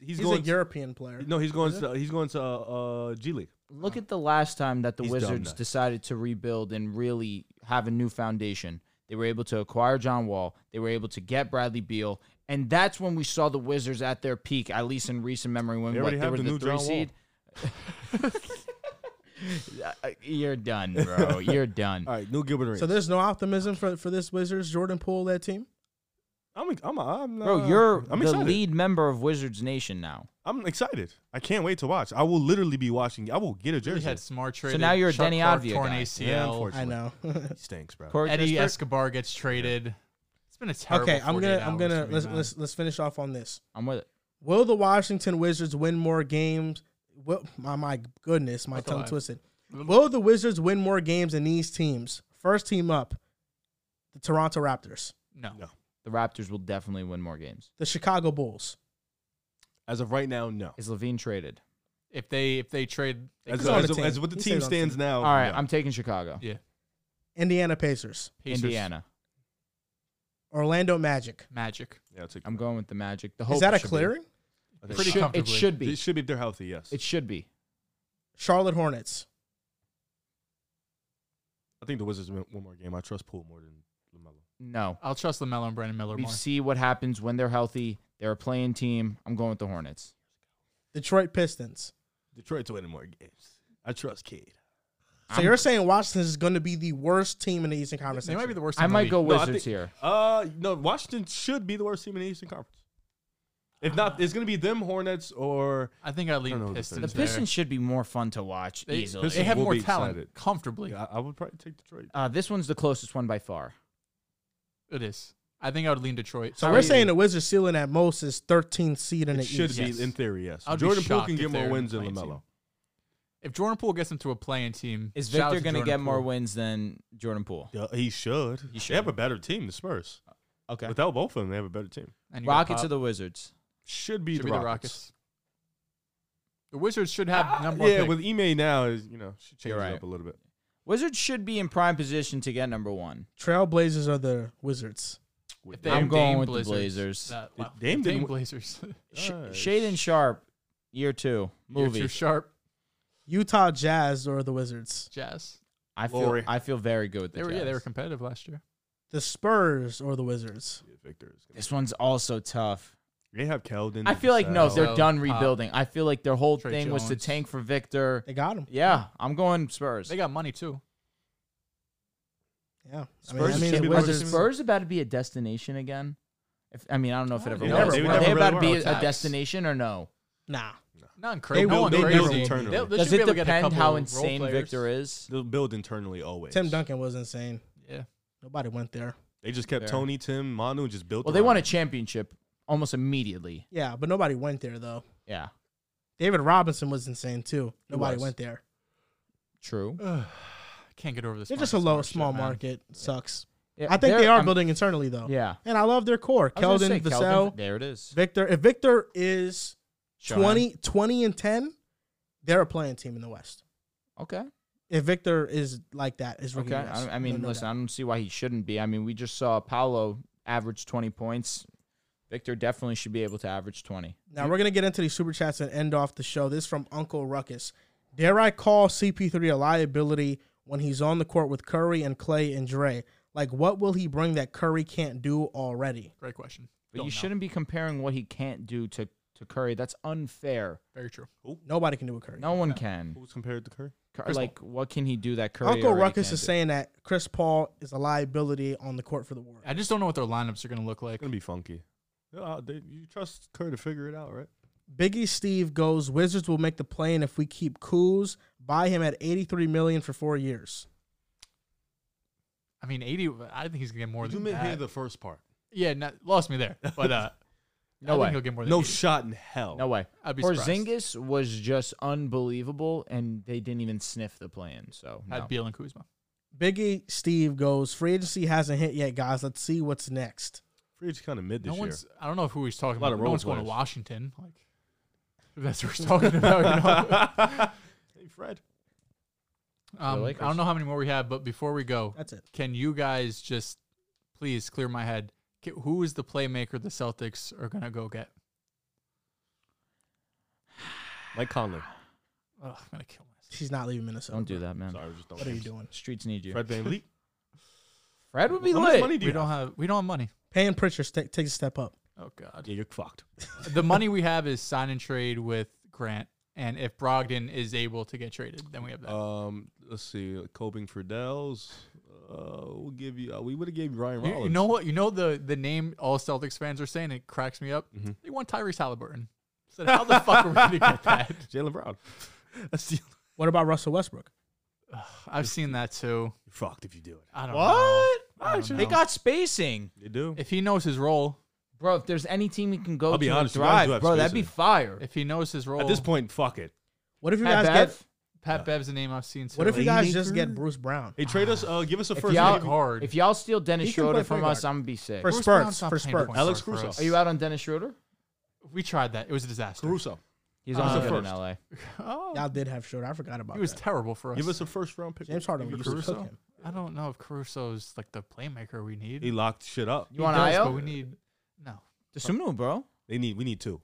S6: He's,
S3: He's
S6: going.
S3: a European player.
S6: no, he's going. To, he's going to uh, uh, G League.
S4: look at the last time that the
S6: He's dumb
S4: Wizards
S6: now.
S4: decided to rebuild and really have a new foundation. They were able to acquire John Wall. They were able to get Bradley Beal, and that's when we saw the Wizards at their peak, at least in recent memory. When
S6: They
S4: what,
S6: already
S4: they
S6: have
S4: were
S6: the
S4: the,
S6: new
S4: three
S6: John Wall.
S4: seed. Uh, You're done, bro. You're done.
S6: All right, new Gilbert Arenas.
S3: So there's no optimism for, for this Wizards, Jordan Poole, that team.
S6: I'm. I'm. I'm.
S4: Bro,
S6: uh,
S4: you're
S6: I'm
S4: the
S6: excited.
S4: lead member of Wizards Nation now.
S6: I'm excited. I can't wait to watch. I will literally be watching. I will get a
S5: Really
S6: jersey.
S5: had smart trade.
S4: now you're a Denny Avdija
S5: torn
S4: guy.
S5: ACL.
S6: Yeah, unfortunately.
S3: I know.
S6: He stinks, bro.
S4: Corey
S5: Eddie
S4: Kispert?
S5: Escobar gets traded. It's been a terrible.
S3: okay, I'm
S5: 48
S3: gonna I'm
S5: hours
S3: gonna
S5: for me,
S3: let's,
S5: man.
S3: let's let's finish off on this.
S4: I'm with it.
S3: Will the Washington Wizards win more games? Will, my my goodness, my tongue
S5: alive.
S3: twisted. Will the Wizards win more games than these teams? First team up, the Toronto Raptors,
S5: no.
S6: No.
S4: The Raptors will definitely win more games.
S3: the Chicago Bulls.
S6: As of right now,
S3: Oh.
S6: no.
S4: Is Levine traded?
S5: If they if they trade, they
S6: As,
S5: could.
S3: on
S6: as,
S3: the
S6: as,
S3: team.
S6: what the
S3: He
S6: team
S3: stayed on the
S6: stands
S3: team.
S6: now.
S4: All right,
S6: no.
S4: I'm taking Chicago.
S5: yeah,
S3: Indiana Pacers,
S5: Pacers,
S4: Indiana.
S3: Orlando Magic.
S5: Magic.
S6: Yeah, I'll take-
S4: I'm going with the Magic. The hope
S3: Is that a
S4: should be-
S3: clearing?
S4: It
S5: Pretty
S4: should- it
S5: comfortably.
S4: should be.
S6: It should be if they're healthy, yes.
S4: It should be.
S3: Charlotte Hornets.
S6: I think the Wizards win one more game. I trust Poole more than LaMelo.
S4: No.
S5: I'll trust Lamelo and Brandon Miller
S4: We
S5: more.
S4: see what happens when they're healthy. They're a playing team. I'm going with the Hornets.
S3: Detroit Pistons.
S6: Detroit's winning more games. I trust Cade.
S3: So you're saying Washington is going to be the worst team in the Eastern Conference?
S5: They might be the worst.
S4: I
S5: in the
S4: might
S5: league.
S4: go
S6: No, I
S4: Wizards
S6: think-
S4: here.
S6: Uh, no, Washington should be the worst team in the Eastern Conference. If not, it's going to be them Hornets or
S5: I think I
S6: I
S5: lean
S6: don't know who the
S5: Pistons.
S4: The
S6: Pistons
S5: there.
S4: Pistons should be more fun to watch
S5: They,
S4: easily.
S5: they have
S6: will
S5: more
S6: be
S5: talent
S6: excited.
S5: comfortably.
S6: yeah, I I would probably take Detroit.
S4: uh, this one's the closest one by far.
S5: It is. I think I would lean Detroit.
S3: So we're saying the Wizards ceiling at most is 13th seed in
S6: It
S3: the
S6: should
S3: East.
S6: be
S5: Yes.
S6: in theory, yes.
S5: I'd be
S6: Jordan Poole
S5: shocked
S6: can
S5: if
S6: get more
S5: they're
S6: wins
S5: a
S6: than
S5: playing
S6: LaMelo.
S5: team. if Jordan Poole gets them to a playing team,
S4: Is
S5: shout out
S4: Victor
S5: to
S4: going to
S5: Jordan
S4: get more
S5: Poole.
S4: wins than Jordan Poole?
S6: Yeah, Uh, he should. He should. They have a better team, the Spurs.
S4: Okay.
S6: Without both of them, they have a better team.
S5: And you got
S4: Rockets
S5: Pop.
S4: or the Wizards?
S6: Should be,
S5: Should
S6: the,
S5: be the
S6: Rockets. Ah,
S5: Rockets. The Wizards should have number one.
S6: Yeah,
S5: pick.
S6: with Ime now is you know should change
S4: You're
S6: it
S4: right.
S6: up a little bit.
S4: Wizards should be in prime position to get number one.
S3: Trailblazers are the Wizards.
S5: If
S4: I'm
S5: have
S4: going
S5: Dame
S4: with the Blazers.
S5: That-
S6: If
S5: wow.
S6: Dame
S5: If Dame
S6: didn't-
S5: Blazers.
S4: Sh-
S5: Oh,
S6: Nice.
S4: Shaden Sharp, year two movie.
S5: You're too sharp,
S3: Utah Jazz or the Wizards.
S5: Jazz.
S4: I feel
S6: Lowry.
S4: I feel very good with the
S5: They were yeah, they were
S4: Jazz.
S5: competitive last year.
S3: The Spurs or the Wizards.
S6: Yeah, Victor is gonna,
S4: This one's also tough.
S6: they have Keldon.
S4: I feel like no,
S6: Vassell.
S4: they're
S5: So,
S4: done
S5: uh,
S4: rebuilding. I feel like their whole
S5: Trey
S4: thing was to
S5: Jones.
S4: tank for Victor.
S3: They got them.
S4: Yeah, I'm going Spurs.
S5: They got money too.
S3: Yeah.
S4: Spurs
S3: I mean, I
S4: should
S3: mean
S4: be
S3: the
S4: worse.
S3: Wizards.
S4: Spurs about to be a destination again. If I mean, I don't know if it
S5: Oh,
S4: ever
S5: they
S4: was.
S5: never
S4: Are
S5: were.
S4: they
S5: They
S4: about
S5: never
S4: to be
S5: were.
S4: a
S5: Attacks.
S4: destination or no?
S3: Nah.
S5: Not crazy.
S3: will-
S5: no one
S3: they
S5: crazy.
S3: will
S6: turn
S5: They-
S6: around.
S5: they
S4: Does
S5: should be
S4: it
S5: able to get a
S4: depend
S5: couple
S4: how
S5: role
S4: insane
S5: players.
S4: Victor is?
S6: They'll build internally always.
S3: Tim Duncan was insane.
S5: Yeah.
S3: Nobody went there.
S6: They just kept
S4: Fair.
S6: Tony, Tim, Manu, and just built.
S4: Well, they
S6: around
S4: won a
S6: him.
S4: championship almost immediately.
S3: Yeah, but nobody went there though.
S4: Yeah,
S3: David Robinson was insane too. Nobody
S4: was.
S3: went there.
S4: true.
S5: Can't get over this.
S3: They're just a
S5: Marcus
S3: low,
S5: Smart shit,
S3: small
S5: man.
S3: market. Sucks.
S4: Yeah,
S3: I think
S4: they're-
S3: they are
S4: I'm-
S3: building internally though.
S4: Yeah,
S3: And I love their core.
S4: I was gonna
S3: Keldon,
S4: say Keldon,
S3: Vassell,
S4: There it is.
S3: Victor. If Victor is
S4: Showing.
S3: 20, 20 and 10, they're a playing team in the West.
S4: Okay.
S3: If Victor is like that, is rookie
S4: Okay.
S3: of the West.
S4: I, I mean,
S3: No, no
S4: listen,
S3: doubt.
S4: I don't see why he shouldn't be. I mean, we just saw Paolo average 20 points. Victor definitely should be able to average 20.
S3: Now we're gonna get into these super chats and end off the show. This from Uncle Ruckus. Dare I call CP3 a liability when he's on the court with Curry and Clay and Dre? Like, what will he bring that Curry can't do already?
S5: Great question.
S4: But
S5: Don't
S4: you
S5: know.
S4: shouldn't be comparing what he can't do to, to Curry. That's unfair.
S5: Very true.
S3: Nobody can do what Curry.
S4: No one can.
S6: Who's compared to Kerr?
S4: Cur-
S5: Chris
S4: Like, what can he do that Curry?
S3: Uncle
S4: already
S3: Ruckus
S4: can't
S3: is
S4: do?
S3: saying that Chris Paul is a liability on the court for the Warriors.
S5: I just don't know what their lineups are going to look like.
S6: It's gonna be funky. Uh, they, you trust Kerr to figure it out, right?
S3: Biggie Steve goes. Wizards will make the play, and if we keep Kuz, buy him at eighty-three million for four years.
S5: I mean, 80. I think he's going to get more
S6: you
S5: than
S6: didn't hear
S5: that.
S6: the first part.
S5: yeah, not, lost me there. But uh,
S4: No
S5: I
S4: way.
S5: think he'll get more than
S6: No
S5: 80.
S6: shot in hell.
S4: No way.
S5: I'd be surprised.
S4: Porzingis was just unbelievable, and they didn't even sniff the plan. So no.
S5: Had Beal and Kuzma.
S3: Biggie Steve goes. Free agency hasn't hit yet, guys. Let's see what's next.
S6: Free agent kind of mid
S5: No
S6: this year.
S5: one's. I don't know who he's talking
S6: A lot
S5: about.
S6: of
S5: but No
S6: role
S5: one's going to
S6: players.
S5: Washington. Like, if that's what he's talking about. You know?
S6: hey, Fred.
S5: um, I
S4: Lakers.
S5: don't know how many more we have, but before we go,
S3: That's it.
S5: can you guys just please clear my head? K- Who is the playmaker the Celtics are going to go get?
S6: Mike Conley.
S5: Ugh, I'm going to kill myself.
S3: He's not leaving Minnesota.
S4: don't do that, man.
S6: Sorry, I was just don't.
S3: What are you doing?
S4: Streets need you.
S6: Fred
S4: Fred,
S6: Van Leek.
S4: would be
S6: How much
S4: lit.
S6: money do
S5: We
S6: you
S5: don't
S6: have?
S5: have. We don't have money.
S3: Paying Pritchard st- takes a step up.
S5: Oh God.
S6: Yeah, you're fucked.
S5: the money we have is sign and trade with Grant. And if Brogdon is able to get traded, then we have that.
S6: Um, let's see. Coping for Dells. Uh, we'll give you. Uh, we would have gave you Ryan
S5: you,
S6: Rollins.
S5: you know what? You know the the name all Celtics fans are saying. It cracks me up.
S6: Mm-hmm.
S5: They want Tyrese Halliburton. I said, how the fuck are we going to get that?
S6: Jalen Brown. That's the.
S3: What about Russell Westbrook?
S5: I've seen that too.
S6: You're fucked if you do it.
S5: I don't know.
S4: What?
S5: I don't
S4: They
S5: know.
S4: got spacing,
S6: You do.
S5: If he knows his role,
S4: bro. If there's any team he can go
S6: I'll be
S4: to and
S6: honest, you guys
S4: thrive,
S6: do have
S4: bro, that'd be
S6: spacing.
S4: fire.
S5: if he knows his role,
S6: At this point, fuck it.
S3: What if you
S4: Pat
S3: guys
S4: Bev,
S3: get?
S5: Pat Bev's a name I've seen. Too.
S3: What if you guys just
S6: Playmaker?
S3: get Bruce Brown
S6: Hey, trade us. Uh, give us a
S4: if
S6: first.
S5: y'all-
S6: round
S5: pick.
S4: y'all,
S5: Hard.
S4: if y'all steal Dennis
S6: He can
S4: Schroeder
S6: play
S4: from
S6: point
S4: us,
S6: guard.
S4: I'm gonna be sick.
S3: for
S5: Bruce
S3: Spurs?
S5: Brown's not
S3: For
S5: playing
S3: Spurs,
S5: point
S6: Alex
S5: guard for
S6: Caruso.
S5: us.
S4: Are you out on Dennis Schroeder?
S5: we tried that. It was a disaster.
S6: Caruso.
S4: He's
S5: Uh,
S4: also
S5: He's
S4: good
S5: the
S4: in
S6: first.
S4: LA.
S5: Oh,
S3: y'all did have Schroeder. I forgot about
S5: he was
S3: that.
S5: terrible for us.
S6: Give us a first round pick.
S3: James Harden used to cook
S5: Caruso.
S3: him.
S5: I don't know if Caruso's like the playmaker we need.
S6: He locked shit up.
S4: You want
S5: does,
S4: Io?
S5: but we need no.
S4: Desumu, bro.
S6: They need. We need two.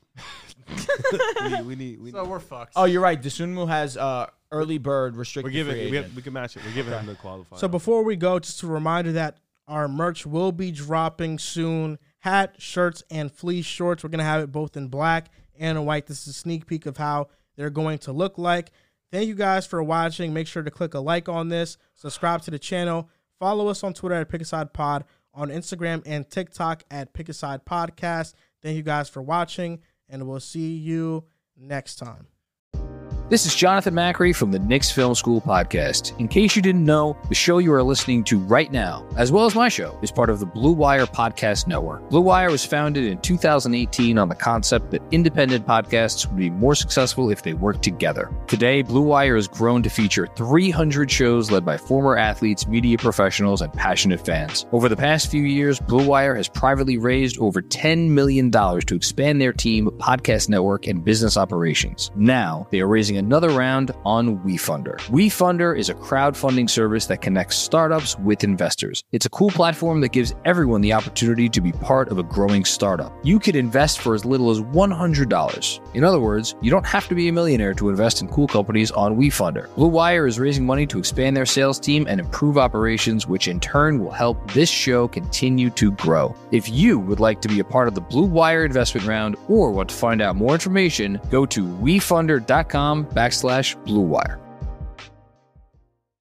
S6: we need. We need. We
S5: So
S6: need.
S5: we're fucked.
S10: Oh, you're right. Desunmu has uh, early bird restricted
S6: We're giving.
S10: free
S6: We,
S10: agent.
S6: have, we can match it. We're giving them the qualifier.
S3: So before we go, just a reminder that our merch will be dropping soon. Hat, shirts, and fleece shorts. We're gonna have it both in black and in white. This is a sneak peek of how they're going to look like. Thank you guys for watching. Make sure to click a like on this, subscribe to the channel, follow us on Twitter at Pickaside Pod, on Instagram and TikTok at Pickaside Podcast. Thank you guys for watching, and we'll see you next time.
S11: This is Jonathan Macri from the Knicks Film School podcast. In case you didn't know, the show you are listening to right now, as well as my show, is part of the Blue Wire Podcast Network. Blue Wire was founded in 2018 on the concept that independent podcasts would be more successful if they worked together. Today, Blue Wire has grown to feature 300 shows led by former athletes, media professionals, and passionate fans. Over the past few years, Blue Wire has privately raised over $10 million to expand their team, podcast network, and business operations. Now, they are raising another round on WeFunder. WeFunder is a crowdfunding service that connects startups with investors. It's a cool platform that gives everyone the opportunity to be part of a growing startup. You could invest for as little as $100. In other words, you don't have to be a millionaire to invest in cool companies on WeFunder. Blue Wire is raising money to expand their sales team and improve operations, which in turn will help this show continue to grow. If you would like to be a part of the Blue Wire investment round or want to find out more information, go to wefunder.com backslash Blue Wire.